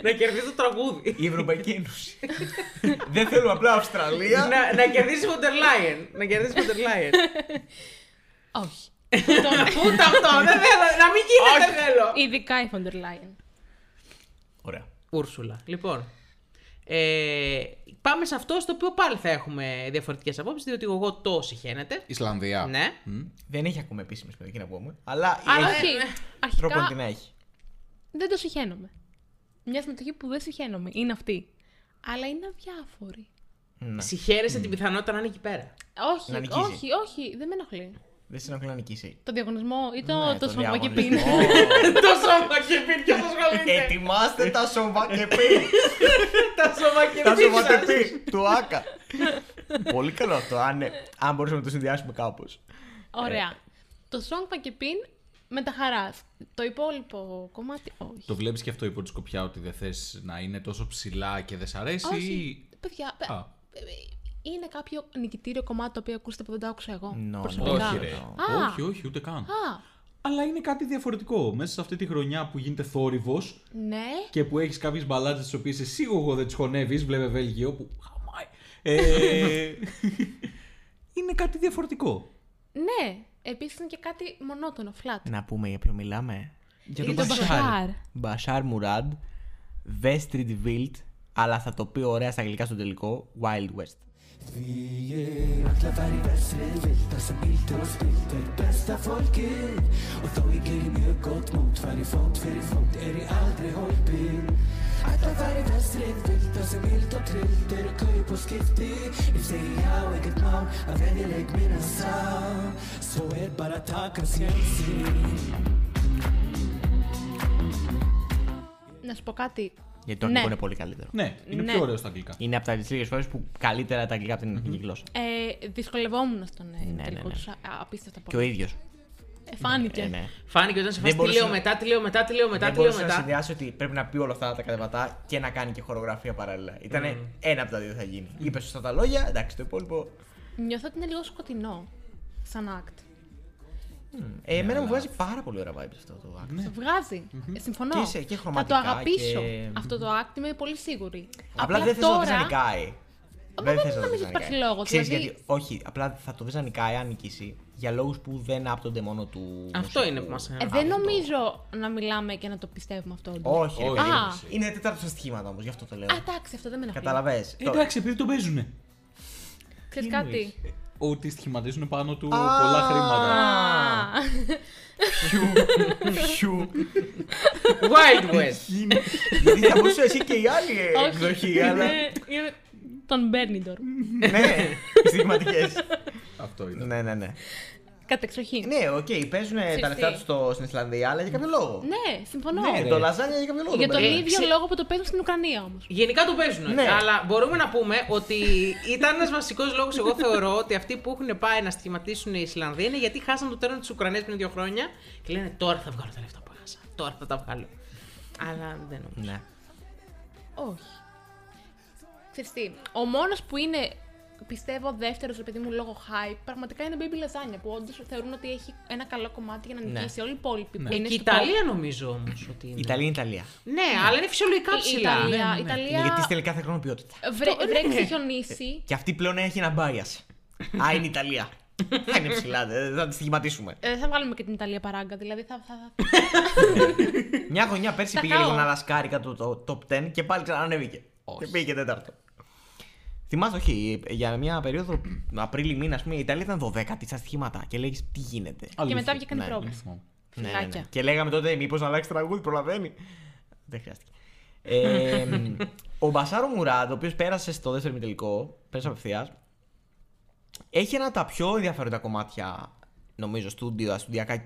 S3: Να κερδίσει το τραγούδι.
S2: Η Ευρωπαϊκή Ένωση. (laughs) Δεν θέλουμε απλά Αυστραλία.
S3: να, να κερδίσει Φοντερ Λάιεν. Να κερδίσει Φοντερ Λάιεν.
S4: Όχι.
S3: Ούτε (laughs) αυτό. Δεν θέλω. Να μην γίνεται, δεν θέλω.
S4: Ειδικά η Φοντερ Λάιεν.
S2: Ε, Ωραία.
S3: Ούρσουλα. Λοιπόν. Ε, πάμε σε αυτό στο οποίο πάλι θα έχουμε διαφορετικές απόψεις, διότι εγώ το συχαίνεται.
S5: Ισλανδία.
S3: Ναι.
S2: Δεν έχει ακόμα επίσημη συμμετοχή να πούμε. Αλλά
S4: Αλλά
S2: έχει
S4: όχι.
S3: ναι.
S4: Αρχικά
S2: τρόπον την έχει.
S4: δεν το συχαίνομαι. Μια συμμετοχή που δεν συχαίνομαι. Είναι αυτή. Αλλά είναι αδιάφορη.
S2: Ναι.
S3: Συγχαίρεσαι την πιθανότητα να είναι εκεί πέρα.
S4: Όχι,
S2: Να νικήσει.
S4: όχι, όχι, δεν με ενοχλεί.
S2: Δεν συνοχλεί να νικήσει.
S4: Το διαγωνισμό ή το,
S2: Ναι,
S4: το σφαγμάκι
S2: διαγωνισμό.
S4: πίνει.
S3: (laughs) Το σωμακεπίν και το
S2: Ε,
S3: σχολείο.
S2: Ετοιμάστε τα σοβακεπί.
S3: Τα
S2: Τα
S3: σωμακεπίν.
S2: σοβακεπί του Άκα. Πολύ καλό αυτό. Αν, αν μπορούσαμε να το συνδυάσουμε κάπως.
S4: Ωραία. Το σφαγμάκι και πίν με τα χαρά. Το υπόλοιπο κομμάτι, όχι.
S5: Το βλέπεις και αυτό υπό τη σκοπιά ότι δεν θες να είναι τόσο ψηλά και δεν σ' αρέσει.
S4: Όχι. Παιδιά, παι-
S5: Α.
S4: ε, είναι κάποιο νικητήριο κομμάτι το οποίο ακούσατε που δεν το άκουσα εγώ.
S2: Νο,
S4: προσωπικά.
S5: Όχι, ρε.
S4: Α.
S5: όχι, όχι, ούτε καν.
S4: Α,
S5: Αλλά είναι κάτι διαφορετικό. Μέσα σε αυτή τη χρονιά που γίνεται θόρυβος
S4: ναι.
S5: και που έχεις κάποιες μπαλάτσε τις οποίες εσύ εγώ δεν τις χωνεύεις, βλέπε Βέλγιο που. Χαμάει. Ε, (laughs) είναι κάτι διαφορετικό.
S4: Ναι. Επίσης είναι και κάτι μονότονο, flat.
S2: Να πούμε για ποιο μιλάμε.
S5: Για
S4: Είναι το μπαχάρ.
S2: Μπασάρ Μουράντ, Βέστριντ Βίλτ, αλλά θα το πει ωραία στα αγγλικά στο τελικό, Wild West.
S1: Því er alla þær í vesri Vilda sem bíldi og spildi er besta fólkið Og þó ég gerir mjög gott mót Fær í fót fyrir fót er ég aldrei hólpin Alla þær í vesri Vilda sem bíldi og trillt eru kaup og skipti Ég segi já ekkert mál að venjuleik minna sá Svo er bara að taka sjensin
S4: Να σου πω κάτι.
S2: Γιατί το
S4: Ναι.
S2: αγγλικό είναι πολύ καλύτερο.
S5: Ναι, είναι
S4: Ναι.
S5: πιο ωραίος στα αγγλικά.
S2: Είναι από τα λίγες φορές που καλύτερα τα αγγλικά από την ελληνική γλώσσα.
S4: Ε, δυσκολευόμουν στον ε,
S2: ναι,
S4: τελικό
S2: ναι.
S4: τους, α- Απίστευτα
S2: Και ο Ναι,
S4: πολύ.
S2: ίδιος.
S4: Ε, Φάνηκε.
S3: Φάνηκε όταν σε φάση
S2: Δεν
S3: τι
S2: μπορούσε
S3: λέω
S2: να-
S3: μετά, τι λέω μετά, τι λέω μετά,
S2: Δεν
S3: τι λέω
S2: μπορούσε να
S3: μετά.
S2: συνδυάσει ότι πρέπει να πει όλα αυτά τα κατεβατά και να κάνει και χορογραφία παράλληλα. Ήταν ένα από τα δύο θα γίνει. Είπε σωστά τα λόγια, εντάξει το υπόλοιπο.
S4: Νιώθω ότι είναι λίγο σκοτεινό. Σαν act.
S2: Ε, εμένα μου βγάζει πάρα πολύ ωραία vibes αυτό το
S3: Ναι.
S2: act.
S4: Σε βγάζει. Ε, Συμφωνώ.
S2: Και είσαι- και
S4: Θα το
S2: χρωματικά
S4: αγαπήσω.
S2: και-
S4: Αυτό το act είμαι πολύ σίγουρη.
S2: Απλά δεν θες να το δει να νικάει.
S4: Μα δεν
S2: θες να το
S4: νομίζω
S2: δεις
S4: ότι
S2: να
S4: υπάρχει
S2: νικάει.
S4: λόγος,
S2: Ξέρεις
S4: δηλαδή-
S2: γιατί, όχι, απλά θα το δεις να νικάει αν νικήσει. Για λόγους που δεν άπτονται μόνο του.
S3: Αυτό
S2: μουσικού.
S3: είναι που μας
S4: Ε, δεν νομίζω να μιλάμε και να το πιστεύουμε αυτό. όντως.
S2: Όχι, ρε
S5: Όχι,
S2: παιδί μου.
S4: Α.
S2: Είναι τέταρτο στα στοιχήματα όμως, γι' αυτό το λέω.
S4: Α, Ε, εντάξει, αυτό δεν με ενοχλεί.
S2: Καταλαβέ.
S5: Ε, Εντάξει, επειδή το παίζουνε.
S4: Ξέρεις κάτι.
S5: Ότι στοιχηματίζουν πάνω του πολλά χρήματα.
S4: Α,
S2: Πιου.
S3: Wild
S2: (laughs)
S3: West.
S2: Γιατί θα μπορούσε εσύ και η άλλη ε,
S4: όχι. ναι.
S2: εκδοχή,
S4: Είναι-
S2: αλλά.
S4: είναι Τον Μπέρνιντορ.
S2: Ναι, στιγματικές.
S5: Αυτό ήταν.
S2: Ναι, ναι, ναι.
S4: Κατεξοχή.
S2: Ναι, οκ, παίζουν τα λεφτά τους στο- στην Ισλανδία, αλλά για κάποιο λόγο.
S4: Ναι, συμφωνώ.
S2: Ναι, το λαζάνια για κάποιο λόγο.
S4: Για τον
S2: παίζουν.
S4: ίδιο λόγο που το παίζουν στην Ουκρανία όμως.
S3: Γενικά το παίζουν.
S2: Ναι.
S3: Αλλά μπορούμε να πούμε ότι ήταν ένας βασικός λόγος, εγώ θεωρώ, ότι αυτοί που έχουν πάει να σχηματίσουν οι Ισλανδοί είναι γιατί χάσαν το τέρμα τη Ουκρανία πριν δύο χρόνια και λένε τώρα θα βγάλω τα λεφτά που έχασα. Τώρα θα τα βγάλω. Αλλά δεν νομίζω.
S2: Ναι.
S4: Όχι. Ξέρεις τι, ο μόνος που είναι, πιστεύω, δεύτερος, ρε παιδί μου, λόγω hype, πραγματικά είναι Baby Lasagna, που όντως θεωρούν ότι έχει ένα καλό κομμάτι για να νικήσει. Όλοι οι υπόλοιποι που
S3: Και
S4: είναι
S3: η
S4: στο
S3: Ναι. Ιταλία νομίζω όμως ότι είναι.
S2: Ιταλία είναι Ιταλία.
S3: Ναι, αλλά είναι φυσιολογικά
S4: pop. Η- η
S3: ψηλά. Ναι,
S4: Ιταλία, η
S2: Είναι γιατί
S4: Ιταλία,
S2: στη τελικά θα κάνουν ποιότητα.
S4: βρε- βρέξει χιονίσει.
S2: Και αυτή πλέον έχει ένα bias. Α, είναι Ιταλία. Θα είναι ψηλά, δεν θα τη στιγματίσουμε.
S4: Ε, θα βγάλουμε και την Ιταλία παράγκα, δηλαδή θα... θα, θα...
S2: Μια χρονιά πέρσι
S4: Τα
S2: πήγε
S4: χάω.
S2: λίγο να λασκάρει κάτω το top 10 και πάλι ξανανέβηκε. Και πήγε και τέταρτο. Θυμάσαι, όχι, για μια περίοδο Απρίλη μήνα, ας πούμε, η Ιταλία ήταν 12η στα στοιχήματα και λέγεις τι γίνεται.
S4: και μετά
S5: Αλήθεια.
S4: βγήκαν οι
S2: Ναι,
S4: πρόβες.
S5: Θυμάμαι.
S2: Ναι, ναι, ναι.
S4: Φυλάκια.
S2: Και λέγαμε τότε, μήπως να αλλάξει τραγούδι, προλαβαίνει. Δεν χρειάστηκε. Ε, μ, ο Μπασάρο Μουράντ, ο οποίος πέρασε στο δεύτερο ημιτελικό, πέρασε απευθείας, έχει ένα από τα πιο ενδιαφέροντα κομμάτια, νομίζω, στούντιο, στουδιακά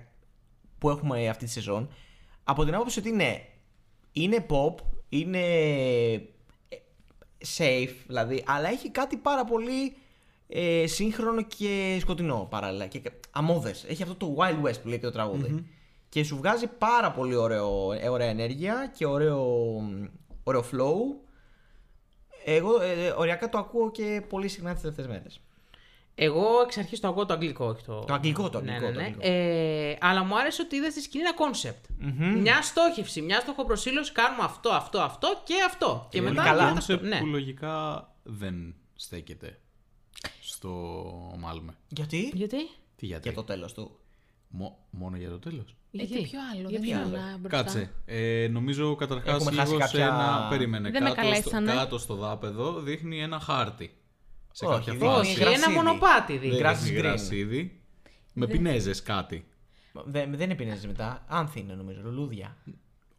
S2: που έχουμε αυτή τη σεζόν. Από την άποψη ότι είναι, είναι pop, είναι safe, δηλαδή, αλλά έχει κάτι πάρα πολύ ε, σύγχρονο και σκοτεινό παράλληλα. Και αμμώδες. Έχει αυτό το Wild West που λέει και το τραγουδι Και σου βγάζει πάρα πολύ ωραίο, ε, ωραία ενέργεια και ωραίο, ωραίο flow. Εγώ ε, οριακά το ακούω και πολύ συχνά τις τελευταίες μέρες.
S3: Εγώ εξ αρχής το ακούω το αγγλικό, όχι το.
S2: Το αγγλικό, το
S3: Ναι,
S2: αγγλικό,
S3: ναι,
S2: το
S3: ναι.
S2: αγγλικό.
S3: Ε, αλλά μου άρεσε ότι είδα στη σκηνή ένα κόνσεπτ.
S2: Mm.
S3: Μια στόχευση, μια στόχοπροσύλωση. Κάνουμε αυτό, αυτό, αυτό και αυτό. Και, μετά
S2: καλά.
S3: γίνεται αυτό.
S5: Concept
S3: Ναι.
S5: που λογικά δεν στέκεται στο Μάλμε.
S2: Γιατί?
S3: Γιατί?
S4: Ε,
S5: Τι γιατί.
S2: Για το τέλος του.
S5: Μο- μόνο για το τέλος.
S4: Ε,
S3: Γιατί?
S4: Για ποιο άλλο,
S3: Για
S4: δεν
S3: ποιο
S4: είναι
S3: άλλο.
S4: να μπροστά.
S5: Κάτσε. Ε, νομίζω καταρχάς
S2: Έχουμε
S5: λίγο
S2: χάσει
S5: σε
S2: κάποια-
S5: ένα. Περίμενε.
S4: Δεν με
S5: κάτω, στο,
S4: καλέσανε.
S5: κάτω στο δάπεδο δείχνει ένα χάρτη. Σε
S2: Όχι,
S5: κάποια
S2: δεν
S5: φάση.
S3: Όχι,
S2: Γρασίδι. Ναι.
S3: ένα μονοπάτι
S5: Δεν
S3: δείχνει.
S2: Γρα-
S5: δείχνει
S2: green.
S5: γρασίδι. Με πινέζες κάτι.
S2: Δεν, δεν επινέζεις μετά. Άνθη είναι νομίζω, λουλούδια.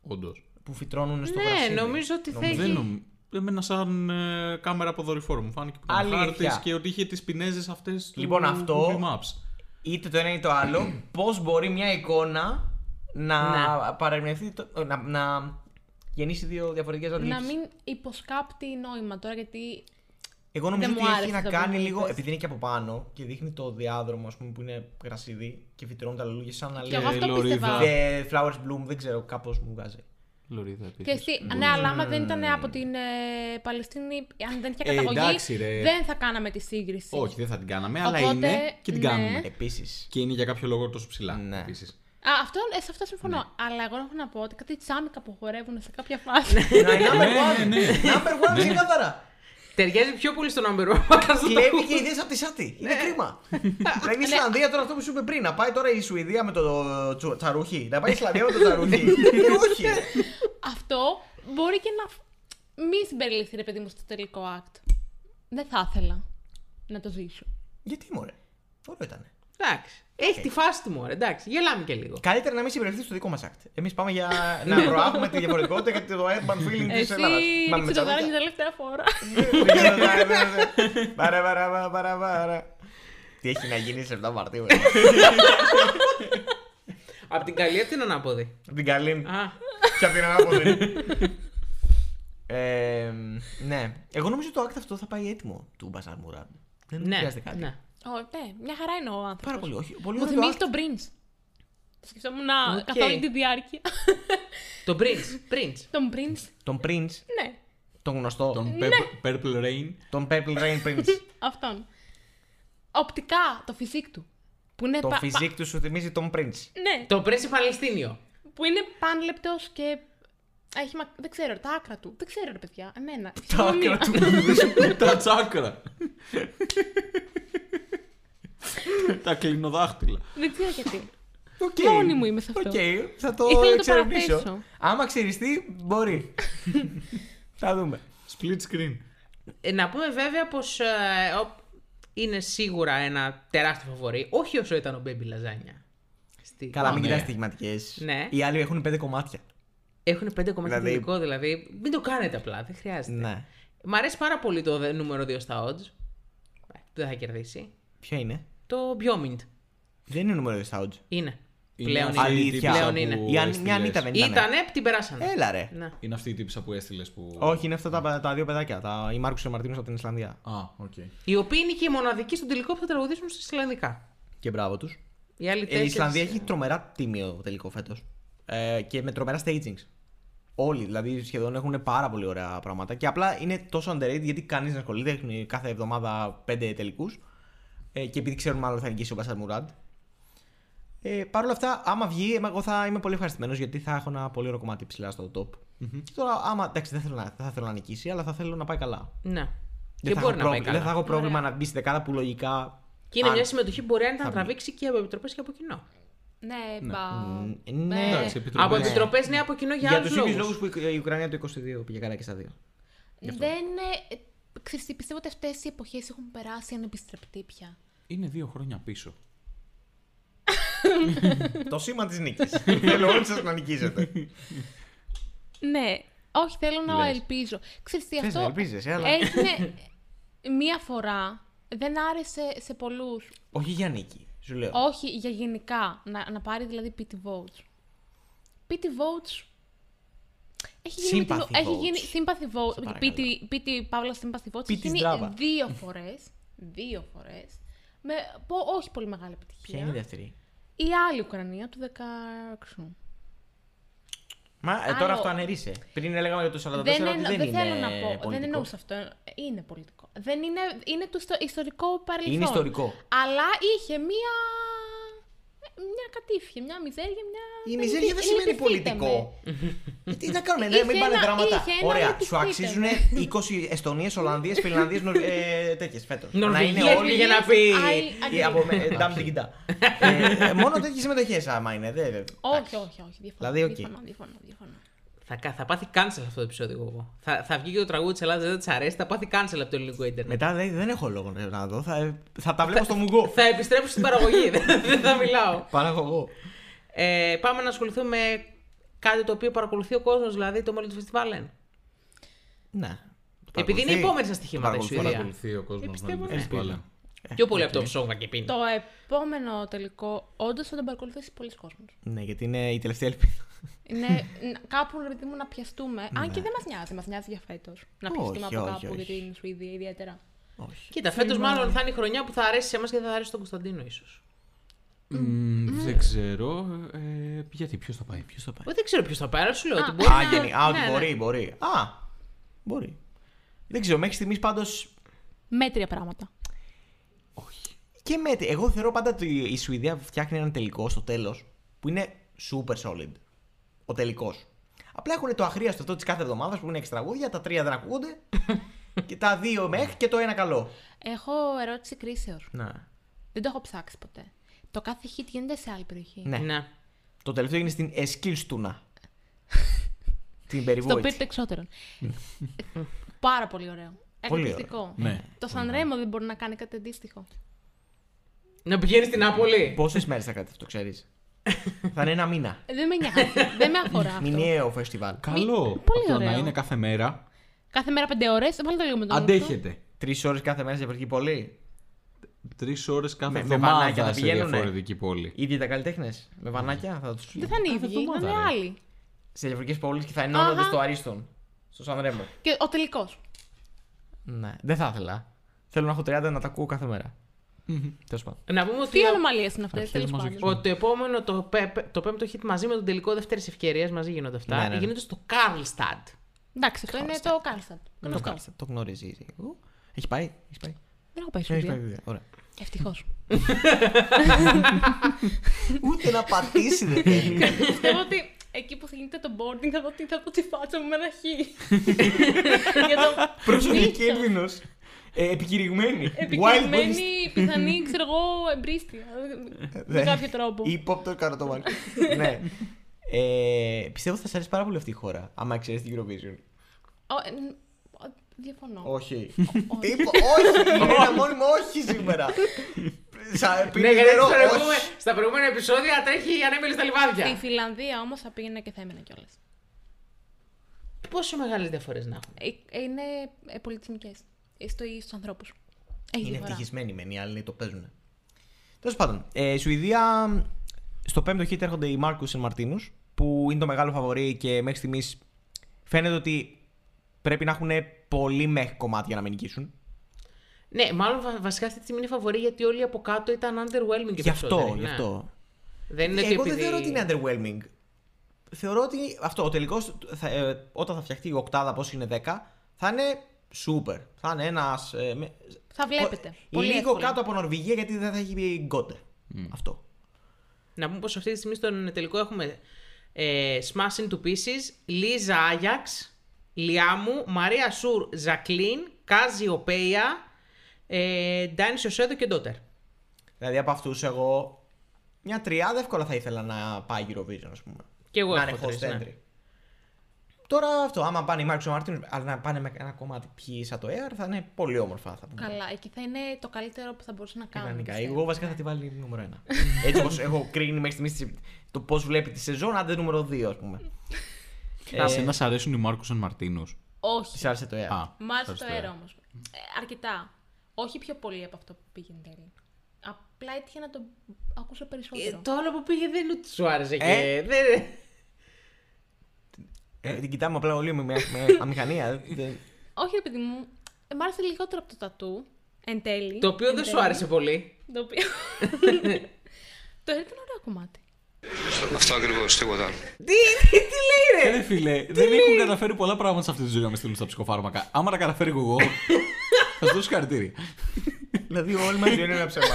S5: Όντως.
S2: που φυτρώνουν στο
S3: Ναι,
S2: γρασίδι.
S3: νομίζω ότι θα
S5: Δεν
S3: έχει.
S5: νομίζω. Εμένα σαν ε, κάμερα από δορυφόρο μου φάνηκε που
S2: Αλήθεια.
S5: ήταν χάρτης και ότι είχε τις πινέζες αυτές του
S2: Λοιπόν, αυτό-
S5: Google Maps.
S2: Είτε το ένα είτε το άλλο, πώς μπορεί μια εικόνα να,
S3: Ναι.
S2: παραγνωριστεί το- να, να γεννήσει δύο διαφορετικές
S4: Να
S2: αντιλήψει.
S4: μην υποσκάπτει νόημα τώρα, γιατί.
S2: Εγώ νομίζω
S4: Δεν
S2: ότι
S4: μου
S2: έχει
S4: άρεσε
S2: να
S4: αυτό που
S2: κάνει
S4: μου
S2: λίγο.
S4: είπες.
S2: Επειδή είναι και από πάνω και δείχνει το διάδρομο ας πούμε, που είναι γρασίδι και φυτρώνουν τα λουλούδια, σαν να
S4: Και
S2: λέει.
S4: εγώ αυτό
S5: Λωρίδα.
S4: πίστευα.
S2: The flowers bloom, δεν ξέρω, κάπως μου βγάζει.
S5: Λωρίδα επίσης.
S4: Και εσύ, ναι, αλλά άμα δεν ήταν από την ε, Παλαιστίνη, αν δεν είχε
S5: Ε,
S4: καταγωγή,
S5: εντάξει, ρε.
S4: δεν θα κάναμε τη σύγκριση.
S5: Όχι, δεν θα την κάναμε, αλλά
S4: Οπότε,
S5: είναι και την
S4: ναι.
S5: κάνουμε.
S2: Επίσης.
S5: Και είναι για κάποιο λόγο τόσο ψηλά.
S2: Ναι.
S5: Επίσης.
S4: Α, αυτό, ε, σε αυτό συμφωνώ.
S5: Ναι.
S4: Αλλά εγώ έχω να πω ότι κάτι τσάμικα που χορεύουν σε
S5: (laughs)
S4: κάποια φάση.
S2: Number
S5: ναι,
S2: one!
S5: ναι.
S2: Number one, ξεκάθαρα!
S3: Ταιριάζει πιο πολύ στο number one παρά στο
S2: Κλέβει και ιδέες από τη Σάτι.
S4: Ναι.
S2: Είναι
S4: (laughs)
S2: κρίμα. Να είναι η Ισλανδία τώρα αυτό που σου είπε πριν. Να πάει τώρα η Σουηδία με το τσου- τσαρουχί. Να πάει η Ισλανδία με το
S4: (laughs)
S2: τσαρουχί. Ε, Όχι.
S4: αυτό μπορεί και να φ- μη συμπεριληφθεί, ρε παιδί μου, στο τελικό act. Δεν θα ήθελα να το ζήσω.
S2: Γιατί μωρέ. Ωραίο ήταν.
S3: Εντάξει. Έχει τη φάση του μου, εντάξει. Γελάμε και λίγο.
S2: Καλύτερα να μην συμπεριληφθείς στο δικό μας act. Εμείς πάμε για να προάγουμε τη διαφορετικότητα και το urban feeling της
S4: Εσύ,
S2: Ελλάδας.
S4: ρίξε το δάρι για τελευταία
S5: (laughs)
S4: φορά.
S2: Ναι, Παρα, παρα, παρα, παρα, παρα. Τι έχει να γίνει σε 7 Μαρτίου. ε.
S3: Απ' την καλή, απ' την ανάποδη.
S2: Απ' την καλή.
S3: Α,
S2: Και από την ανάποδη. ε, ναι. Εγώ νομίζω το act αυτό θα πάει έτοιμο του Μπασάρ Μουράντ. Δεν
S3: ναι.
S2: χρειάζεται κάτι.
S3: ναι.
S4: Ω, ναι, μια χαρά είναι ο άνθρωπος.
S2: Πάρα πολύ, όχι. Πολύ
S4: Μου
S2: ωραίο
S4: θυμίζει
S2: act.
S4: τον Prince. Το σκεφτόμουν να
S3: Οκ.
S4: καθ' όλη τη διάρκεια. (laughs)
S3: Το Prince. Prince.
S4: τον Prince,
S2: Τον Prince,
S4: ναι,
S2: τον γνωστό.
S5: Τον Pep- Purple Rain.
S2: Τον Purple Rain Prince.
S4: Ε, αυτόν. Οπτικά, το φυσικ του. Που είναι
S2: Το
S4: πα-
S2: φυσικ του σου θυμίζει τον Prince.
S4: πα- ναι,
S3: Το Prince Παλαιστίνιο.
S4: που είναι πανλεπτός και έχει μα... Δεν ξέρω, τα άκρα του. Δεν ξέρω, ρε παιδιά, εμένα.
S2: Τα
S4: Συγγνώμη.
S2: άκρα του.
S5: Τα τσάκρα. Τα κλινοδάχτυλα.
S4: (laughs) Δεν ξέρω γιατί.
S2: Οκ.
S4: Μόνη μου είμαι σε αυτό.
S2: Οκ, θα το
S4: Ήθελα να το
S2: εξερευνήσω.
S4: παραθέσω.
S2: Άμα ξυριστεί,
S4: (laughs)
S2: μπορεί. Θα δούμε.
S5: Split screen.
S3: Ε, να πούμε βέβαια πως ε, ο- είναι σίγουρα ένα τεράστιο φαβορή. Όχι όσο ήταν ο Baby Lasagna. Στη...
S2: Καλά, μην
S5: ναι.
S2: κοιτάς στιγματικές.
S3: Ναι.
S2: Οι άλλοι έχουν πέντε κομμάτια.
S3: Έχουν πέντε κομμάτια
S2: Δηλαδή-
S3: δηλαδή... δηλαδή μην το κάνετε απλά, δεν χρειάζεται.
S2: Ναι.
S3: Μ' αρέσει πάρα πολύ το δε- νούμερο 2 στα odds. Ε, Δεν θα κερδίσει.
S2: Ποιο είναι.
S3: Το Biomint
S2: Δεν είναι νούμερο δύο στα odds.
S3: είναι.
S5: Είναι
S3: πλέον
S5: αυτή η
S3: είναι.
S2: Αλήθεια.
S5: τύπησα
S3: Πλέον
S5: που
S3: είναι.
S2: Η Αν- Μια
S5: έστειλες.
S2: Ανίτα δεν ήταν.
S3: Ήτανε, την περάσανε.
S2: Έλα ρε.
S3: Ναι.
S5: Είναι αυτή η τύπησα που έστειλες που.
S2: Όχι, είναι αυτά τα, τα δύο παιδάκια. Τα, η Μάρκος και ο Μαρτίνος από την Ισλανδία.
S5: Α, οκ.
S3: Οι οποίοι είναι και οι μοναδικοί στον τελικό που θα τραγουδήσουν στα Ισλανδικά.
S2: Και μπράβο τους.
S3: Οι άλλοι
S2: Ε, η
S3: τέσσερις-
S2: Ισλανδία έχει τρομερά τίμιο τελικό φέτος. Ε, και με τρομερά stagings. Όλοι δηλαδή σχεδόν έχουν πάρα πολύ ωραία πράγματα. Και απλά είναι τόσο underrated γιατί κανείς δεν ασχολείται. Έχουν κάθε εβδομάδα πέντε τελικούς. Ε, και επειδή ξέρουν μάλλον θα νικήσει ο Μπασάρ Μουράντ. Ε, Παρ' όλα αυτά, άμα βγει, εμ- εγώ θα είμαι πολύ ευχαριστημένος γιατί θα έχω ένα πολύ ωραίο κομμάτι ψηλά στο top. Και τώρα, άμα. Εντάξει, δεν θέλω, να, δεν θα θέλω να νικήσει, αλλά θα θέλω να πάει καλά.
S3: Ναι.
S2: Δεν
S3: Και
S2: θα,
S3: μπορεί
S2: έχω
S3: να πάει
S2: πρόβλημα, δεν θα
S3: καλά.
S2: έχω πρόβλημα να μπει στην δεκάδα που λογικά.
S3: Και είναι
S2: αν-
S3: μια συμμετοχή που μπορεί να
S2: θα μπει.
S3: τραβήξει και από επιτροπές και από κοινό.
S4: Ναι, μπα.
S2: Ε, Ναι,
S5: Εντάξει, επιτροπές.
S3: Από επιτροπές, ναι, από κοινό για,
S2: για
S3: άλλους
S2: τους ίδιους
S3: λόγους.
S2: λόγους που η- η Ουκρανία το 22 πήγε καλά και στα δύο.
S4: Δεν. Ε, ξέρεις τι, πιστεύω ότι αυτές οι εποχές έχουν περάσει ανεπιστρεπτή πια.
S5: Είναι δύο χρόνια πίσω.
S2: το σήμα της νίκης. Θέλω όλοι σας να νικήσετε.
S4: Ναι. Όχι, θέλω να
S5: Λες.
S4: ελπίζω. Ξέρεις τι,
S2: Θες
S4: αυτό.
S2: να ελπίζεις, ε, αλλά-
S4: Έγινε μία φορά. Δεν άρεσε σε πολλούς.
S2: (laughs) Όχι για νίκη, σου λέω.
S4: Όχι για γενικά. Να, να πάρει δηλαδή pity votes. Pity votes. Έχει γίνει, με τη-
S2: Sympathy
S4: έχει
S2: votes.
S4: γίνει sympathy
S2: Σε
S4: votes.
S2: παρακαλώ.
S4: Pity, pity, Παύλα sympathy votes. Έχει
S2: Pity
S4: γίνει
S2: Strava.
S4: δύο φορές. Δύο φορές. Με πω, όχι πολύ μεγάλη επιτυχία.
S2: Ποια είναι η δεύτερη.
S4: Η άλλη Ουκρανία του 16.
S2: Μα ε, τώρα
S4: Άλλο.
S2: αυτό ανερίσε. Πριν έλεγαμε για το 44
S4: Δεν,
S2: ότι
S4: εννο-
S2: δεν,
S4: δεν
S2: είναι
S4: θέλω να πω. Δεν
S2: πολιτικό.
S4: εννοούσα αυτό. Ε, Είναι πολιτικό. Δεν είναι, είναι το ιστο- ιστορικό παρελθόν.
S2: Είναι ιστορικό.
S4: Αλλά είχε μία. Μια κατήφια, μια μιζέρια, Ε, μια.
S2: Η μιζέρια δεν σημαίνει
S4: λυπηθείτε (laughs)
S2: πολιτικό. Τι να κάνουμε,
S4: Είχε
S2: να μην πάνε
S4: ένα-
S2: δράματα.
S4: είχε ένα
S2: Ωραία,
S4: λυπηθείτε
S2: σου αξίζουν
S4: με.
S2: 20 Εστονίε, Ολλανδίε, Φιλανδίε, τέτοιε φέτο. ε, Να
S3: Νορβηγία
S2: είναι
S4: με.
S2: όλοι
S3: για να
S4: Νορβηγίες,
S3: πει- Ε,
S4: Άι-
S2: Ή
S4: Αγγλία.
S2: από με- Ντάμ την κοιτά. (laughs) Ε, Μόνο τέτοιε συμμετοχέ άμα είναι. δεν- δεν-
S4: Όχι, όχι, όχι. Διαφωνώ.
S2: Δηλαδή, οκ.
S4: Διαφωνώ, διαφωνώ, διαφωνώ.
S3: Θα, κα- θα πάθει cancel αυτό το επεισόδιο εγώ. Θα, θα βγει και το τραγούδι της Ελλάδας, δεν της αρέσει, θα πάθει cancel από το ελληνικό Ιντερνετ.
S2: Μετά δηλαδή, δεν έχω λόγο να δω. Θα, θα τα βλέπω στο μουγκό.
S3: Θα επιστρέψω (laughs) στην παραγωγή, δεν δεν θα μιλάω.
S2: Παραγωγό.
S3: Ε, πάμε να ασχοληθούμε κάτι το οποίο παρακολουθεί ο κόσμος, δηλαδή το μέλλον του φεστιβάλ. λένε.
S2: Ναι.
S3: Επειδή είναι οι επόμενοι στα στοιχήματα
S2: Το
S3: της
S2: παρακολουθεί.
S3: Σουηδίας.
S5: Παρακολουθεί ο κόσμος να
S4: Πιστεύω,
S5: μην
S4: ναι.
S5: πάλι.
S2: Ε,
S3: Πιο
S2: ναι,
S3: πολύ από το ψόγμα και πίνει.
S4: Το επόμενο τελικό, όντως θα τον παρακολουθήσει πολλοί κόσμος.
S2: Ναι, γιατί είναι η τελευταία ελπίδα. (laughs)
S4: Είναι ν- κάπου ρε παιδί μου να πιαστούμε. Αν και δεν μας νοιάζει, μας νοιάζει για φέτος. Να
S2: Ναι. Όχι,
S4: πιαστούμε από
S2: όχι,
S4: κάπου
S2: όχι.
S4: γιατί είναι Σουηδία ιδιαίτερα.
S2: Όχι.
S3: Κοίτα, φέτος μάλλον θα είναι η χρονιά που θα αρέσει σε εμάς και δεν θα αρέσει στον Κωνσταντίνο, ίσως.
S4: Ναι.
S5: Δεν ξέρω. ε, Γιατί, ποιος θα πάει.
S2: Ποιος θα πάει.
S3: Δεν ξέρω ποιος θα πάρει, σου λέω ότι μπορεί.
S2: Α,
S3: να-
S2: γεννη- α, ότι
S3: ναι, ναι.
S2: μπορεί, μπορεί. Α, μπορεί. Δεν ξέρω, μέχρι στιγμής πάντως.
S4: Μέτρια πράγματα.
S2: Και με, εγώ θεωρώ πάντα ότι η Σουηδία φτιάχνει έναν τελικό στο τέλος που είναι super solid. Ο τελικός. Απλά έχουν το αχρίαστο αυτό της κάθε εβδομάδας που είναι 6 τραγούδια, τα τρία δεν
S3: (laughs)
S2: ακούγονται. και τα δύο μέχρι και το ένα καλό.
S4: Έχω ερώτηση κρίσεως.
S3: Ναι.
S2: Να.
S4: Δεν το έχω ψάξει ποτέ. Το κάθε hit γίνεται σε άλλη περιοχή.
S2: Ναι.
S3: Ναι.
S2: Το τελευταίο έγινε στην Εσκίλστουνα. (laughs) την
S4: Στο
S2: περιβόητη.
S4: πύρ εξώτερων. Ε, Πάρα πολύ ωραίο.
S2: Πολύ
S4: Εκπληκτικό.
S5: Ναι.
S4: Το Σανρέμο δεν μπορεί να κάνει κάτι αντίστοιχο.
S3: Να πηγαίνεις στην Νάπολη.
S2: Πόσες μέρες θα κρατήσει αυτό, ξέρεις. θα είναι ένα μήνα.
S4: Ε, Δεν με νοιάζει. δεν με αφορά αυτό.
S2: Μηνιαίο φεστιβάλ.
S5: Καλό.
S4: πολύ
S5: Απλά να
S4: ωραίο.
S5: είναι κάθε μέρα.
S4: Κάθε μέρα πέντε ώρες. Βάλτε το λίγο με τον νου σου.
S5: Αντέχετε.
S2: Τρεις ώρες κάθε μέρα σε διαφορετική πόλη.
S5: Τρεις ώρες κάθε
S2: Με- με βανάκια
S5: εβδομάδα
S2: θα
S5: σε
S2: πηγαίνουνε.
S5: διαφορετική πόλη.
S2: ίδιοι τα καλλιτέχνες. Με βανάκια θα τους.
S4: Δεν θα είναι οι
S5: Κάθε
S4: ίδιοι, θα είναι
S5: εβδομάδα, ρε.
S4: άλλοι.
S2: Σε διαφορετικές πόλεις και θα ενώνονται
S4: Αχα.
S2: στο Αρίστον. Στο Σανρέμο.
S4: Και ο τελικός.
S2: Ναι. Δεν θα ήθελα. Θέλω να έχω 30 να τα ακούω κάθε μέρα. Τέλος πάντων.
S3: Να πούμε ότι
S4: Τι
S3: ο-
S4: ανομαλίες είναι αυτές,
S5: Αρχές
S4: τέλο πάντων.
S3: ότι το επόμενο, το, πέ- το πέμπτο hit μαζί με τον τελικό δεύτερης ευκαιρίας, μαζί γίνονται αυτά,
S2: Ναι, ναι, ναι.
S3: γίνεται στο Κάρλσταντ.
S4: Εντάξει, αυτό είναι το Κάλστατ.
S2: Το, κάλυψα, το γνωρίζει. Εγώ. Έχει πάει. Έχεις πάει.
S4: Δεν έχω πάει
S2: Ναι, έχει πάει,
S4: Σουηδία.
S2: βέβαια. Ωραία.
S4: Ευτυχώς.
S2: Ούτε να πατήσει δεν θέλει.
S4: Πιστεύω ότι εκεί που θα γίνεται το boarding θα δω, τι- θα δω τη φάτσα μου με
S2: (laughs)
S4: ένα χ. Για το
S2: Προσωπική κίνδυνο. Ε, επικηρυγμένη. Wild
S4: επικοινωνμένη πιθανή,
S2: (laughs)
S4: ξέρω εγώ, εμπρίστια.
S2: West.
S4: Με
S2: Δεν-
S4: κάποιο τρόπο.
S2: Ύποπτο καρατομάκι. ναι. Ε, πιστεύω θα σα αρέσει πάρα πολύ αυτή η χώρα. Αν ξέρεις την Eurovision.
S4: Ο, ε, ν- ο, Διαφωνώ.
S2: Όχι. Είπα, όχι, είναι ένα μόνιμο όχι σήμερα. Σα πίνει
S3: Ναι, γιατί
S2: νερό,
S3: στα προηγούμενα-
S2: όχι.
S3: στα προηγούμενα επεισόδια τρέχει η ανέμελη στα
S4: Στη
S3: λιβάδια.
S4: Φιλανδία όμως θα πήγαινα και θα έμενα κιόλας.
S3: Πόσο μεγάλες διαφορές να έχουν.
S4: Ε, Είναι ε, πολιτισμικές. Στους ανθρώπους. Έχει
S2: Είναι
S4: διαφορά.
S2: ευτυχισμένοι μεν, οι άλλοι το παίζουν. Τέλος πάντων, ε, Σουηδία στο πέμπτο hit έρχονται οι Μάρκου και Μαρτίνου, που είναι το μεγάλο φαβορή και μέχρι στιγμής φαίνεται ότι πρέπει να έχουν πολύ μέχρι κομμάτι για να μην νικήσουν.
S3: Ναι, μάλλον βα- βασικά αυτή τη στιγμή είναι φαβορή γιατί όλοι από κάτω ήταν underwhelming. και
S2: Γι' αυτό,
S3: περισσότεροι,
S2: γι'
S3: ναι.
S2: αυτό. Ε,
S3: Δεν είναι
S2: Εγώ
S3: ότι
S2: δεν
S3: επειδή-
S2: θεωρώ ότι είναι underwhelming. Θεωρώ ότι αυτό, ο τελικός, όταν θα φτιαχτεί η οκτάδα, πώς είναι 10, θα είναι super. Θα είναι ένας.
S4: Θα βλέπετε. Πολύ
S2: Λίγο
S4: εύκολα.
S2: κάτω από Νορβηγία γιατί δεν θα έχει γκότε.
S3: Mm.
S2: Αυτό.
S3: Να πούμε πως αυτή τη στιγμή στον τελικό έχουμε ε, Smash Into Pieces, Λίζα Άγιαξ, Λιάμου, Μαρία Σουρ, Ζακλίν, Κάζι Οπέια, ε, Ντάνι Σοσέδο και Ντότερ.
S2: Δηλαδή από αυτούς εγώ. Μια τριάδα εύκολα θα ήθελα να πάει Eurovision, ας πούμε.
S3: Κι εγώ
S2: να
S3: έχω
S2: είναι
S3: τρεις,
S2: host
S3: ναι.
S2: entry. Τώρα αυτό, άμα πάνε οι Μάρκο Μαρτίνος, αλλά να πάνε με ένα κομμάτι ποιοι σαν το air, θα είναι πολύ όμορφα. Θα πούμε.
S4: Καλά, εκεί θα είναι το καλύτερο που θα μπορούσε να κάνει.
S2: Κανονικά.
S4: πιστεύω.
S2: Εγώ βασικά θα τη βάλει νούμερο (laughs) 1. Έτσι όπως έχω κρίνει μέχρι στιγμής το πώς βλέπει τη σεζόν, άντε νούμερο 2, ας πούμε.
S5: Εσένα σ' Ε, αρέσουν οι Μάρκο Σαν Μαρτίνο.
S2: Τη
S4: Όχι.
S2: άρεσε το air.
S5: Α,
S4: Μ' άρεσε το
S5: ευχαριστώ.
S4: αέρα όμω. αρκετά. Όχι πιο πολύ από αυτό που πήγαινε τέλει. Απλά έτυχε να το ακούσω περισσότερο.
S3: Ε, το άλλο που πήγε δεν είναι ότι σου άρεσε.
S2: Ε.
S3: και δεν...
S2: Ε, την κοιτάμε απλά όλοι με, με (laughs) αμηχανία. Δεν-
S4: Όχι, ρε παιδί μου, ε, μ' άρεσε λιγότερο από το τατού. Εν τέλει.
S3: Το οποίο
S4: Εν
S3: δεν σου
S4: τέλει.
S3: άρεσε πολύ.
S4: Το οποίο. το air ήταν ωραίο κομμάτι.
S7: Αυτό ακριβώς, τίποτα άλλο.
S3: Τι, τι, τι λέει ρε!
S5: Ε, Ρε φίλε, δεν έχουν καταφέρει πολλά πράγματα σε αυτή τη ζωή να με στείλουν στα ψυχοφάρμακα. Άμα τα καταφέρει
S4: (laughs)
S5: εγώ, θα σου δώσω χαρτίρι.
S2: δηλαδή, όλοι μα είναι ένα (laughs) ψέμα.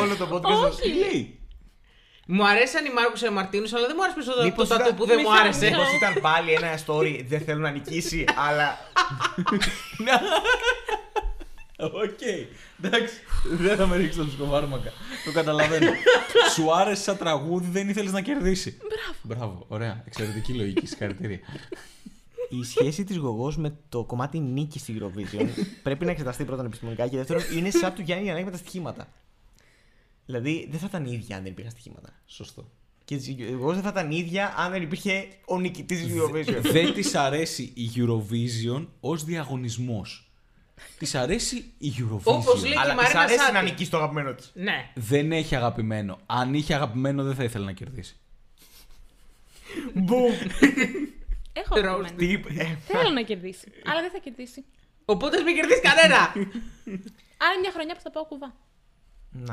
S2: Όλο το podcast.
S4: Όχι.
S3: Μου αρέσαν οι Μάρκο Μαρτίνους, αλλά δεν μου άρεσε περισσότερο
S2: Μήπως
S3: το τατού
S2: ήταν-
S3: που δεν
S4: μη
S3: μου
S4: θα-
S3: άρεσε.
S4: μη
S2: Μήπως ήταν πάλι ένα story, δεν θέλω να νικήσει, αλλά.
S5: Οκ. Εντάξει. Δεν θα με ρίξεις τα ψυχοφάρμακα. Το καταλαβαίνω. (laughs) Σου άρεσε σαν τραγούδι, δεν ήθελες να κερδίσει. Μπράβο. Μπράβο. Ωραία. Εξαιρετική λογική. Συγχαρητήρια.
S2: Η σχέση της γογός με το κομμάτι νίκης στην Eurovision πρέπει να εξεταστεί πρώτον επιστημονικά και δεύτερον είναι σαν του Γιάννη Γιαννάκη με τα στοιχήματα. Δηλαδή δεν θα ήταν η ίδια αν δεν υπήρχαν στοιχήματα.
S5: Σωστό.
S2: Και της- εγώ δεν θα ήταν ίδια αν δεν υπήρχε ο νικητής της Eurovision.
S5: Δεν της αρέσει η Eurovision ως διαγωνισμός. Της αρέσει η Eurovision.
S3: Όπως λέει-
S2: Αλλά
S3: και η
S2: της
S3: Μαρίνα
S2: αρέσει
S3: Σάτι.
S2: να νικήσει το αγαπημένο της.
S3: Ναι.
S5: Δεν έχει αγαπημένο. Αν είχε αγαπημένο, δεν θα ήθελε να κερδίσει.
S2: Μπούμ!
S4: Έχω αγαπημένο.
S2: Τι είπε. ε,
S4: Θέλω να κερδίσει. Αλλά δεν θα κερδίσει.
S3: Οπότε μην κερδίσει κανένα.
S4: Άρα είναι μια χρονιά που θα πάω κουβά.
S2: Να.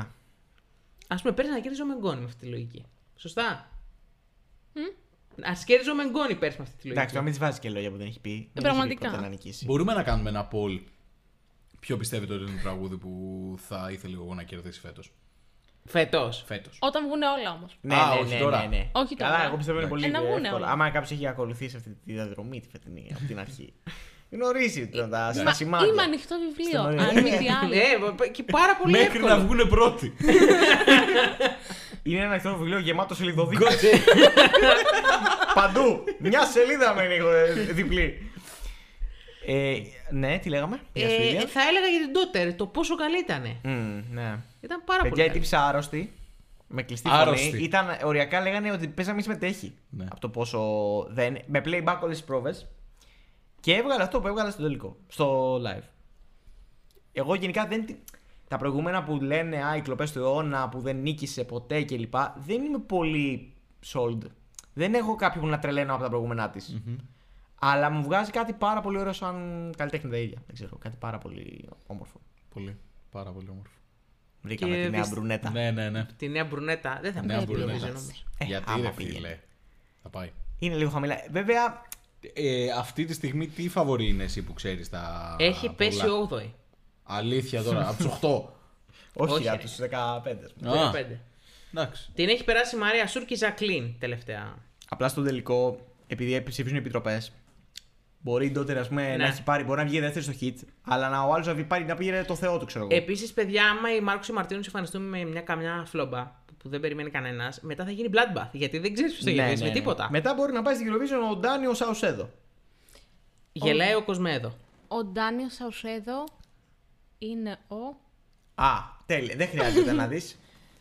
S3: Ας πούμε, πέρσι να κέρδιζε ο Μεγκόνη με αυτή τη λογική. Σωστά. Α κέρδιζε ο Μεγκόνη πέρσι με αυτή τη λογική.
S2: Εντάξει, να μην της βάζεις και λόγια που δεν έχει πει. Δεν έχει
S4: Ε, Πραγματικά.
S2: πει ποτέ να νικήσει.
S5: Μπορούμε να κάνουμε ένα poll. Ποιο πιστεύετε ότι είναι το τραγούδι που θα ήθελε εγώ να κερδίσει φέτος.
S3: Φετό.
S5: Φέτος.
S4: Όταν βγουν όλα όμως.
S2: Ναι,
S5: Α,
S2: ναι,
S5: όχι
S2: ναι,
S5: τώρα.
S2: ναι, ναι.
S4: Όχι
S2: Καλά,
S4: τώρα.
S2: εγώ πιστεύω είναι πολύ
S4: Ε, να βγουνε
S2: εύκολο.
S4: όλα.
S2: Άμα κάποιος έχει ακολουθήσει αυτή τη διαδρομή τη φετινή από την αρχή. Γνωρίζει τα- τα
S4: Μα-
S2: σημάδια.
S4: Είμαι ανοιχτό βιβλίο.
S2: Στον
S4: Αν μη τι άλλο.
S3: Ναι, και πάρα πολύ
S5: Μέχρι
S3: εύκολο.
S5: να βγουν πρώτοι.
S2: Είναι ένα ανοιχτό βιβλίο γεμάτο σελίδοδίκη. Παντού. Μια σελίδα μένει ε, διπλή. Ε, ναι, τι λέγαμε. Για σου,
S3: Ε,
S2: Ήλια.
S3: θα έλεγα για την Ντότερ το πόσο καλή ήταν.
S2: Μμμ, ναι.
S3: Ήταν
S2: Παιδιά,
S3: πάρα
S2: η
S3: πολύ καλή.
S2: τύψη άρρωστη. Με κλειστή
S5: Άρρωστη.
S2: φωνή. Ήταν, οριακά λέγανε ότι παίζαμε μη συμμετέχει.
S5: Ναι.
S2: Από το πόσο δεν. Με playback όλες τις πρόβες. Και έβγαλε αυτό που έβγαλε στο τελικό. Στο live. Εγώ γενικά δεν. τη- Τα προηγούμενα που λένε Α, οι κλοπές του αιώνα που δεν νίκησε ποτέ κλπ. Δεν είμαι πολύ sold. Δεν έχω κάποιον να τρελαίνω από τα προηγούμενά της. Αλλά μου βγάζει κάτι πάρα πολύ ωραίο σαν καλλιτέχνη τα ίδια. Δεν ξέρω. Κάτι πάρα πολύ όμορφο.
S5: πολύ. Πάρα πολύ όμορφο.
S2: Βρήκαμε τη νέα
S3: δυσ-
S2: μπρουνέτα.
S5: Ναι, ναι, ναι.
S3: Τη νέα μπρουνέτα. Δεν θα
S5: Νέα
S3: πει
S5: μπρουνέτα.
S3: Eurovision όμως.
S2: Ε,
S5: Γιατί
S2: άμα
S5: ρε
S2: πήγαινε.
S5: φίλε. Θα πάει.
S2: Είναι λίγο χαμηλά. Βέβαια,
S5: Ε, αυτή τη στιγμή τι φαβορή είναι εσύ που ξέρεις τα.
S3: Έχει
S5: πολλά?
S3: πέσει 8η.
S5: Αλήθεια τώρα, από τους (laughs)
S2: όχι,
S3: Όχι,
S2: όχι
S3: ρε.
S2: από του 15.
S5: 8.
S3: 15.
S5: Ε, Εντάξει.
S3: Την έχει περάσει η Μαρία Σούρ και η Ζακλίν τελευταία.
S2: Απλά στο τελικό, επειδή ε, ψηφίζουν οι επιτροπές, μπορεί τότε ας πούμε,
S3: Ναι.
S2: να έχει πάρει, μπορεί να βγει δεύτερη στο hit, αλλά να, ο άλλος να, βγει- πάρει, να πήρε το θεό του, ξέρω εγώ.
S3: Επίσης, παιδιά, άμα οι Μάρκος και Μαρτίνος εμφανιστούν με μια καμιά φλόμπα που- που δεν περιμένει κανένας, μετά θα γίνει bloodbath. Γιατί δεν ξέρεις ποιο θα
S2: Ναι,
S3: γυρίσει
S2: ναι,
S3: με
S2: ναι.
S3: τίποτα.
S2: Μετά μπορεί να πάει στην Eurovision ο Ντάνι ο Σαουσέδο.
S3: Γελάει ο Κοσμέδο.
S4: Ο Ντάνιο Σαουσέδο είναι ο.
S2: Α, τέλεια. Δεν χρειάζεται να δεις.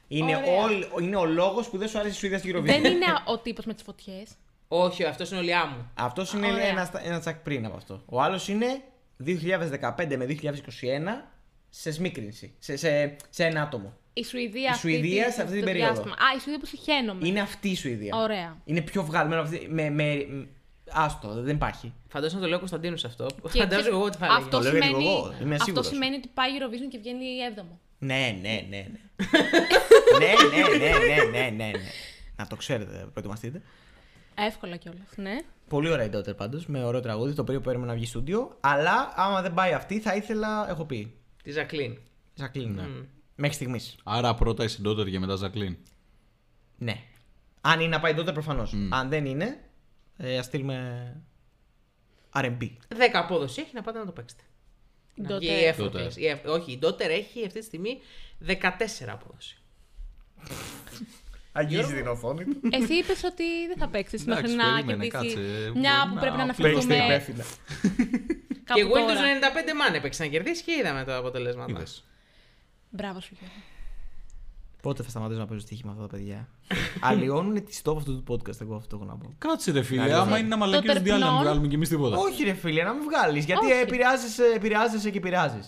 S2: Είναι, όλ- είναι ο λόγος που δεν σου άρεσε η Σουηδία στην Eurovision.
S4: Δεν είναι ο τύπος με τις φωτιές.
S3: Όχι, αυτός είναι ο Λιά μου.
S2: Αυτός είναι
S4: Ωραία.
S2: ένας, στα- ένας τσακ πριν από αυτό. Ο άλλος είναι 2015 με 2021 σε σμίκρινση. Σε, σε, σε ένα άτομο.
S4: Η Σουηδία, αυτή
S2: Σουηδία σε αυτή την
S4: το
S2: περίοδο.
S4: διάστημα. Α, η Σουηδία που συχαίνομαι.
S2: Είναι αυτή η Σουηδία.
S4: Ναι. Ωραία.
S2: Είναι πιο βγαλμένο αυτή. Με, με, με- άστο, δεν υπάρχει.
S3: Φαντάζομαι να το λέω ο Κωνσταντίνο αυτό.
S4: Και
S3: (laughs) Φαντάζομαι
S4: ξέρεις,
S3: εγώ ότι θα έλεγε.
S4: Αυτό,
S2: Το λέω και
S4: σημαίνει,
S2: εγώ, είμαι
S4: αυτό
S2: σίγουρος.
S4: σημαίνει ότι πάει η Eurovision και βγαίνει η 7η.
S2: Ναι, ναι, ναι. Ναι, ναι, ναι, ναι, ναι, ναι, ναι, ναι. Να το ξέρετε, προετοιμαστείτε.
S4: Εύκολα κιόλας. Ναι.
S2: Πολύ ωραία η Daughter πάντως, με ωραίο τραγούδι, το οποίο περιμένουμε να βγει στούντιο. Αλλά άμα δεν πάει αυτή, θα ήθελα, έχω πει.
S3: Τη Ζακλίν.
S2: Ζακλίν. Μέχρι στιγμής.
S5: Άρα πρώτα η Συντότερ και μετά Ζακλίν.
S2: Ναι. Αν είναι να πάει τότε, προφανώ. Αν δεν είναι, ε, ας στείλουμε. RB.
S3: 10 απόδοση έχει να πάτε να το παίξετε. Να
S4: Τότε-
S3: βγει η Effortless.
S5: Daughter.
S3: Η Eff- Όχι, η Daughter έχει αυτή τη στιγμή 14 απόδοση.
S2: Αγγίζει την οθόνη του.
S4: Εσύ είπες ότι δεν θα παίξεις μέχρι
S5: Εντάξει,
S4: να
S5: περίμενε,
S4: κερδίσει
S5: κάτσε.
S4: μια που
S5: Να
S4: πρέπει να
S2: Παίξτε
S4: αναφερθούμε
S2: υπεύθυνα.
S4: κάπου
S3: Και Windows
S4: τώρα.
S3: 95 μάνε έπαιξε να κερδίσει και είδαμε τα αποτελέσματα.
S5: Είδες.
S4: Μπράβο σου, Γιώργο.
S2: Πότε θα σταματήσω να παίζω στοίχημα αυτά τα παιδιά. (laughs) Αλλοιώνουν τη στόχη αυτού του podcast, εγώ αυτό έχω να πω.
S5: Κάτσε ρε φίλε,
S2: Καλή
S5: άμα
S2: εβδομάδα.
S5: είναι να μαλακίζουν
S4: Τότε
S5: τι άλλοι να μην
S4: πλέον-
S5: βγάλουμε κι εμείς τίποτα.
S2: Όχι, ρε φίλε, να μην βγάλεις. Γιατί
S4: Όχι.
S2: επηρεάζεσαι, επηρεάζεσαι και επηρεάζεις.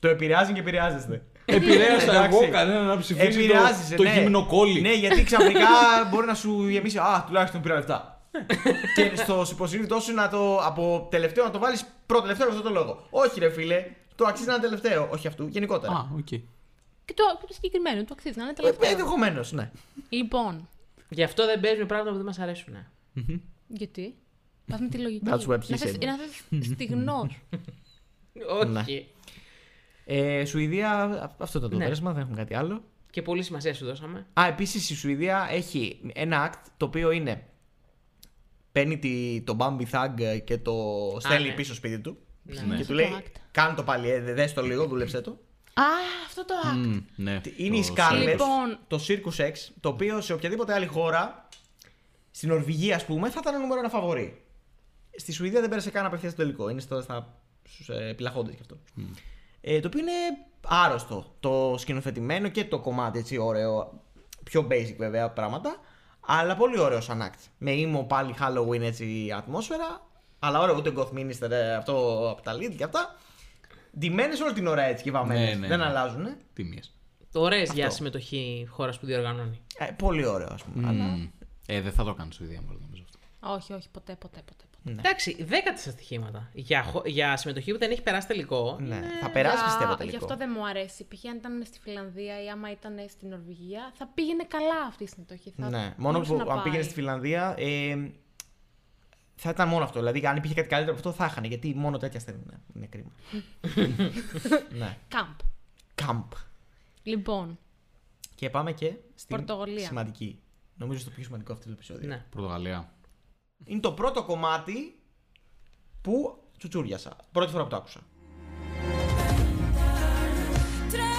S2: Το επηρεάζει και επηρεάζεστε.
S5: Επηρέασα
S2: Εντάξει.
S5: εγώ κανένα να ψηφίσει το,
S2: Επηρεάζεσαι.
S5: το
S2: ναι.
S5: γύμνο κόλλη.
S2: Ναι, γιατί
S5: (laughs)
S2: ξαφνικά μπορεί να σου γεμίσει. Α, τουλάχιστον πήρα λεφτά.
S5: Ναι.
S2: και στο υποσυνείδητό σου να το από τελευταίο να το βάλεις πρώτο τελευταίο για αυτόν τον λόγο. Όχι, ρε φίλε, το αξίζει να είναι τελευταίο. Όχι αυτού, γενικότερα.
S5: Α, οκ.
S4: Και το, και το συγκεκριμένο, του αξίζει να είναι
S2: Ε,
S4: τελευταίο.
S2: Ενδεχομένως, ναι.
S4: Λοιπόν,
S3: Γι' αυτό δεν παίζουμε πράγματα που δεν μας αρέσουν.
S4: γιατί. Πας με τη λογική.
S2: That's what he
S4: να είσαι
S2: said.
S4: να είσαι στιγνός.
S5: Ναι.
S3: Όχι.
S2: Ε, Σουηδία, α- αυτό ήταν το
S3: Ναι.
S2: πέρασμα, δεν έχουμε κάτι άλλο.
S3: Και πολύ σημασία σου δώσαμε.
S2: Α, επίσης η Σουηδία έχει ένα act το οποίο είναι. Παίρνει τη, τον Bambi Thug και το στέλνει
S3: ναι.
S2: πίσω σπίτι του.
S5: Ναι.
S2: Και του
S4: το
S2: λέει:
S4: act.
S2: Κάνε το πάλι, ε, δες το λίγο, δούλεψε το.
S4: Α, αυτό το act.
S5: Μμ, Ναι.
S2: Είναι η
S5: Το
S2: Scarlett,
S5: Scarlett.
S4: Λοιπόν.
S2: το Circus X, το οποίο σε οποιαδήποτε άλλη χώρα, στην Νορβηγία ας πούμε, θα ήταν νούμερο ένα φαβορή. Στη Σουηδία δεν πέρασε καν απευθείας στο τελικό. Είναι στο, στα, στους ε, επιλαχόντες κι αυτό. Ε, το οποίο είναι άρρωστο. Το σκηνοθετημένο και το κομμάτι έτσι ωραίο. Πιο basic βέβαια πράγματα. Αλλά πολύ ωραίο σαν act. Με ήμο πάλι Halloween έτσι ατμόσφαιρα. Αλλά ωραίο ούτε Goth Minister ε, αυτό από τα lead και αυτά. Ντυμένες όλη την ώρα έτσι και βαμμένες.
S5: Ναι, ναι,
S2: Δεν
S5: ναι.
S2: αλλάζουν. Ε.
S5: Τιμίες.
S3: Ωραίες για συμμετοχή χώρας που διοργανώνει.
S5: Ναι.
S2: Ε, πολύ ωραίο ας πούμε. Αλλά...
S5: Μμμ. Ε, δεν θα το κάνει Σουηδία μόνο νομίζω αυτό.
S4: Όχι, όχι, ποτέ, ποτέ, ποτέ. ποτέ.
S3: Εντάξει, δέκα τη ατυχήματα. Για, χω- για συμμετοχή που δεν έχει περάσει τελικό.
S2: Ναι. Θα περάσει
S4: Για-
S2: πιστεύω
S4: Γι'
S2: τελικό.
S4: αυτό δεν μου αρέσει. Π.χ. αν ήταν στη Φιλανδία ή άμα ήταν στην Νορβηγία, θα πήγαινε καλά αυτή η συμμετοχή. Θα
S2: Ναι, μόνο
S4: μπορούσε
S2: που
S4: να
S2: αν
S4: πάει.
S2: πήγαινε στη Φιλανδία. Ε, θα ήταν μόνο αυτό. Δηλαδή, αν υπήρχε κάτι καλύτερο από αυτό, θα είχαν. Γιατί μόνο τέτοια στέλνουν. Ναι, είναι κρίμα.
S4: (laughs)
S2: ναι.
S4: Καμπ.
S2: Καμπ.
S4: Λοιπόν,
S2: Και πάμε και στην
S4: Πορτογαλία.
S2: σημαντική. Νομίζω στο πιο σημαντικό αυτό το επεισόδιο.
S3: Ναι.
S5: Πορτογαλία.
S2: Είναι το πρώτο κομμάτι που τσουτσούριασα. Πρώτη φορά που το άκουσα.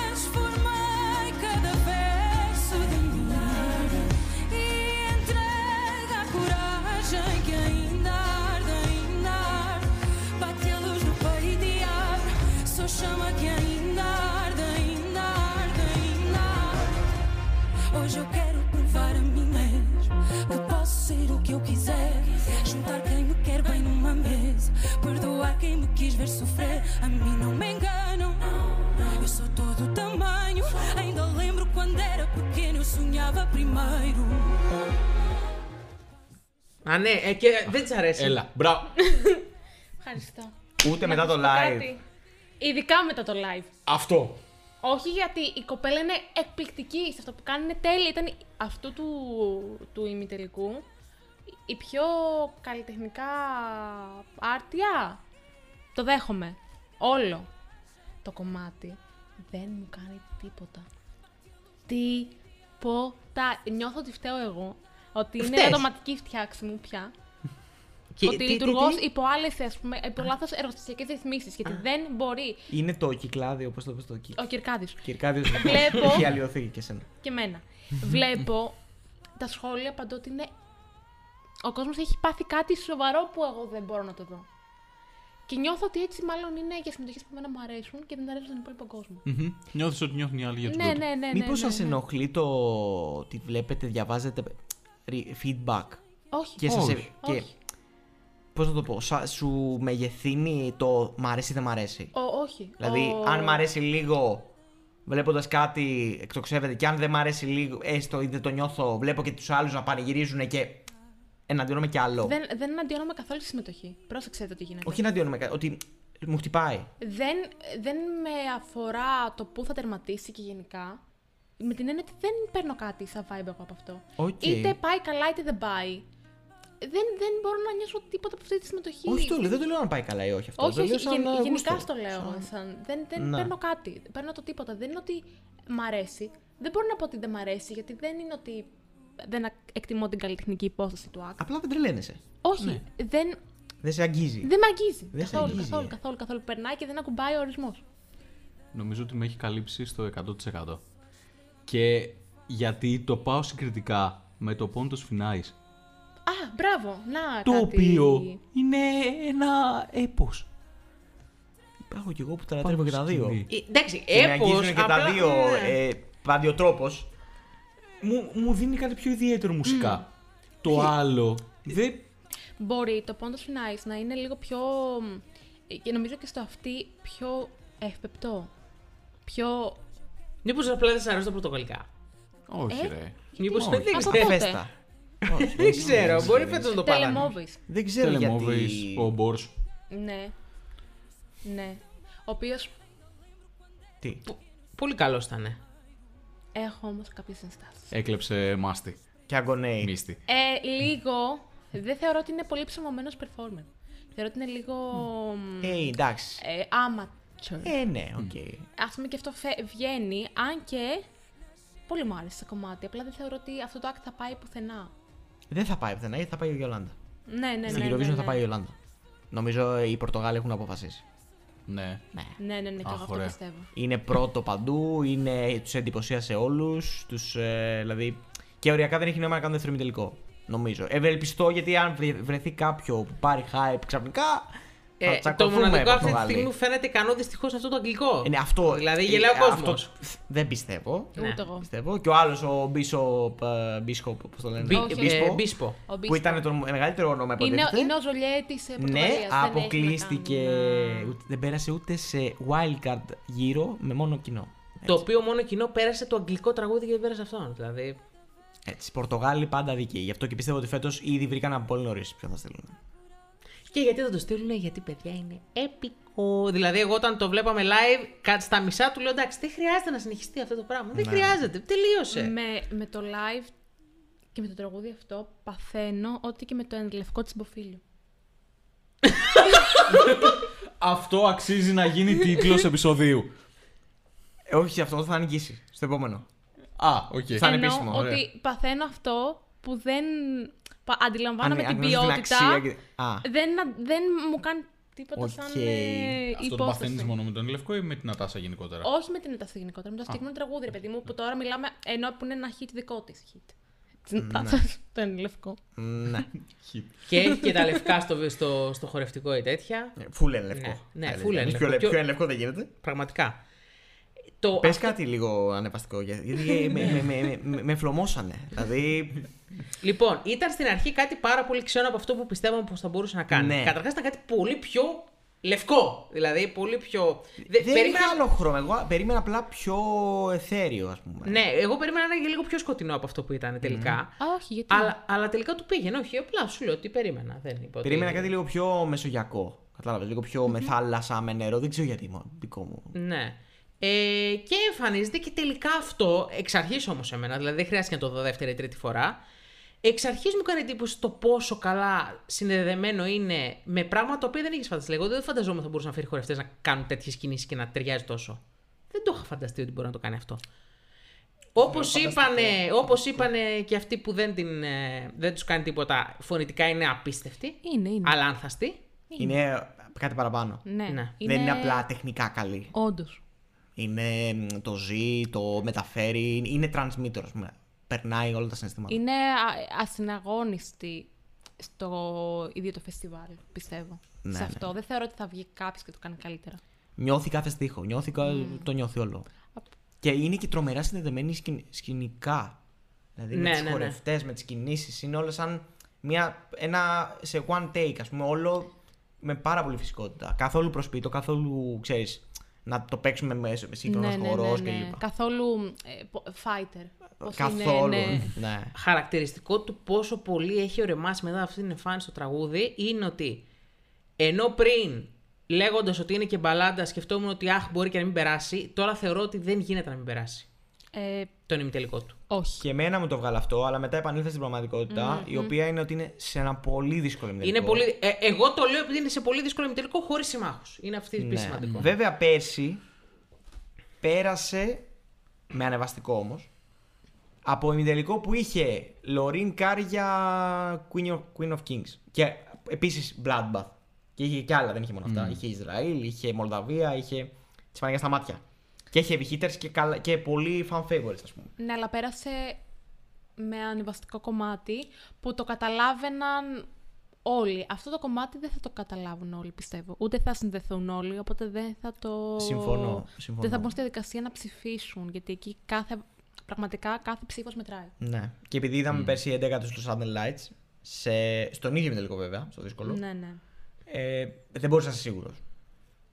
S6: Transformai cada verso de mim e entrega a coragem que ainda arde, ainda arde. Bate a luz no peito e abre, só chama que ainda arde, ainda arde, ainda arde. Hoje eu quero provar a mim mesmo que posso ser o que eu quiser. Juntar quem me quer bem numa mesa, perdoar quem me quis ver sofrer. A mim não me enganam. Eu sou todo tamanho. Ainda lembro quando era pequeno, eu sonhava primeiro.
S3: Α, ναι, ε, και δεν τη αρέσει.
S5: Έλα. Μπράβο.
S4: ευχαριστώ.
S2: Ούτε
S4: Να
S2: μετά το
S4: σας πω
S2: live.
S4: κάτι. Ειδικά μετά το live.
S5: Αυτό.
S4: Όχι γιατί η κοπέλα είναι εκπληκτική σε αυτό που κάνει, είναι τέλεια. Ήταν αυτού του, του ημιτελικού η πιο καλλιτεχνικά άρτια. Το δέχομαι. Όλο το κομμάτι δεν μου κάνει τίποτα. Τίποτα. Νιώθω ότι φταίω εγώ. Ότι είναι
S3: Φταίς.
S4: ατοματική φτιάξη μου πια.
S3: Και τι-
S4: ότι
S3: τι-
S4: λειτουργώ
S3: τι-
S4: υπό άλλες, ας πούμε, υπό λάθο εργοστασιακέ ρυθμίσεις. Γιατί δεν μπορεί.
S2: Είναι το κύκλάδιο, πώ το πει το κύκλάδιο.
S4: Ο Κυρκάδης. (laughs)
S2: Κυρκάδιος
S4: Βλέπω.
S2: έχει αλλοιωθεί και σένα.
S4: και μένα. Βλέπω τα σχόλια παντού ότι είναι. Ο κόσμος έχει πάθει κάτι σοβαρό που εγώ δεν μπορώ να το δω. Και νιώθω ότι έτσι μάλλον είναι για συμμετοχές που εμένα μου αρέσουν και δεν αρέσουν στον υπόλοιπο κόσμο.
S5: Νιώθεις ότι νιώθουν οι άλλοι για τον
S4: Ναι, ναι, ναι. ναι,
S2: Μήπως
S4: ναι,
S2: σας
S4: ναι.
S2: ενοχλεί το ότι βλέπετε, διαβάζετε ρι- feedback
S4: Όχι.
S2: και σας...
S5: Όχι.
S2: Και...
S4: Όχι.
S2: Πώς να το πω, σα- σου μεγεθύνει το μ' αρέσει ή δεν μ' αρέσει.
S4: Ο, όχι.
S2: Δηλαδή,
S4: Ο-
S2: αν μ' αρέσει λίγο, βλέποντας κάτι, εκτοξεύεται. Και αν δεν μ' αρέσει λίγο, έστω ή δεν το νιώθω, βλέπω και τους άλλους να πανηγυρίζουν και εναντιώνομαι κι άλλο.
S4: Δεν, δεν εναντιώνομαι καθόλου στη συμμετοχή. Πρόσεξε το τι γίνεται.
S2: Όχι εναντιώνομαι, κα- ότι μου χτυπάει.
S4: Δεν, δεν με αφορά το πού θα τερματίσει και γενικά. Με την έννοια ότι δεν παίρνω κάτι σαν vibe εγώ από αυτό.
S2: Οκ.
S4: Είτε πάει καλά είτε δεν πάει. Δεν, δεν μπορώ να νιώσω τίποτα από αυτή τη συμμετοχή.
S2: Όχι, το λέω, δεν το λέω αν πάει καλά ή όχι αυτό.
S4: Όχι,
S2: το λέω
S4: όχι,
S2: σαν
S4: γεν-
S2: ε,
S4: γενικά
S2: γούστο.
S4: στο λέω. εγώ, Σαν... Δεν, δεν
S2: Ναι.
S4: παίρνω κάτι. Παίρνω το τίποτα. Δεν είναι ότι μ' αρέσει. Δεν μπορώ να πω ότι δεν μ' αρέσει, γιατί δεν είναι ότι δεν ακ- εκτιμώ την καλλιτεχνική υπόσταση του άκου.
S2: Απλά δεν τρελαίνεσαι.
S4: Όχι, δεν,
S2: Δεν σε αγγίζει.
S4: δεν με αγγίζει.
S2: ναι. Δεν σε
S4: καθόλου,
S2: αγγίζει,
S4: καθόλου,
S2: ε.
S4: καθόλου, καθόλου. Περνάει και δεν ακουμπάει ο ορισμός.
S5: Νομίζω ότι με έχει καλύψει στο 100%. Και γιατί το πάω συγκριτικά με το Πόντος Φινάης,
S4: Α, μπράβο, να
S5: το
S4: κάτι.
S5: οποίο είναι ένα έπος.
S2: Υπάρχω κι εγώ που τα λατρεύω και τα δύο.
S3: Ε, Εντάξει, ναι.
S2: Και με
S3: έπω.
S2: αγγίζουν και τα δύο ε, παντιοτρόπω.
S5: Μου, μου δίνει κάτι πιο ιδιαίτερο μουσικά. Το
S4: Ε,
S5: άλλο δεν...
S4: Μπορεί το πόντο Nice να είναι λίγο πιο. μ, και νομίζω και στο αυτή πιο ευπεπτό. Πιο.
S3: Μήπως απλά δεν σα αρέσει τα πρωτοκολλικά.
S5: Όχι
S4: Ε,
S5: ρε.
S3: Μήπως
S5: Όχι.
S3: δεν
S4: Από
S3: ξέρω.
S4: πότε?
S2: Ε, Φέστα. Όχι,
S3: Δεν ξέρω, μπορεί φέτος να το πάρει.
S4: Telemovies.
S2: Δεν ξέρω γιατί.
S5: Τελεμόβης, ο Μπορς.
S4: Ναι. Ναι. Ο οποίος
S2: Τι.
S3: Πολύ καλός ήταν.
S4: έχω όμως κάποιες ενστάσεις.
S5: Έκλεψε μάστη.
S2: Και αγκονέι.
S5: Μίστη.
S4: Ε, λίγο. Δεν θεωρώ ότι είναι πολύ ψωμωμένος performer. Θεωρώ ότι είναι λίγο. μ,
S2: Ε, εντάξει.
S4: Ε, amateur.
S2: Ε, ναι, οκ.
S4: Ας πούμε και αυτό φε- βγαίνει, αν και. Πολύ μου άρεσε το κομμάτι. Απλά δεν θεωρώ ότι αυτό το act θα πάει πουθενά.
S2: Δεν θα πάει πουθενά, γιατί θα πάει η Ιολάντα.
S4: Ναι, ναι,
S2: Στην
S4: ναι.
S2: Eurovision
S4: ναι, ναι.
S2: θα πάει η Ιολάντα. Νομίζω ε, οι Πορτογάλοι έχουν αποφασίσει.
S5: Ναι.
S4: Ναι, ναι, ναι, και
S5: Αχ,
S4: εγώ αυτό
S5: ωραία.
S4: πιστεύω.
S2: Είναι πρώτο παντού, είναι, τους εντυπωσίασε όλους. Τους, ε, δηλαδή, και οριακά δεν έχει νόημα να κάνουν δεύτερο τελικό. Νομίζω. Ευελπιστώ γιατί αν βρε- βρεθεί κάποιο που πάρει hype ξαφνικά,
S3: Ε, το
S2: τσακωθούμε
S3: μοναδικό αυτή τη
S2: Πορτογάλοι.
S3: στιγμή μου φαίνεται ικανό δυστυχώς αυτό το αγγλικό.
S2: Ε, ναι, αυτό.
S3: Δηλαδή
S2: ε,
S3: γελάει ο
S2: ε,
S3: κόσμος.
S2: αυτό Δεν πιστεύω.
S3: Ναι.
S4: Ούτε εγώ.
S2: Πιστεύω. Και ο άλλος, ο Μπίσοπ. Μπίσκοπ, πώς το λένε.
S4: Όχι,
S2: Μπίσπο,
S3: ε, Μπίσπο.
S4: Ο
S2: Που
S4: Μπίσπο.
S2: ήταν το μεγαλύτερο όνομα
S4: Είναι,
S2: υποτίθεται.
S4: είναι ο ε, Ζολιέ τη Πορτογαλία.
S2: Ναι, αποκλείστηκε. Ούτε- Δεν πέρασε ούτε σε wildcard γύρο με μόνο κοινό.
S3: Το οποίο μόνο κοινό πέρασε το αγγλικό τραγούδι και δεν πέρασε αυτόν. Δηλαδή.
S2: Έτσι. Πορτογάλοι πάντα δικαίοι. Γι' αυτό και πιστεύω ότι φέτος ήδη βρήκαν από πολύ νωρίς ποιο θα στείλουν.
S3: Και γιατί δεν το στείλουν, γιατί παιδιά είναι έπικο. Δηλαδή, εγώ όταν το βλέπαμε live, κάτι στα μισά του λέω εντάξει, δεν χρειάζεται να συνεχιστεί αυτό το πράγμα.
S2: Ναι.
S3: Δεν χρειάζεται. Τελείωσε.
S4: Με, με το live και με το τραγούδι αυτό παθαίνω ότι και με το ενδελευκό τη Μποφίλου.
S5: Αυτό αξίζει να γίνει τίτλος επεισοδίου.
S2: Ε, όχι, αυτό θα νικήσει. Στο επόμενο.
S5: Α, οκ.
S2: Θα είναι
S4: Εννοώ
S2: επίσημο,
S4: ότι
S2: ωραία.
S4: παθαίνω αυτό που δεν. πα- Αντιλαμβάνομαι
S2: Αν-
S4: την
S2: αν γνωρίζεις την
S4: ποιότητα.
S2: αξία και-
S4: (laughs)
S2: Α.
S4: δεν, να- δεν μου κάνει τίποτα σαν
S2: Οκ.
S4: ε,
S5: Αυτό το
S4: υπόσταση.
S5: παθαίνεις μόνο με τον Λευκό ή με την Ατάσα γενικότερα.
S4: Όχι με την Νατάσα γενικότερα, με το συγκεκριμένο τραγούδι, ρε παιδί μου, που τώρα μιλάμε ενώ που είναι ένα hit δικό της. Hit. Τη Νατάσα, (laughs) το είναι λευκό.
S2: Ναι.
S5: Χι.
S3: Και έχει και τα λευκά στο, στο, στο χορευτικό ή τέτοια.
S2: Φούλε Ε, λευκό.
S3: Ναι, ναι,
S2: Αλήθεια.
S3: full εν
S2: Εμείς πιο
S3: λευκό.
S2: λε-
S3: Πιο-
S2: Πιο εν λευκό δεν γίνεται.
S3: Πραγματικά. Το
S2: Πες
S3: αυτό-
S2: κάτι λίγο ανεβαστικό, για- γιατί με, με, με, με, με φλωμώσανε. Δηλαδή.
S3: Λοιπόν, ήταν στην αρχή κάτι πάρα πολύ ξένο από αυτό που πιστεύαμε πως θα μπορούσε να κάνει.
S2: Ναι.
S3: Καταρχάς ήταν κάτι πολύ πιο λευκό. Δηλαδή, πολύ πιο. Δε-
S2: δεν περίμενα... άλλο χρώμα. Εγώ περίμενα απλά πιο εθέριο, ας πούμε.
S3: Ναι, εγώ περίμενα να είναι λίγο πιο σκοτεινό από αυτό που ήταν τελικά.
S2: Ναι.
S4: Α, όχι, γιατί.
S3: Αλλά, αλλά τελικά του πήγαινε, όχι. Απλά σου λέω ότι περίμενα. Δεν είπα ότι-
S2: Περίμενα κάτι λίγο πιο μεσογειακό. Κατάλαβες. Λίγο πιο με θάλασσα, με νερό. Δεν ξέρω γιατί μόνο δικό μου.
S3: Ναι. Ε, και εμφανίζεται και τελικά αυτό, εξ αρχής όμως εμένα, δηλαδή δεν χρειάστηκε να το δω δεύτερη ή τρίτη φορά. Εξ αρχής μου κάνει εντύπωση το πόσο καλά συνδεδεμένο είναι με πράγματα τα οποία δεν είχες φανταστεί. Εγώ δεν φανταζόμουν θα μπορούσαν να φέρει χορευτές να κάνουν τέτοιες κινήσεις και να ταιριάζει τόσο. Δεν το είχα φανταστεί ότι μπορεί να το κάνει αυτό. Όπω είπανε, όπως είπανε και αυτοί που δεν, την, ε, δεν τους κάνει τίποτα, φωνητικά είναι απίστευτοι.
S4: Είναι, είναι.
S3: Αλλά άνθαστοι.
S2: Είναι κάτι παραπάνω.
S4: Ναι,
S3: Ναι.
S2: Δεν είναι απλά τεχνικά καλή.
S4: Όντως.
S2: Είναι μ, το ζει, το μεταφέρει. Είναι transmitter, ας πούμε. Περνάει όλα τα συναισθήματα.
S4: Είναι α- ασυναγώνιστη στο ίδιο το φεστιβάλ, πιστεύω.
S2: Ναι,
S4: σε
S2: ναι.
S4: αυτό. Δεν θεωρώ ότι θα βγει κάποιος και το κάνει καλύτερα.
S2: Νιώθει κάθε στίχο. Νιώθει, κα- το νιώθει όλο. Και είναι και τρομερά συνδεδεμένη σκην- σκηνικά. Δηλαδή
S3: Ναι,
S2: με
S3: ναι,
S2: τις
S3: ναι.
S2: χορευτές, με τις κινήσεις. Είναι όλα σαν μια, ένα σε one take, ας πούμε. Όλο με πάρα πολύ φυσικότητα. Καθόλου προσπίτω, καθόλου ξέρεις να το παίξουμε με, με σύγχρονος
S4: ναι, ναι,
S2: χορός
S4: ναι, ναι.
S2: κλπ.
S4: Καθόλου ε, πο- fighter. Πως είναι,
S2: Καθόλου.
S4: ναι.
S2: ναι.
S3: χαρακτηριστικό του πόσο πολύ έχει ωρεμάσει μετά αυτή την εμφάνιση στο τραγούδι είναι ότι ενώ πριν λέγοντας ότι είναι και μπαλάντα, σκεφτόμουν ότι αχ, μπορεί και να μην περάσει, τώρα θεωρώ ότι δεν γίνεται να μην περάσει
S4: Ε,
S3: τον ημιτελικό του.
S4: όχι.
S2: Και εμένα μου το βγάλε αυτό, αλλά μετά επανήλθε στην πραγματικοτητα η οποία είναι ότι είναι σε ένα πολύ δύσκολο
S3: Είναι
S2: ημιτελικό.
S3: πολύ... ε, εγώ το λέω επειδή είναι σε πολύ δύσκολο ημιτελικό χωρίς συμμάχους. Είναι αυτή η
S2: Ναι.
S3: πιο σημαντικό.
S2: Βέβαια πέρσι πέρασε με ανεβαστικό όμως. Από ημιτελικό που είχε Λωρίν Κάρια Queen of, Queen of Kings. Και επίσης Bloodbath. Και είχε και άλλα, δεν είχε μόνο αυτά. Είχε Ισραήλ, είχε Μολδαβία, είχε τις Παναγία στα μάτια. Και είχε heavy hitters και, καλά, και πολύ fan favorites, ας πούμε.
S4: Ναι, αλλά πέρασε με ανεβαστικό κομμάτι που το καταλάβαιναν όλοι. Αυτό το κομμάτι δεν θα το καταλάβουν όλοι, πιστεύω. Ούτε θα συνδεθούν όλοι, οπότε δεν θα το.
S2: Συμφωνώ, συμφωνώ.
S4: Δεν θα μπουν στη διαδικασία να ψηφίσουν, γιατί εκεί κάθε. Πραγματικά κάθε ψήφος μετράει.
S2: Ναι. Και επειδή είδαμε πέρσι 11 του Southern Lights, σε... στον ίδιο ημιτελικό βέβαια, στο δύσκολο,
S4: Ναι, ναι.
S2: ε, δεν μπορεί να είσαι σίγουρος.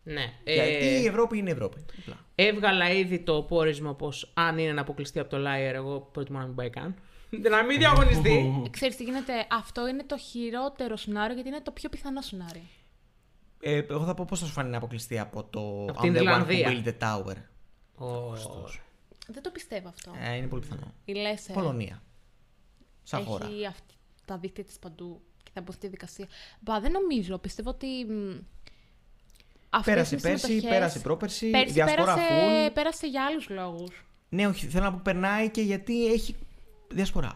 S3: Ναι.
S2: Γιατί
S3: Ε,
S2: η Ευρώπη είναι Ευρώπη. απλά.
S3: Έβγαλα ήδη το πόρισμα πως αν είναι να αποκλειστεί από το Liar, εγώ προτιμώ να μην πάει καν. να μην διαγωνιστεί.
S4: Ξέρεις τι γίνεται, αυτό είναι το χειρότερο σενάριο γιατί είναι το πιο πιθανό σενάριο.
S2: Ε, εγώ θα πω πώς θα σου φανεί να αποκλειστεί από το
S3: Από την
S2: I'm the one who
S3: Ιρλανδία.
S2: built the tower.
S3: Ω,
S4: Δεν το πιστεύω αυτό.
S2: Ε, είναι πολύ πιθανό.
S4: Η Λέσσερ
S2: Πολωνία. Σαν χώρα.
S4: έχει αυτή, τα δίκτυα της παντού και θα μπω στη δικασία. Μπα, δεν νομίζω. Πιστεύω ότι... μ, αυτές
S2: Πέρασε
S4: οι
S2: πέρσι,
S4: συμμετοχές-
S2: πέρασε πρόπερσι, η
S4: Πέρσι
S2: διασπορά
S4: πέρασε,
S2: full.
S4: πέρασε για άλλους λόγους.
S2: Ναι, όχι, θέλω να πω περνάει και γιατί έχει διασπορά.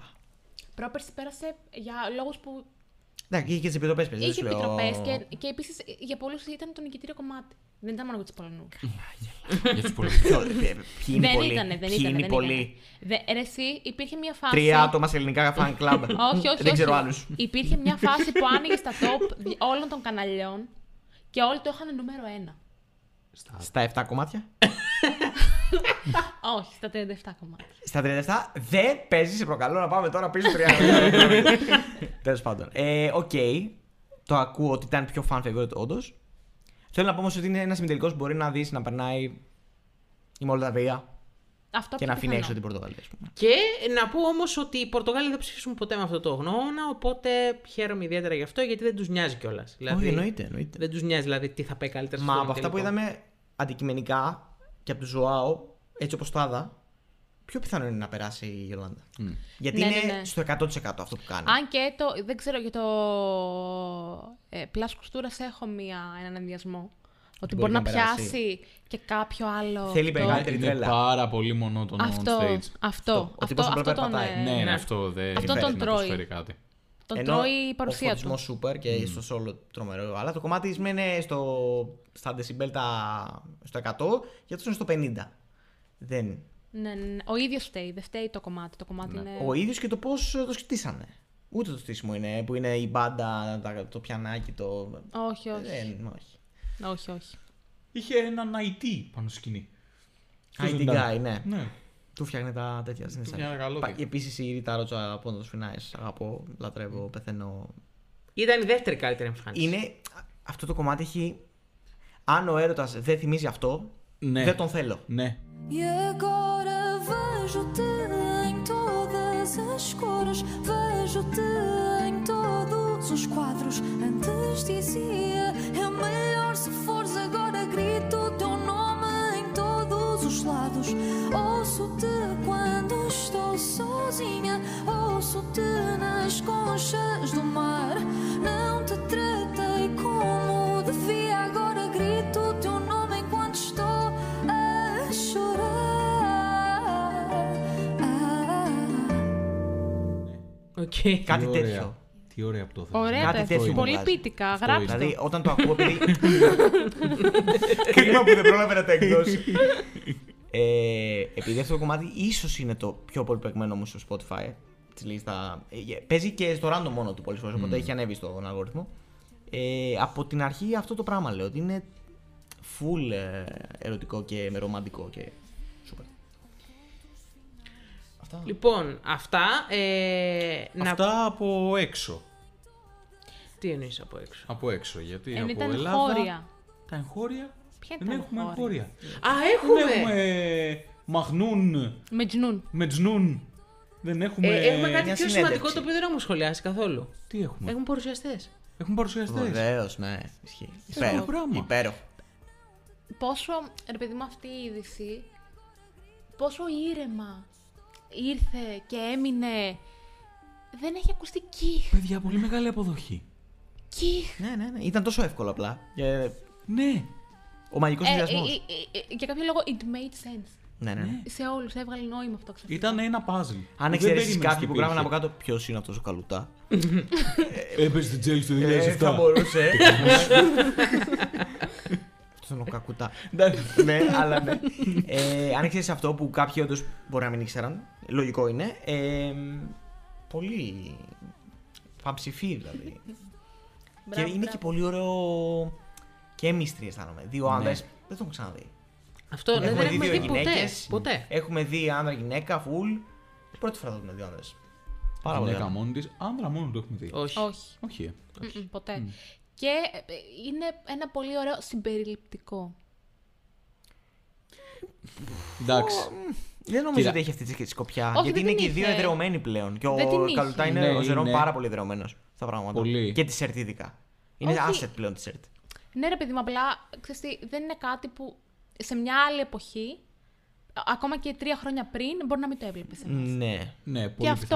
S4: Πρόπερσι πέρασε για λόγους που
S2: Εντάξει, είχε και τις επιτροπές παιδιά.
S4: είχε επιτροπές και, και επίσης για πολλούς ήταν το νικητήριο κομμάτι. Δεν ήταν μόνο για τους Πολωνούς.
S5: Για τους πολλού.
S2: Ποιοι είναι
S4: (laughs) δεν
S2: οι πολλοί.
S4: ήτανε, δεν
S2: ποιοι
S4: ήτανε,
S2: είναι οι
S4: δεν
S2: πολλοί.
S4: ήτανε. Δε- ρε, εσύ, υπήρχε μια φάση...
S2: Τρία άτομα σε ελληνικά fan club.
S4: (laughs) όχι, όχι.
S2: Δεν ξέρω
S4: όχι.
S2: άλλους.
S4: Υπήρχε μια φάση που άνοιγες στα top όλων των καναλιών Και όλοι το είχαν νούμερο ένα.
S2: Στα 7 κομμάτια.
S4: Όχι, στα 37 κομμάτια.
S2: Στα 37 δεν παίζει, σε προκαλώ να πάμε τώρα πίσω 30. (laughs) Τέλος πάντων. Ε, Οκ. Το ακούω ότι ήταν πιο fan favorite, όντως. Θέλω να πω όμως ότι είναι ένας συμμετελικό που μπορεί να δεις να περνάει η Μολδαβία
S4: Αυτό
S2: και
S4: πιο
S2: να αφήνει
S4: πιθανό.
S2: έξω την Πορτογαλία, ας πούμε.
S3: Και να πω όμως ότι οι Πορτογάλοι δεν ψηφίσουν ποτέ με αυτό το γνώνα, οπότε χαίρομαι ιδιαίτερα γι' αυτό γιατί δεν τους νοιάζει κιόλας.
S4: Δηλαδή,
S2: Όχι, εννοείται, εννοείται.
S3: Δεν τους νοιάζει δηλαδή τι θα πάει καλύτερα
S2: Μα
S3: στο
S2: από αυτά που
S3: τελικό.
S2: είδαμε αντικειμενικά και από τους Ζωάο, έτσι όπως το είδα, πιο πιθανό είναι να περάσει η Ιρλανδία. Γιατί
S4: Ναι,
S2: είναι
S4: ναι, ναι.
S2: στο 100% αυτό που κάνει.
S4: Αν και το. Δεν ξέρω για το. Ε, πλάσ κουστούρα έχω μία, έναν ενδιασμό. Ότι μπορεί,
S2: να
S4: να,
S2: περάσει.
S4: πιάσει και κάποιο άλλο.
S2: Θέλει
S4: αυτό.
S2: μεγάλη
S5: Ε, Είναι
S2: τρέλα.
S5: πάρα πολύ μονότονο
S4: Αυτό.
S5: on stage.
S4: Αυτό.
S2: Ο
S4: Αυτό,
S2: τύπος
S4: αυτό
S2: απλά
S4: τον,
S2: περπατάει.
S4: ε,
S5: Ναι,
S3: ναι.
S5: ναι, αυτό δεν
S4: Αυτό
S5: δεν
S4: τον
S5: να τους
S4: τρώει.
S5: φέρει κάτι.
S4: τον τρώει η
S2: ο
S4: παρουσία του.
S2: φωτισμός σούπερ και στο solo τρομερό. Αλλά το κομμάτι της είναι στο, στα decibel τα, στο 100 και αυτός είναι στο 50. Δεν.
S4: Ναι, ναι, ναι. Ο ίδιος φταίει. Δεν φταίει το κομμάτι. Το κομμάτι είναι.
S2: Ο ίδιος και το πώς το στήσανε. Ούτε το στήσιμο είναι, που είναι η μπάντα, τα- το πιανάκι, το...
S4: Όχι, όχι.
S2: Δεν, όχι.
S4: όχι, όχι.
S5: Είχε έναν IT πάνω στη σκηνή. Ποιος
S2: IT
S5: δεν ήταν?
S2: guy, ναι.
S5: Ναι.
S2: Του φτιάχνει τα τέτοια στην
S5: φτιάχνει τα
S2: Ισραήλ.
S5: καλώδια.
S2: Επίσης η Ρίτα Ρότσα από τους Φινάες, αγαπώ, λατρεύω, πεθαίνω,
S3: Ήταν η δεύτερη καλύτερη εμφάνιση.
S2: είναι. Αυτό το κομμάτι έχει. Αν ο έρωτας δεν θυμίζει αυτό,
S5: Ναι.
S2: δεν τον θέλω.
S5: Ναι.
S6: Eu agora vejo-te em todas as cores, vejo-te em todos os quadros. Antes dizia, é melhor se fores agora, grito o teu nome em todos os lados. Ouço-te quando estou sozinha, ouço-te nas conchas do mar. Não te tratei como devia, agora grito o teu nome enquanto estou a chorar.
S3: Οκ.
S2: Κάτι
S5: Τι ωραία.
S2: τέτοιο.
S5: Τι ωραία που το θέλω.
S4: Ωραία,
S2: Κάτι
S4: τα
S2: τέτοιο
S4: εθ-
S2: μου
S4: Πολύ
S2: βγάζει.
S4: πίτικα.
S5: Αυτό
S4: Γράψτε.
S2: Δηλαδή,
S4: το.
S2: όταν το ακούω, επειδή. (laughs) Κρίμα που δεν πρόλαβε να τα εκδώσει. Ε, επειδή αυτό το κομμάτι ίσως είναι το πιο πολυπεκμένο μου στο Spotify. Τη λίστα. ε, γε- Παίζει και στο random μόνο του πολλές φορές, οπότε έχει ανέβει στον αλγόριθμο. Ε, από την αρχή αυτό το πράγμα λέω ότι είναι full ε, ερωτικό και ρομαντικό και. Super. Αυτά.
S3: Λοιπόν, αυτά. Ε, να...
S5: Αυτά από έξω.
S3: Τι εννοείς από έξω.
S5: Από έξω, γιατί
S4: Εν
S5: από
S4: ήταν
S5: Ελλάδα...
S4: χώρια.
S5: Τα εγχώρια
S4: Ποια
S5: δεν
S4: ήταν
S5: έχουμε
S4: εγχώρια?
S5: εγχώρια.
S3: Α,
S5: Δεν
S3: έχουμε!
S5: έχουμε ε, Μαχνούν,
S4: Με τζνούν.
S5: Μετζνούν. Δεν έχουμε...
S3: Ε, έχουμε κάτι
S2: Μια
S3: πιο σημαντικό
S2: συνέντευξη.
S3: το οποίο δεν έχουμε σχολιάσει καθόλου.
S5: Τι έχουμε.
S3: Έχουμε παρουσιαστέ.
S5: Έχουμε παρουσιαστές.
S2: Βεβαίως, ναι. Ισχύει.
S5: Υπέροχο
S2: Υπέροχο.
S5: πράγμα.
S2: Υπέροχο.
S4: Πόσο, ρε παιδί μου, αυτή η είδηση, πόσο ήρεμα ήρθε και έμεινε. Δεν έχει ακουστεί κύχ,
S5: Παιδιά, πολύ μεγάλη αποδοχή.
S4: κύχ.
S2: Ναι, ναι, ναι. Ήταν τόσο εύκολο απλά. Και
S5: Ναι.
S2: Ο μαγικός
S4: Ε, ε,
S2: συνδυασμός.
S4: ε, ε, ε, για κάποιο λόγο, it made sense.
S2: Ναι, ναι. ναι.
S4: Σε όλους έβγαλε νόημα αυτό ξαφνικά.
S5: Ήταν ένα puzzle.
S2: Αν εξαιρέσει κάποιοι που γράφουν από κάτω, ποιος είναι αυτός ο καλουτά.
S5: Έπεσε την τζέλη του
S2: Ε, θα
S5: 2007.
S2: μπορούσε. Αυτός είναι ο κακουτά. ναι, αλλά ναι. Ε, αν ξέρει αυτό που κάποιοι όντως μπορεί να μην ήξεραν, λογικό είναι. Ε, πολύ. Παμψηφί δηλαδή. και
S4: Μπράβο,
S2: είναι
S4: μπράβο.
S2: και πολύ ωραίο. Και μυστρή αισθάνομαι. Δύο άνδρες. Δεν το έχω ξαναδεί.
S3: Αυτό ναι, δεν έχουμε
S2: δύο
S3: δει ποτέ.
S2: γυναίκες.
S3: Ποτέ.
S2: Έχουμε δει άνδρα-γυναίκα, full. Πρώτη φορά το δούμε δύο άνδρες. Πάρα πολύ.
S5: Γυναίκα
S2: ωραίο.
S5: μόνη Ναι, της, άνδρα μόνο το έχουμε δει.
S3: Όχι.
S4: Όχι,
S5: Όχι. ε.
S4: μμμ, ποτέ.
S2: Mm.
S4: Και ε, ε, είναι ένα πολύ ωραίο συμπεριληπτικό.
S5: Εντάξει.
S2: Δεν νομίζω
S5: Κοίτα.
S2: ότι έχει αυτή τη σκοπιά.
S4: Όχι,
S2: γιατί
S4: δεν
S2: είναι
S4: την
S2: και οι δύο
S4: είχε.
S2: εδρεωμένοι πλέον. Και ο
S4: Δεν την είχε.
S2: Καλουτά είναι
S5: Ναι,
S2: ο Ζερόν
S5: είναι.
S2: πάρα πολύ εδρεωμένος στα πράγματα.
S5: Πολύ.
S2: Και τη σερτ ειδικά. Είναι
S4: Όχι.
S2: asset πλέον τη σερτ.
S4: Ναι, ρε παιδί μου, απλά ξέρεις τι, δεν είναι κάτι που σε μια άλλη εποχή, α- ακόμα και τρία χρόνια πριν, μπορεί να μην το έβλεπες.
S2: Ναι.
S5: Ναι, πολύ
S4: αυτό-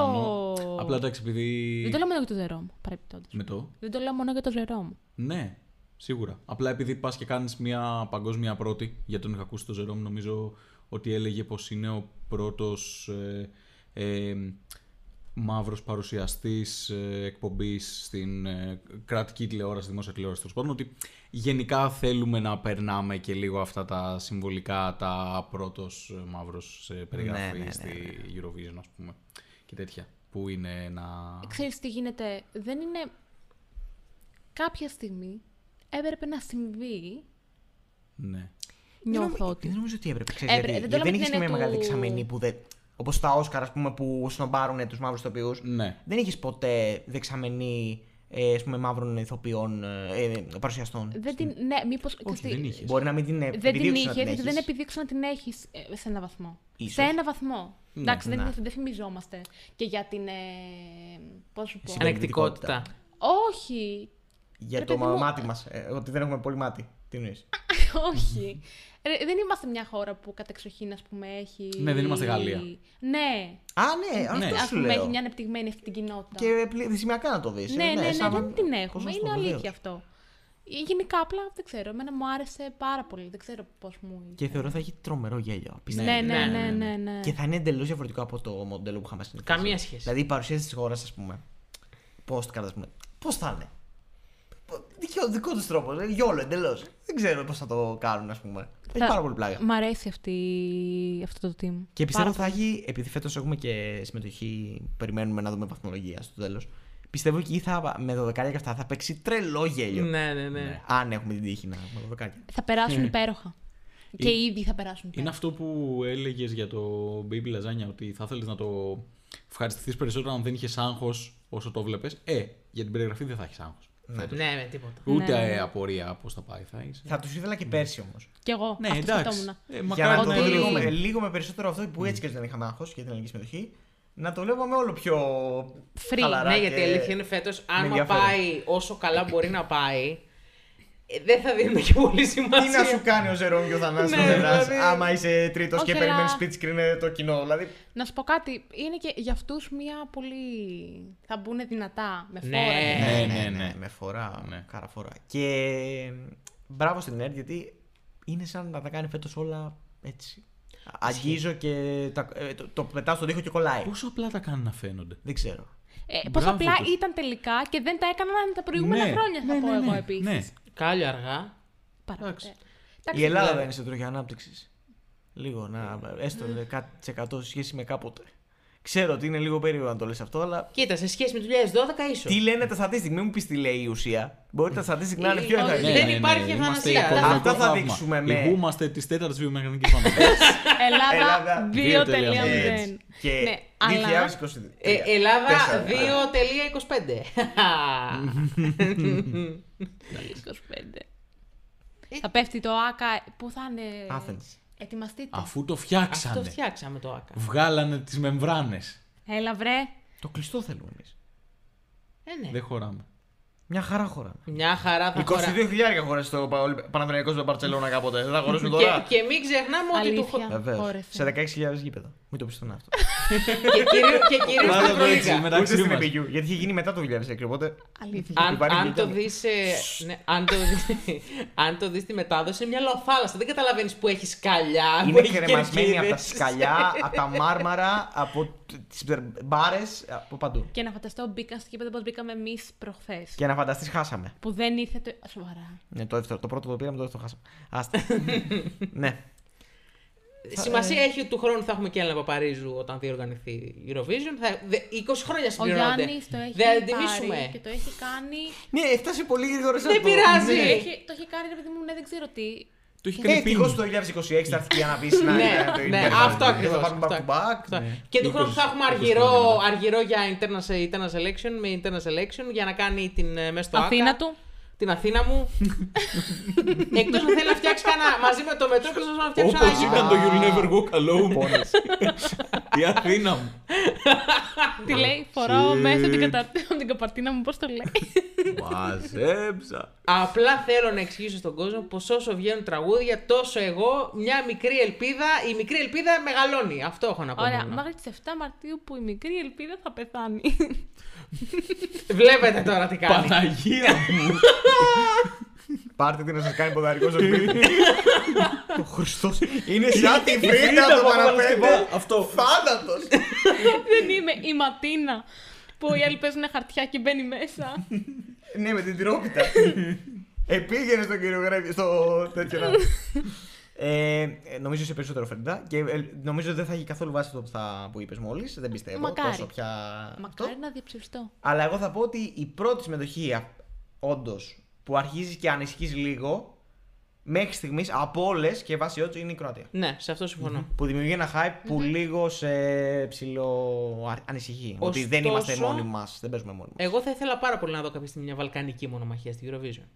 S5: πιθανό. Απλά εντάξει,
S4: Δεν το
S5: επειδή.
S4: λέω μόνο για το ζερό μου, παρεπιπτόντω.
S5: Με το.
S4: Δεν το λέω μόνο για το ζερό μου.
S5: Ναι, σίγουρα. Απλά επειδή πας και κάνεις μια παγκόσμια πρώτη, γιατί τον είχα ακούσει το Ζερόμ, νομίζω ότι έλεγε πως είναι ο πρώτος ε, ε, μαύρος παρουσιαστής ε, εκπομπής στην ε, κρατική τηλεόραση, δημόσια τηλεόραση τέλος πάντων. Ότι γενικά θέλουμε να περνάμε και λίγο αυτά τα συμβολικά, τα πρώτος μαύρο σε ε, περιγραφή
S2: Ναι, ναι, ναι,
S5: στη Eurovision, ας πούμε. Και τέτοια. Που είναι ένα.
S4: Ξέρεις τι γίνεται, δεν είναι... Κάποια στιγμή έπρεπε να συμβεί.
S5: Ναι.
S4: Νιώθω
S2: Δεν
S4: ότι.
S2: νομίζω ότι έπρεπε. Ξέρεις,
S4: Έπρεπε,
S2: γιατί,
S4: δεν το
S2: γιατί
S4: λέμε
S2: δεν είχε
S4: την
S2: μια
S4: έννοια
S2: μεγάλη
S4: του-
S2: δεξαμενή που δεν. Όπως τα Όσκαρ, ας πούμε, που σνομπάρουν τους μαύρους ηθοποιούς.
S5: Ναι.
S2: Δεν είχε ποτέ δεξαμενή ε, ας πούμε, μαύρων ηθοποιών ε, ε, παρουσιαστών.
S4: Δεν την, ναι, μήπως... ξέρεις τι,
S5: δεν είχες.
S2: Μπορεί να μην την ε,
S4: Δεν την
S2: επιδίωξες να
S4: είχε, διότι
S2: έχεις.
S4: δεν επιδείξω να την έχεις σε ένα βαθμό.
S2: Ίσως.
S4: Σε ένα βαθμό. Εντάξει, δεν,
S2: ναι.
S4: δεν φημιζόμαστε και για την. Ε, Πώς σου πω.
S2: Συμπε-
S3: Ανεκτικότητα.
S4: Όχι. (laughs)
S2: Για
S4: Ρε
S2: το
S4: παιδί
S2: μα-
S4: μου,
S2: μάτι μας. ότι δεν έχουμε πολύ μάτι. Τι εννοείς.
S4: όχι. Ρε, δεν είμαστε μια χώρα που κατεξοχήν, ας πούμε, έχει.
S5: Ναι, δεν είμαστε Γαλλία.
S4: Ναι.
S2: Α, ναι, αυτό
S4: Ας
S2: σου
S4: πούμε,
S2: λέω.
S4: έχει μια ανεπτυγμένη αυτή την κοινότητα.
S2: Και πλη- σημειακά να το ε, δει.
S4: Ναι, ναι, ναι, δεν την έχουμε. Είναι αλήθεια αυτό. Ε, Γενικά, απλά δεν ξέρω. Εμένα μου άρεσε πάρα πολύ. Δεν ξέρω πώς μου.
S2: Και θεωρώ θα έχει τρομερό γέλιο. απίστευτο.
S4: Ναι,
S3: ναι,
S4: ναι,
S3: ναι,
S4: ναι, ναι. ναι.
S2: Και θα είναι εντελώς διαφορετικό από το μοντέλο που είχαμε στην
S3: Καμία σχέση.
S2: Δηλαδή η παρουσίαση της χώρας, ας πούμε. Πώ το ας πούμε. Πώς θα είναι. Δικαιό, δικός τους τρόπος. Γιόλο εντελώς. Δεν ξέρω πώς θα το κάνουν, ας πούμε. Θα έχει
S4: Θα-
S2: πάρα πολύ πλάκα.
S4: Μ' αρέσει αυτή, αυτό το team.
S2: Και πιστεύω
S4: Πάρα
S2: θα έχει, επειδή φέτος έχουμε και συμμετοχή, περιμένουμε να δούμε βαθμολογία στο τέλος. Πιστεύω εκεί θα, με 12 και αυτά θα παίξει τρελό γέλιο.
S3: Ναι, ναι, ναι.
S2: Αν έχουμε την τύχη να έχουμε 12.
S4: θα περάσουν υπέροχα.
S2: Ε,
S4: Και ήδη θα περάσουν
S5: Είναι
S4: υπέροχα.
S5: αυτό που έλεγες για το Baby Lasagna, ότι θα ήθελε να το ευχαριστηθείς περισσότερο αν δεν είχες άγχος όσο το βλέπει. Ε, για την περιγραφή δεν θα έχεις άγχος.
S3: Ναι, με τίποτα.
S5: Ούτε
S4: Ναι.
S5: ε, απορία πώς θα πάει, θα είσαι.
S2: Θα τους ήθελα και πέρσι όμως.
S4: Κι εγώ.
S5: Ναι,
S4: αυτό
S5: εντάξει.
S4: σκεφτόμουν.
S5: Ε,
S2: Για να
S5: μακάρι
S2: το
S5: να
S2: δω
S3: ναι.
S4: είναι
S2: λίγο,
S4: λίγο.
S2: με, λίγο με περισσότερο αυτό
S5: Ναι.
S2: που έτσι και δεν είχαμε άγχος για την ελληνική συμμετοχή, να το βλέπουμε όλο πιο.
S4: Free.
S2: χαλαρά
S3: Ναι,
S2: και-
S3: γιατί η αλήθεια είναι φέτος,
S2: με
S3: άμα
S2: ενδιαφέρον.
S3: πάει όσο καλά μπορεί να πάει, ε, δεν θα δίνουμε και πολύ
S2: Τι να σου
S3: σημασία.
S2: κάνει ο Ζερόμ και ο Θανάσης
S3: Ναι,
S2: ο Δεράς,
S3: δηλαδή.
S2: άμα είσαι τρίτος
S4: Όχι,
S2: και
S4: αλλά-
S2: περιμένει speed screen το κοινό. Δηλαδή.
S4: Να σου πω κάτι. Είναι και για αυτούς μια πολύ. θα μπουν δυνατά με φόρα.
S3: Ναι.
S4: Ναι.
S5: Ναι, ναι, ναι.
S2: Με φορά,
S5: Ναι.
S2: καραφορά. Και μπράβο στην ΕΡΤ γιατί είναι σαν να τα κάνει φέτος όλα έτσι. Αγγίζω και τα- ε, το, το πετάω στον τοίχο και κολλάει.
S5: Πόσο απλά τα κάνουν να φαίνονται.
S2: Δεν ξέρω. Ναι.
S4: Ε, πόσο
S5: Μπράβο
S4: απλά
S5: τους.
S4: ήταν τελικά και δεν τα έκαναν τα προηγούμενα
S5: Ναι,
S4: χρόνια, θα
S5: ναι,
S4: πω
S5: ναι,
S4: εγώ
S5: ναι,
S4: επίσης.
S5: ναι.
S3: Κάλιο αργά.
S4: Παρακαλώ.
S2: Η Ελλάδα δεν είναι σε τροχιά ανάπτυξης. Λίγο να.
S3: Ε,
S2: έστω κάτι σε 100% σε σχέση με κάποτε. Ξέρω ότι είναι λίγο περίεργο να το λες αυτό, αλλά.
S3: Κοίτα, σε σχέση με το 2012 ίσως.
S2: Τι λένε τα statistics, μην μου πεις τι λέει η ουσία. Μπορεί τα statistics να είναι πιο
S3: Ε,
S5: Ναι,
S2: ενθαρρυντικά.
S3: Δεν υπάρχει
S5: είμαστε
S3: ευανασία.
S5: οικονομικό
S2: Αυτά θα
S5: θαύμα.
S2: δείξουμε ναι. με-
S5: Ηγούμαστε της τέταρτης
S2: (laughs)
S5: βιομηχανικής φαντασία.
S4: Ελλάδα
S2: Ελλάδα
S4: 2.0.
S2: Έτσι. Και
S4: Ναι, αλλά.
S2: 2022.
S3: Ε, Ελλάδα
S2: Τέσσερα. ναι.
S3: 2.25.
S4: Θα πέφτει το ΑΚΑ. Πού θα είναι.
S2: Athens.
S4: Ετοιμαστείτε.
S5: Αφού το
S3: Αυτό
S5: φτιάξανε.
S3: φτιάξαμε το άκα.
S5: Βγάλανε τις μεμβράνες.
S4: Έλα, βρε.
S2: Το κλειστό θέλουμε εμείς.
S3: Ε, ναι.
S5: Δεν χωράμε.
S2: Μια χαρά χώρα.
S3: Μια χαρά θα
S2: 22.000
S3: χωρά.
S2: χώρες στο Πανα- Παναθηναϊκός στο Μπαρσελόνα κάποτε. Δεν θα χωρέσουν
S3: (laughs) Και,
S2: τώρα.
S3: και μην ξεχνάμε ότι του χω...
S4: Αλήθεια.
S2: Βεβαίω.
S4: Χώρες,
S2: Σε
S4: ναι.
S2: 16.000 γήπεδα. Μην το πιστούν αυτό.
S3: και κυρίως, και κυρίως
S5: Βάλε
S3: στην
S5: το έτσι,
S3: Ευρωλίγα.
S2: Ούτε
S5: μεταξύ
S2: στην
S5: μας.
S2: επίγειου. Γιατί είχε γίνει μετά το 2006. Οπότε.
S4: Αλήθεια.
S3: Αν,
S2: Υπάρχει
S3: αν,
S2: γλυκιά
S3: το
S2: μου.
S3: δεις, ε, ναι, αν, το δεις, (laughs) αν το δεις τη μετάδοση, είναι μια λοθάλασσα. Δεν καταλαβαίνεις που έχεις σκαλιά. που
S2: Είναι
S3: έχεις
S2: κρεμασμένη από τα
S3: κερκίδες.
S2: σκαλιά, από τα μάρμαρα, από τι μπάρες, από παντού.
S4: Και να φανταστώ μπήκα στο κήπεδο πώ μπήκαμε εμείς προχθές.
S2: Και να φανταστείς, χάσαμε.
S4: Που δεν ήρθε το. Σοβαρά.
S2: Ναι, το, δεύτερο, το πρώτο το πήραμε, το δεύτερο χάσαμε. Άστα.
S3: (laughs)
S2: ναι.
S3: Σημασία έχει ότι του χρόνου θα έχουμε και Έλληνα Παπαρίζου όταν διοργανωθεί η Eurovision. Θα, δε- 20 χρόνια
S4: Ο
S3: συμπληρώνονται.
S4: Γιάννης το έχει
S3: Δεν
S4: πάρει
S3: τιμήσουμε.
S4: και το έχει κάνει.
S2: Ναι, έφτασε πολύ γρήγορα σε
S3: Δεν
S2: αυτό.
S3: πειράζει.
S2: Ναι.
S4: Έχει- το έχει κάνει, ρε παιδί μου, ναι, δεν ξέρω τι.
S5: Το είχε κάνει
S2: Ευτυχώς
S5: πίνη.
S2: το 2026 θα έρθει και η αναβίση να
S3: Ναι,
S2: είναι το
S3: ναι,
S2: ίδιο.
S3: αυτό
S2: Θα
S3: ακριβώς,
S2: πάμε
S3: αυτό.
S2: back Ναι. to back.
S3: Θα- Και του
S5: 20
S3: χρόνου θα έχουμε
S5: 20
S3: αργυρό,
S5: χρόνια.
S3: αργυρό για internal, internal selection με internal selection για να κάνει την ε, μέσα στο
S4: Αθήνα
S3: Άκα.
S4: του.
S3: Την Αθήνα
S4: (laughs)
S3: μου. Εκτός να θέλει να φτιάξει κανένα μαζί με το μετρό, εκτός να φτιάξει
S5: Όπω
S3: ένα γήπεδο.
S5: ήταν το You'll Never Walk Alone. (laughs) Η Αθήνα μου.
S4: Τι λέει, φοράω μέσα την, κατα... (laughs) από την καπαρτίνα μου, πώς το λέει.
S5: Μαζέψα.
S3: Απλά θέλω να εξηγήσω στον κόσμο πως όσο βγαίνουν τραγούδια, τόσο εγώ μια μικρή ελπίδα, η μικρή ελπίδα μεγαλώνει. Αυτό έχω να πω.
S4: Ωραία,
S3: μόνο.
S4: μέχρι τις 7 Μαρτίου που η μικρή ελπίδα θα πεθάνει.
S3: Βλέπετε τώρα τι κάνει.
S5: Παναγία μου.
S2: Πάρτε τι να σας κάνει ποδαρικός στο σπίτι. (laughs) Ο Χριστός. Είναι σαν τη φρύτα το παραπέμπω.
S5: Αυτό.
S2: Θάνατος.
S4: δεν είμαι η Ματίνα που οι άλλοι παίζουν χαρτιά και μπαίνει (laughs) μέσα.
S2: Ναι, με την τυρόπιτα. Επήγαινε στον κύριο Γκρέμι, στο τέτοιο να. Ε, νομίζω είσαι περισσότερο φρεντά και ε, νομίζω δεν θα έχει καθόλου βάση το που, θα, που είπες μόλις, δεν πιστεύω
S4: Μακάρι.
S2: τόσο πια αυτό.
S4: Μακάρι να διαψευστώ.
S2: Αλλά εγώ θα πω ότι η πρώτη συμμετοχή όντως που αρχίζεις και ανησυχείς λίγο μέχρι στιγμής από όλες και βάσει ότου είναι η Κροατία.
S3: Ναι, σε αυτό συμφωνώ.
S2: Που δημιουργεί ένα hype που λίγο σε ψηλό ανησυχεί. Ότι δεν είμαστε
S3: Ωστόσο-
S2: μόνοι μας, δεν παίζουμε μόνοι μας.
S3: Εγώ θα ήθελα πάρα πολύ να δω κάποια στιγμή μια βαλκανική μονομαχία στην Eurovision.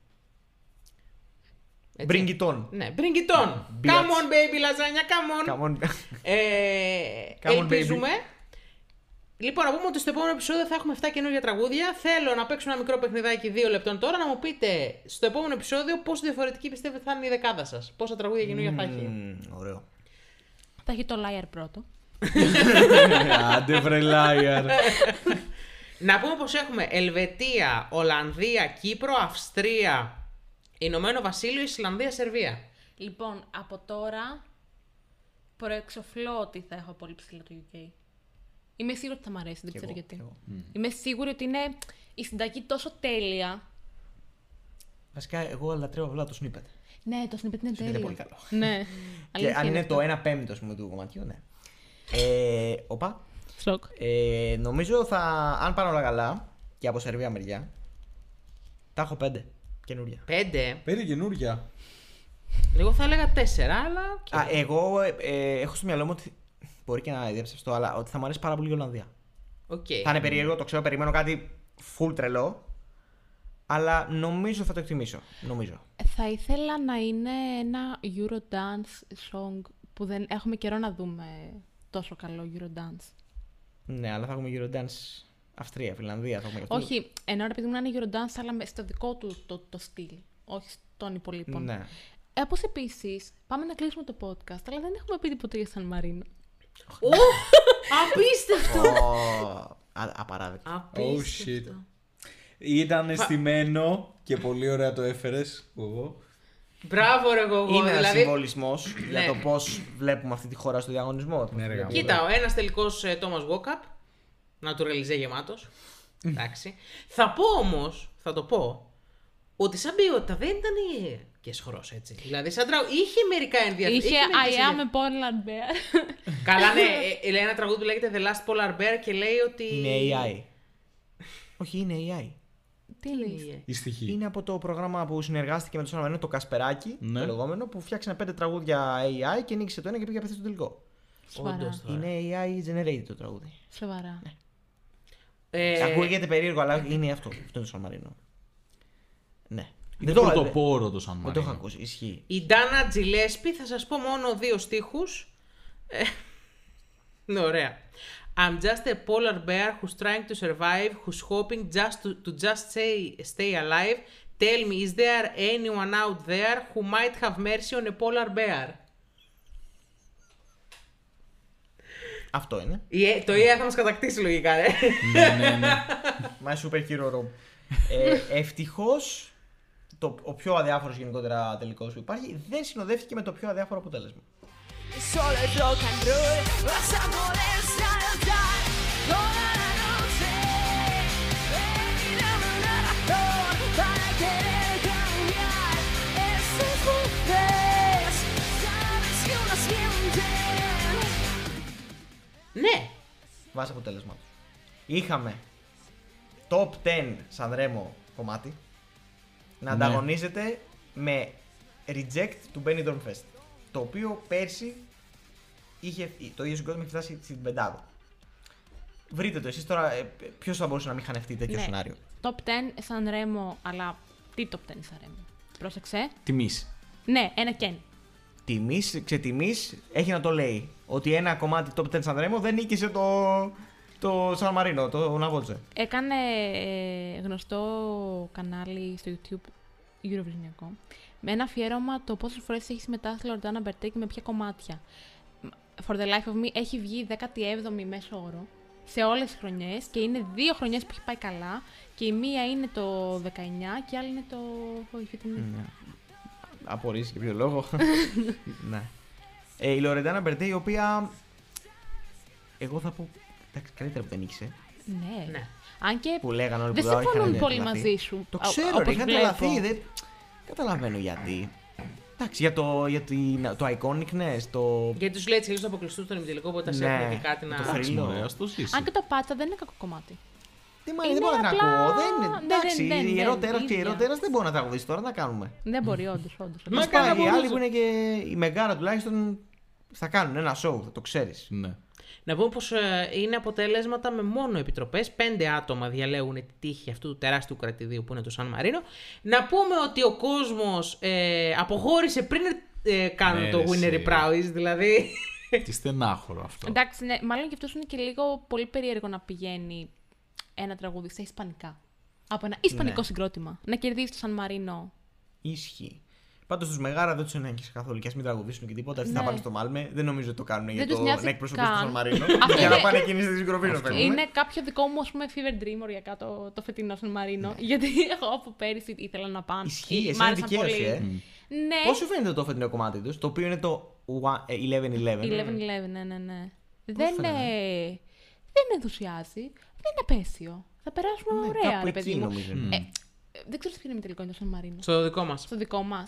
S2: Bring it on.
S3: Ναι, bring it on.
S2: Bitch.
S3: Come on, baby, λαζάνια, come on.
S2: Καμόν.
S3: Ε,
S2: Come on,
S3: ελπίζουμε. Λοιπόν, να πούμε ότι στο επόμενο επεισόδιο θα έχουμε 7 καινούργια τραγούδια. Θέλω να παίξω ένα μικρό παιχνιδάκι 2 λεπτών τώρα να μου πείτε στο επόμενο επεισόδιο πόσο διαφορετική πιστεύετε θα είναι η δεκάδα σας. Πόσα τραγούδια καινούργια θα έχει.
S2: Μμμ, Ωραίο.
S4: Θα έχει το liar πρώτο.
S5: Ε, Άντε βρε liar.
S3: Να πούμε πως έχουμε Ελβετία, Ολλανδία, Κύπρο, Αυστρία, Ηνωμένο Βασίλειο, Ισλανδία, Σερβία.
S4: Λοιπόν, από τώρα προεξοφλώ ότι θα έχω πολύ ψηλά το UK. Είμαι σίγουρη ότι θα μ' αρέσει, δεν ξέρω
S2: εγώ,
S4: γιατί.
S2: κι εγώ.
S4: Είμαι σίγουρη ότι είναι η συνταγή τόσο τέλεια.
S2: Βασικά, εγώ λατρεύω απλά το snippet.
S4: Ναι, το snippet είναι
S2: Snippet είναι
S4: τέλειο.
S2: πολύ καλό.
S4: (laughs) Ναι.
S2: Και
S4: Αλήθεια
S2: αν είναι
S4: αυτό.
S2: το 1 πέμπτο πούμε, του κομματιού, ναι. Ε, οπα.
S4: Σοκ.
S2: Ε, νομίζω θα, αν πάνε όλα καλά και από Σερβία μεριά, τα έχω πέντε καινούρια.
S3: Πέντε.
S5: Πέντε καινούρια.
S3: Εγώ θα έλεγα τέσσερα, αλλά. οκ.
S2: Α, εγώ ε, ε, έχω στο μυαλό μου ότι μπορεί και να διέψε αυτό, αλλά ότι θα μου αρέσει πάρα πολύ η Ολλανδία.
S3: Οκ.
S4: Ε,
S2: Θα είναι περίεργο, το ξέρω, περιμένω κάτι full τρελό. Αλλά νομίζω θα το εκτιμήσω. Νομίζω.
S4: Θα ήθελα να είναι ένα Eurodance song που δεν έχουμε καιρό να δούμε τόσο καλό Eurodance.
S2: Ναι, αλλά θα έχουμε Eurodance Αυστρία, Φιλανδία. Θα έχουμε και αυτό.
S4: Όχι, ενώ ρε παιδί μου να είναι Eurodance, αλλά με- στο δικό του το, το στυλ. Όχι των υπολείπων.
S2: Ναι.
S4: Ε, Όπως επίσης, πάμε να κλείσουμε το podcast, αλλά δεν έχουμε πει τίποτα για Σαν Μαρίνο.
S3: Ω,
S4: (laughs)
S3: Απίστευτο!
S2: Ω, α- Απαράδεκτο.
S5: Oh
S3: Απίστευτο.
S5: shit. Ήταν αισθημένο και πολύ ωραία το έφερες.
S3: Μπράβο, ρε εγώ.
S2: Είναι ένα
S3: δηλαδή...
S2: συμβολισμό για το
S3: Ναι.
S2: πώς βλέπουμε αυτή τη χώρα στο διαγωνισμό.
S5: Ναι, ρε, γαμώ.
S3: Κοίτα, ο ένας τελικός Τόμα ε, Walkup. Να του ρελιζέ γεμάτος.
S2: (laughs)
S3: Εντάξει. θα πω όμως, θα το πω, ότι σαν ποιότητα δεν ήταν ε, και σχρό έτσι. Δηλαδή, σαν τραγου... είχε μερικά ενδιαφέροντα.
S4: Είχε I am a polar bear. (laughs)
S3: Καλά, ναι, ε, ε, λέει ένα τραγούδι που λέγεται The Last Polar Bear και λέει ότι.
S2: Είναι AI. Όχι, είναι AI.
S4: Τι λέει.
S3: ε,
S5: Η στοιχή.
S2: Είναι από το πρόγραμμα που συνεργάστηκε με το Σαν το Κασπεράκι,
S5: Ναι.
S2: το λεγόμενο, που φτιάξανε πέντε τραγούδια AI και νίκησε το ένα και πήγε απευθεία στο τελικό.
S3: Όντως Ναι.
S4: Σοβαρά.
S3: τώρα.
S2: Είναι AI generated το τραγούδι.
S4: Σοβαρά.
S3: Ε,
S2: Ακούγεται περίεργο, αλλά είναι αυτό. Αυτό είναι το Σαν Μαρίνο. Ναι.
S5: Είναι
S2: το-
S5: πρωτοπόρο το Σαν
S2: Δεν το έχω
S5: Μαρίνο.
S2: ακούσει. Ισχύει.
S3: Η Ντάνα Τζιλέσπη, θα σας πω μόνο δύο στίχους. Ε, ναι, ωραία. I'm just a polar bear who's trying to survive, who's hoping just to, to just say, stay alive. Tell me, is there anyone out there who might have mercy on a polar bear?
S2: Αυτό είναι.
S3: Η Ε- το ΙΕ θα μας κατακτήσει λογικά, ε.
S5: Ναι, ναι, ναι.
S2: My super hero Rob. ε, Ευτυχώς ο πιο αδιάφορος γενικότερα τελικός που υπάρχει δεν συνοδεύτηκε με το πιο αδιάφορο αποτέλεσμα.
S8: Solo il rock and roll, basta volersi allontanare, ora la notte, vedi da un narratore, para querer cambiar esas mujeres, sabes que uno siente.
S3: ναι.
S2: Βάσει αποτέλεσμα του. Είχαμε top 10 σαν ρέμο κομμάτι να ανταγωνίζεται με reject του Benidorm Fest. Το οποίο πέρσι είχε, το ίδιο συγκρότημα είχε φτάσει στην πεντάδα. Βρείτε το εσείς τώρα ποιος θα μπορούσε να μην χανευτεί τέτοιο
S4: Ναι.
S2: σενάριο.
S4: Top 10 σαν ρέμο, αλλά τι top 10 σαν ρέμο. Πρόσεξε.
S5: Τιμής.
S4: Ναι, ένα κεν.
S2: τιμή, ξετιμή, έχει να το λέει. Ότι ένα κομμάτι top 10 San Remo δεν νίκησε το. Το Σαν Μαρίνο, το Ναβότζε.
S4: Έκανε ε, γνωστό κανάλι στο YouTube Eurovisionικό με ένα αφιέρωμα το πόσες φορές έχεις συμμετάσχει η Λορντάνα Μπερτέ και με ποια κομμάτια. For the life of me έχει βγει 17η μέσο όρο σε όλες τις χρονιές και είναι δύο χρονιές που έχει πάει καλά και η μία είναι το 19 και η άλλη είναι το. Όχι, τι
S2: Mm.
S4: είναι.
S2: Απορρίσει και ποιο
S4: (laughs)
S2: λόγο. ναι. Ε, η Λορεντάνα Μπερτέ, η οποία. Εγώ θα πω. Εντάξει, καλύτερα που δεν νίκησε.
S4: Ναι.
S3: Ναι.
S4: Αν και
S2: Που λέγανε όλοι
S4: δεν
S2: που δεν
S4: συμφωνούν πολύ μαζί σου.
S2: Το
S4: ο-
S2: ξέρω,
S4: όπως
S2: ρε, είχαν
S4: βλέπω.
S2: τρελαθεί. Δεν... Καταλαβαίνω γιατί. Εντάξει, για το, για την- το iconicness, το.
S3: (laughs) Γιατί τους λέει έτσι και λίγο αποκλειστούν στον ημιτελικό, οπότε θα
S2: Ναι,
S3: έχουν και κάτι να...
S2: το θρύλο.
S5: Ωραία, στο ζήσει.
S4: Αν και το πάτσα δεν είναι κακό κομμάτι.
S2: Τι μάλλον
S4: Είναι
S2: δεν μπορώ να την
S4: απλά- Ναι,
S2: ακούω. Δεν είναι.
S4: δεν-
S2: Εντάξει,
S4: δεν- δεν-
S2: η
S4: δεν-
S2: ερωτέρας και η
S4: ίδια.
S2: ερωτέρας δεν μπορεί να τραγουδήσει τώρα, να κάνουμε.
S4: Δεν μπορεί, όντως, όντως.
S2: Μα πάει οι άλλοι που είναι και η Μεγάρα τουλάχιστον θα κάνουν ένα σοου, θα το ξέρεις.
S5: Ναι.
S3: Να πούμε πως είναι αποτελέσματα με μόνο επιτροπές. Πέντε άτομα διαλέγουν τη τύχη αυτού του τεράστιου κρατηδίου που είναι το Σαν Μαρίνο. Να πούμε ότι ο κόσμος αποχώρησε πριν ε, κάνουν
S5: Ναι,
S3: το
S5: ρε,
S3: Winner
S5: εσύ.
S3: Prize, δηλαδή.
S5: Τι στενάχωρο αυτό.
S4: Εντάξει, ναι, μάλλον και αυτός είναι και λίγο πολύ περίεργο να πηγαίνει ένα τραγούδι στα Ισπανικά. Από ένα Ισπανικό
S2: Ναι.
S4: συγκρότημα. Να κερδίσει το Σαν Μαρίνο.
S2: Ισχύει. Πάντως τους Μεγάρα δεν τους ενέγχυσε καθόλου και ας μην τραγουδήσουν και τίποτα. Αυτοί θα
S4: Ναι.
S2: πάνε στο Μάλμε. Δεν νομίζω ότι το κάνουν για
S4: Δεν
S2: το
S4: τους νοιάζει
S2: να εκπροσωπήσουν
S4: καν.
S2: τον Σαν Μαρίνο.
S4: Αυτό
S2: Για να
S4: είναι-
S2: πάνε εκείνοι στη συγκροβή
S4: Είναι κάποιο δικό μου, ας πούμε, fever dream οριακά το, το φετινό Σαν Μαρίνο. Γιατί (laughs) εγώ από πέρυσι ήθελα να πάω.
S2: Ναι. Ισχύει,
S4: Μ'
S2: εσύ είναι
S4: άρεσαν
S2: δικαίωση,
S4: πολύ.
S2: ε.
S4: Ναι,
S2: Πώς σου φαίνεται το φετινό κομμάτι τους, το οποίο είναι το ε, 11-11.
S4: 11-11, ναι, ναι, ναι. Δεν,
S2: φαίνεται?
S4: ε, δεν ενθουσιάζει. Δεν είναι απέσιο. Θα περάσουμε
S2: Ναι,
S4: ωραία,
S2: κάπου
S4: ρε παιδί
S2: εκεί
S4: μου.
S2: νομίζω. Ναι,
S4: Ε, ε, δεν ξέρω τι είναι με τελικό είναι το Σαν Μαρίνο.
S3: Στο δικό μας.
S4: Στο δικό μας.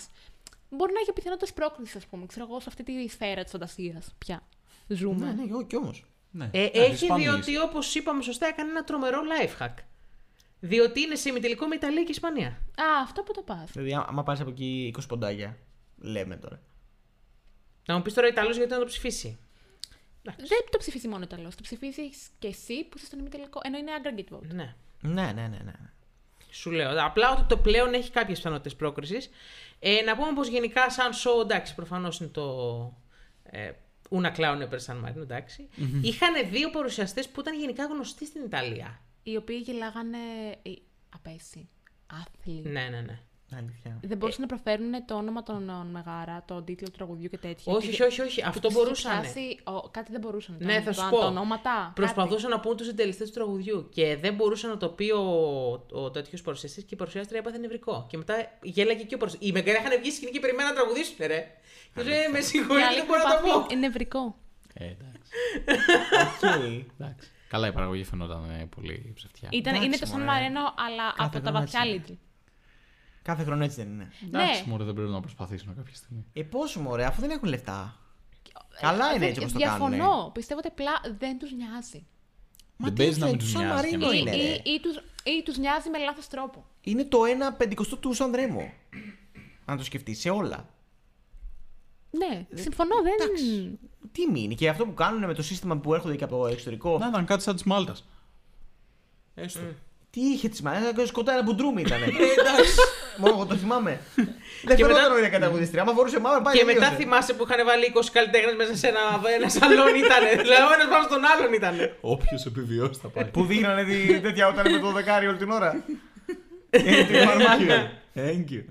S4: Μπορεί να έχει πιθανότητες πρόκληση, ας πούμε. Ξέρω εγώ, σε αυτή τη σφαίρα της φαντασίας πια ζούμε.
S2: Ναι, ναι, ό, κι όμως.
S5: Ναι.
S3: Ε,
S5: Εντάξει,
S3: έχει
S5: πάμε
S3: διότι
S5: εμείς.
S3: όπως είπαμε σωστά έκανε ένα τρομερό life hack. Διότι είναι σε ημιτελικό με Ιταλία και Ισπανία.
S4: Α, αυτό που το πας.
S3: Ε.
S2: Δηλαδή, άμα πάρεις από εκεί 20 ποντάκια, λέμε τώρα.
S3: Να μου πεις τώρα Ιταλό γιατί να το ψηφίσει.
S4: Δεν το ψηφίζει μόνο ο Ιταλός. Το ψηφίζει και εσύ που είσαι στον ημιτελικό. Ενώ είναι aggregate vote.
S3: Ναι.
S2: Ναι, ναι, ναι. ναι.
S3: Σου λέω. Απλά ότι το πλέον έχει κάποιες πιθανότητες πρόκρισης. Ε, να πούμε πως γενικά, σαν show, εντάξει, προφανώς είναι το. Ε, Ούνα Clown per San Marino, εντάξει. Είχαν δύο παρουσιαστές που ήταν γενικά γνωστοί στην Ιταλία.
S4: Οι οποίοι γελάγανε. ε, Απέσοι. Άθλοι.
S3: Ναι, ναι, ναι.
S2: Αλήθεια.
S4: Δεν μπορούσαν να προφέρουν το όνομα των ε, Μεγάρα, τον τίτλο του τραγουδιού και τέτοια.
S3: όχι, όχι, όχι, όχι. Αυτό μπορούσαν.
S4: κάτι δεν μπορούσαν.
S3: Ναι, θα σου
S4: τα,
S3: πω.
S4: Τα ονόματα. κάτι.
S3: Προσπαθούσαν να πούν τους συντελεστές του τραγουδιού και δεν μπορούσε να το πει ο, ο τέτοιος παρουσιαστής και η παρουσιάστρια έπαθε νευρικό. Και μετά γέλαγε και ο παρουσιαστή. Οι μεγαλύτεροι είχαν βγει σκηνή και περιμέναν να τραγουδήσουν, ρε. Και τους λέει, «Ε, Με συγχωρείτε,
S4: Και
S3: δεν μπορώ να
S4: άλλοι
S3: το πω.
S4: έχουν πάθει νευρικό.
S5: Ε, εντάξει.
S2: Okay.
S5: εντάξει. Καλά, η παραγωγή φαινόταν ε, πολύ ψευτιά.
S4: Ήταν, είναι το
S2: εντάξει,
S4: Σαν
S2: μωρέ.
S4: Μαρίνο, αλλά
S2: Κάθε
S4: από τα
S2: χρόνο
S4: βαθιά
S2: έτσι είναι.
S4: Lidl.
S2: Κάθε χρόνο έτσι δεν είναι.
S5: Εντάξει,
S4: Ναι,
S5: μωρέ, δεν πρέπει να προσπαθήσουν κάποια στιγμή.
S2: Ε, πόσο μου αφού δεν έχουν λεφτά. Καλά είναι έτσι όπως το κάνουν. ε. ναι.
S4: Διαφωνώ. Πιστεύω ότι απλά δεν τους νοιάζει.
S2: Μα
S5: Δεν
S2: τι
S5: παίζει να μην
S2: είναι,
S5: τους
S2: Σαν
S5: νοιάζει και να
S2: Μαρίνο
S5: τους
S2: είναι.
S4: Ή-
S2: ρε.
S4: ή- Ή τους- ή τους νοιάζει με λάθος τρόπο.
S2: Είναι το 1 πεντηκοστό του Σαντρέμο. Αν το σκεφτείς σε όλα.
S4: Ναι, συμφωνώ. Δεν.
S2: Τι μείνει και αυτό που κάνουν με το σύστημα που έρχονται και από το εξωτερικό.
S5: Να ήταν κάτι σαν της Μάλτας.
S3: Ε,
S5: Έστω.
S2: Τι είχε της μαλλιά, σκοτάρα μπουντρούμι ήταν. Μόνο εγώ το θυμάμαι. Δεν
S3: Και μετά-
S2: φαινόταν ωραία καταγουδίστρια. Άμα φορούσε μαύρο, πάει
S3: Και μετά θυμάσαι που είχαν βάλει 20 καλλιτέχνες μέσα σε ένα, ένα σαλόνι (laughs) ήταν. δηλαδή ο ένας πάνω στον άλλον ήταν.
S5: Όποιος επιβιώσει θα πάει.
S2: Που δείχνανε τη- τέτοια όταν με το δεκάρι όλη την ώρα. Ε, την
S5: ναι.
S2: μαρμάγια.
S5: Thank you.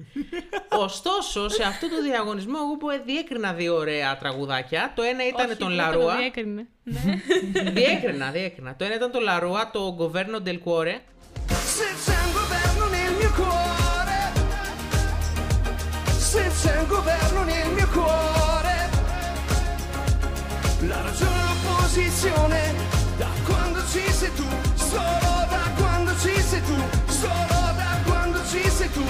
S3: Ωστόσο, σε αυτό το διαγωνισμό εγώ που διέκρινα δύο ωραία τραγουδάκια. Το ένα ήταν
S4: Όχι,
S3: τον
S4: δεν
S3: Λαρούα.
S4: το διέκρινε. Ναι.
S3: διέκρινα, διέκρινα. Το ένα ήταν τον Λαρούα, το Governo del Cuore.
S8: Se c'è un governo nel mio cuore, se c'è un governo nel mio cuore, la ragione è l'opposizione, da quando ci sei tu, solo da quando ci sei tu, solo da quando ci sei tu.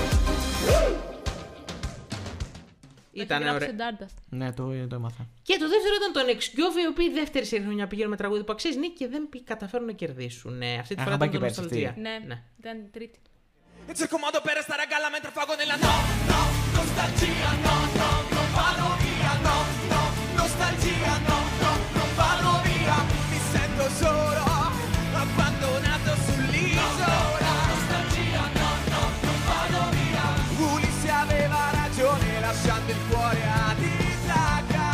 S3: Ήταν
S4: Γράψε
S3: ωραία.
S4: Stardust.
S2: Ναι, το, το έμαθα.
S3: Και το δεύτερο ήταν τον Εξκιόβι, οι οποίοι δεύτερη σε χρονιά πηγαίνουν με τραγούδι που αξίζει νίκη και δεν πη- καταφέρουν να κερδίσουν. Ε, αυτή τη
S2: Α,
S3: φορά
S2: είχα
S3: ήταν το
S2: πάει και πέρσι
S3: Νοσταλτία.
S2: αυτή.
S4: Ναι, ήταν η τρίτη.
S8: E cerco un modo per restare a galla mentre fago nella no, no, nostalgia, no, no, non vado via, no, no, nostalgia, no, no, non vado via, mi sento solo, abbandonato sull'isola, nostalgia, no, no, non vado via, Ulisse aveva ragione lasciando il cuore a disaga.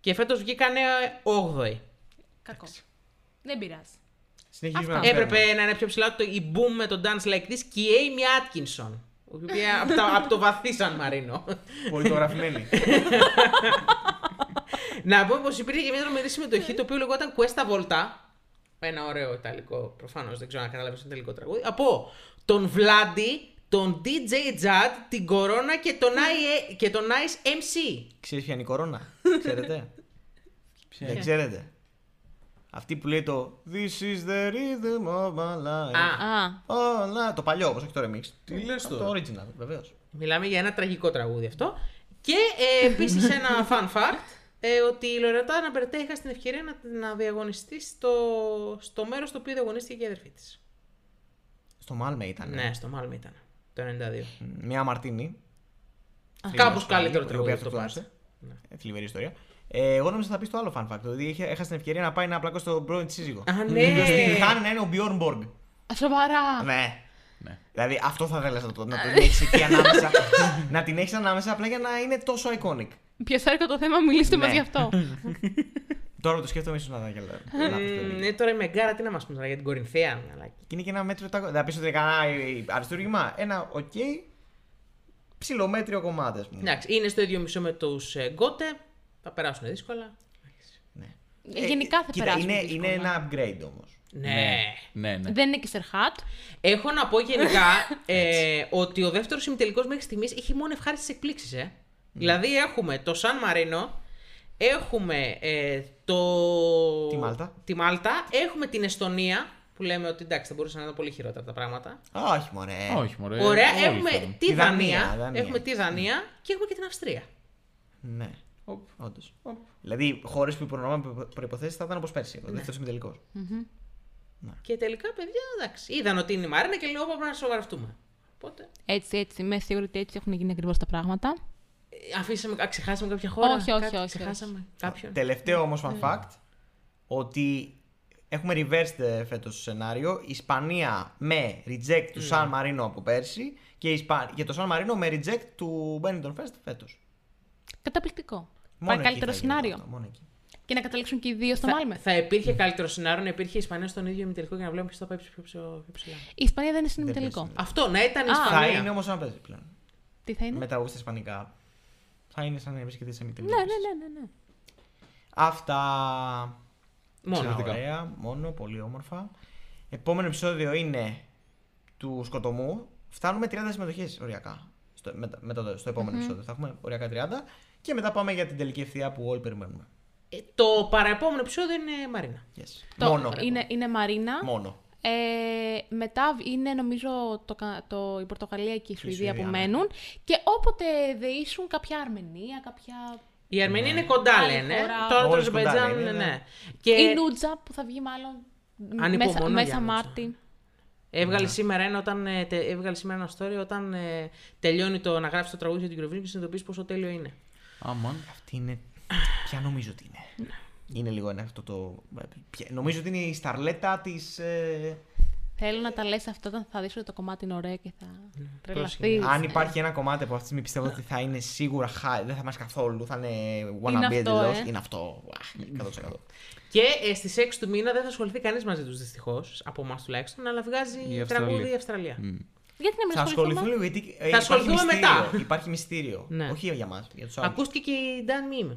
S3: Και φέτος βγήκανε 8η.
S4: Κακό. Δεν πειράζει.
S2: Συνεχίζουμε
S4: Αυτά.
S2: να φέρνουμε.
S3: Έπρεπε να είναι πιο ψηλά το, η Boom με τον Dance Like This και η Amy Atkinson. η οποία από, τα- από το βαθύ Σαν Μαρίνο.
S2: Πολύ το γραφημένη.
S3: να πούμε πως υπήρχε και μια τρομερή συμμετοχή το οποίο λεγόταν Questa Volta. Ένα ωραίο ιταλικό, προφανώς δεν ξέρω αν κατάλαβε το τελικό τραγούδι. Από τον Βλάντι, τον DJ Jad, την Κορώνα και τον, I, και τον Ice MC.
S2: Ξέρεις ποια είναι η κορώνα, ξέρετε. Δεν ξέρετε. Αυτή που λέει το This is the rhythm of my life.
S3: Α.
S4: Α,
S2: Όλα. Το παλιό όμως, όχι το remix.
S5: Τι λες
S2: το.
S5: τώρα?
S2: Το original, βεβαίως.
S3: Μιλάμε για ένα τραγικό τραγούδι αυτό. Και ε, επίσης (laughs) ένα fun fact. Ε, ότι η Λορετά να Μπερτέ είχα στην ευκαιρία να, να διαγωνιστεί στο, στο μέρος στο οποίο διαγωνίστηκε και η αδερφή της.
S2: Στο Μάλμε ήταν.
S3: Ναι, στο Μάλμε ήταν. Το 92.
S2: Μια Μαρτίνη.
S3: Κάπω καλύτερο
S2: Η οποία
S3: τραγούδι το Ναι.
S2: αυτοκτόνησε.
S3: Πάρσε.
S2: Ε, Θλιβερή ιστορία. Ε, εγώ νόμιζα θα πεις το άλλο fun fact. Ότι είχε, έχασε την ευκαιρία να πάει να πλακώσει τον πρώην της σύζυγο. Ε,
S3: Α,
S2: Στην
S3: ναι!
S2: Χάνη να είναι ο Bjorn Borg.
S4: σοβαρά.
S2: Ναι.
S5: Ναι.
S2: Δηλαδή αυτό θα θέλει να το, να το έχεις εκεί ανάμεσα. να την έχεις ανάμεσα απλά για να είναι τόσο iconic.
S4: Ποιος έρχεται το θέμα, μιλήστε μας
S2: Ναι.
S4: γι' αυτό.
S2: Τώρα που το σκέφτομαι, ίσως να τα γελάω. Να το
S3: Μμμ,
S2: σκέφτομαι.
S3: Ναι, τώρα η Μεγκάρα τι να μας πεις τώρα για την Κορινθία. μαλάκι.
S2: Και είναι και ένα μέτρο. τα- Θα πεις ότι είναι κανένα ε, ε, αριστούργημα. Ένα οκ. Ψιλομέτριο κομμάτι, ας πούμε.
S3: Εντάξει, είναι στο ίδιο μισό με τους Γκότε. Θα περάσουν δύσκολα.
S2: Ναι.
S4: Ε, Γενικά θα
S2: Κοίτα,
S4: περάσουμε
S2: είναι,
S4: δύσκολα.
S2: είναι ένα upgrade όμως.
S3: Ναι.
S5: Ναι, ναι.
S4: Δεν είναι και σερχάτ.
S3: Έχω να πω
S2: (laughs)
S3: γενικά ε, ότι ο δεύτερος ημιτελικό μέχρι στιγμής έχει μόνο ευχάριστες εκπλήξεις. Ε.
S2: Ναι.
S3: Δηλαδή έχουμε το Σαν Μαρίνο, έχουμε ε, το.
S2: Τη Μάλτα.
S3: τη Μάλτα, έχουμε την Εστονία που λέμε ότι εντάξει θα μπορούσαν να είναι πολύ χειρότερα τα πράγματα.
S2: Όχι, μωρέ.
S5: Όχι, μωρέ.
S3: Ωραία,
S5: όλοι
S3: έχουμε
S5: φέρουν.
S3: τη
S2: Τη
S3: Δανία,
S2: Δανία, Δανία.
S3: έχουμε τη Δανία και έχουμε και την Αυστρία.
S2: Ναι.
S5: Οπ.
S2: Όντως. Δηλαδή, χώρες που υπονομάμε προποθέσει θα ήταν όπως πέρσι.
S4: Ναι.
S2: Ο δεύτερο ημιτελικό.
S3: Και τελικά, παιδιά, εντάξει. Είδαν ότι είναι η Μαρίνα και λέω «Όπα, πρέπει να σοβαρευτούμε. Οπότε.
S4: Έτσι, έτσι. Είμαι σίγουρη ότι έτσι έχουν γίνει ακριβώς τα πράγματα.
S3: ε, Αφήσαμε, α, ξεχάσαμε κάποια χώρα.
S4: Όχι, όχι,
S3: κάτι,
S4: όχι,
S3: Ξεχάσαμε κάποιον.
S2: Τελευταίο όμως
S4: Ναι.
S2: fun fact. Ότι έχουμε reversed φέτος το σενάριο. Ισπανία με reject
S4: Ναι.
S2: του Σαν Μαρίνο από πέρσι και, Ισπα... και το Σαν Μαρίνο με reject του Bennington Fest φέτος.
S4: Καταπληκτικό. Πάει καλύτερο σενάριο.
S2: Μόνο εκεί.
S4: Και να καταλήξουν και οι δύο στο
S3: Θα,
S4: Μάλμε.
S3: θα υπήρχε καλύτερο σενάριο να υπήρχε η Ισπανία στον ίδιο ημιτελικό και να βλέπουμε ποιος θα πάει πιο, ψηλό- πιο ψηλά.
S4: Η Ισπανία δεν είναι στην
S2: Δεν
S4: ημιτελικό.
S2: πέσει.
S3: Αυτό, να ήταν η
S4: Α.
S2: Θα
S3: Ισπανία.
S2: ναι, είναι όμως να παίζει πλέον.
S4: Τι θα είναι.
S2: Μετά από στα Ισπανικά. Θα είναι σαν να βρίσκεται σε μη τελική.
S4: Ναι, ναι, ναι, ναι, ναι.
S2: Αυτά.
S3: Μόνο.
S2: Ξανά
S5: Εξαιρετικά.
S2: Ωραία, μόνο, πολύ όμορφα. Επόμενο επεισόδιο είναι του Σκοτωμού. Φτάνουμε 30 συμμετοχές οριακά. Στο, μετά, μετά το, στο επόμενο επεισόδιο θα έχουμε οριακά 30. Και μετά πάμε για την τελική ευθεία που όλοι περιμένουμε.
S3: Ε, Το παραεπόμενο επεισόδιο είναι Μαρίνα.
S2: Yes.
S4: Το-
S2: μόνο.
S4: Είναι, είναι Μαρίνα.
S2: Μόνο.
S4: Ε, μετά β- είναι νομίζω το, κα- το, η Πορτογαλία και η Σουηδία που
S2: Σουηδία, ναι.
S4: μένουν. Και όποτε δεήσουν κάποια Αρμενία, κάποια.
S3: Η Αρμενία είναι κοντά,
S4: Άλλη
S3: λένε.
S4: χώρα.
S3: Τώρα το
S2: Όλες κοντά
S3: Αζερβαϊτζάν
S2: είναι,
S3: είναι, ναι.
S2: ναι.
S4: Η
S3: Και
S4: Νούτζα που θα βγει μάλλον
S3: Ανυπομονώ
S4: μέσα,
S3: για Νούτζα.
S4: μέσα Μάρτι.
S3: έβγαλε σήμερα, ένα, όταν, ε, τε- έβγαλε σήμερα ένα story όταν ε, τελειώνει το να γράψει το τραγούδι για την Eurovision και συνειδητοποιείς πόσο τέλειο είναι.
S5: Αμάν.
S2: Αυτή είναι. Ποια νομίζω ότι είναι.
S4: Ναι.
S2: είναι λίγο ένα αυτό το. ποια- Νομίζω ότι είναι η σταρλέτα της. Ε...
S4: Θέλω να τα λες αυτό όταν θα δεις ότι το κομμάτι είναι ωραίο και θα τρελαθείς.
S3: πρόσεχε.
S2: Αν υπάρχει ένα κομμάτι από αυτή τη στιγμή πιστεύω ότι θα είναι σίγουρα high, δεν θα μας καθόλου, θα είναι
S4: Είναι
S2: wannabe
S4: αυτό,
S2: εντελώς.
S4: ε.
S2: Είναι αυτό, Ουα, 100%.
S3: Και ε, στις 6 του μήνα δεν θα ασχοληθεί κανείς μαζί τους δυστυχώς, από εμάς τουλάχιστον, αλλά βγάζει
S5: Η
S3: τραγούδι η
S5: Αυστραλία.
S3: Αυστραλία.
S4: Γιατί να μην
S2: θα ασχοληθούν
S4: ασχοληθούμε.
S2: λίγο γιατί ε,
S3: Θα
S2: υπάρχει
S3: ασχοληθούμε
S2: μυστήριο.
S3: μετά.
S2: Υπάρχει μυστήριο.
S3: Ναι.
S2: Όχι για μας, για τους άλλους.
S3: Ακούστηκε και η Dan Meme.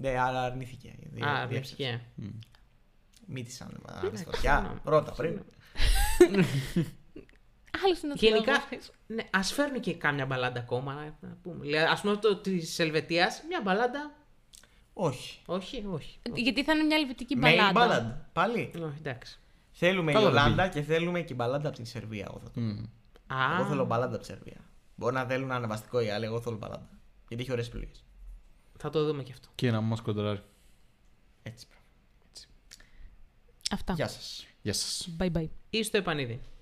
S2: Ναι, αλλά αρνήθηκε. Δι-
S3: Α,
S2: διέψευσε.
S3: βγήκε.
S2: Μη της αν-
S3: Ναι,
S2: αριστοκιά. Ρώτα πριν.
S4: Άλλος είναι ο
S3: Γενικά,
S4: λόγος.
S3: ναι, ας φέρνει και κάμια μπαλάντα ακόμα. να- Να πούμε. Δηλαδή, ας πούμε το της Ελβετίας, μια μπαλάντα.
S2: Όχι.
S3: Όχι, όχι. όχι.
S4: Γιατί θα είναι μια ελβετική
S2: Main
S4: μπαλάντα.
S2: ballad. Πάλι.
S3: όχι εντάξει.
S2: Θέλουμε η
S5: Καλά τα
S2: Ολλάνδα και θέλουμε και η μπαλάντα από την Σερβία. Εγώ, θα το-
S3: Α,
S2: εγώ θέλω μπαλάντα από τη Σερβία. Μπορεί να θέλουν ανεβαστικό οι άλλοι, εγώ θέλω μπαλάντα. Γιατί έχει ωραίες επιλογέ.
S3: θα το δούμε και αυτό.
S5: Και να μας κοντράρει.
S2: Έτσι πρέπει.
S4: Αυτά.
S2: Γεια σας.
S5: Γεια σας.
S4: Bye bye.
S3: Ή στο επανειδή.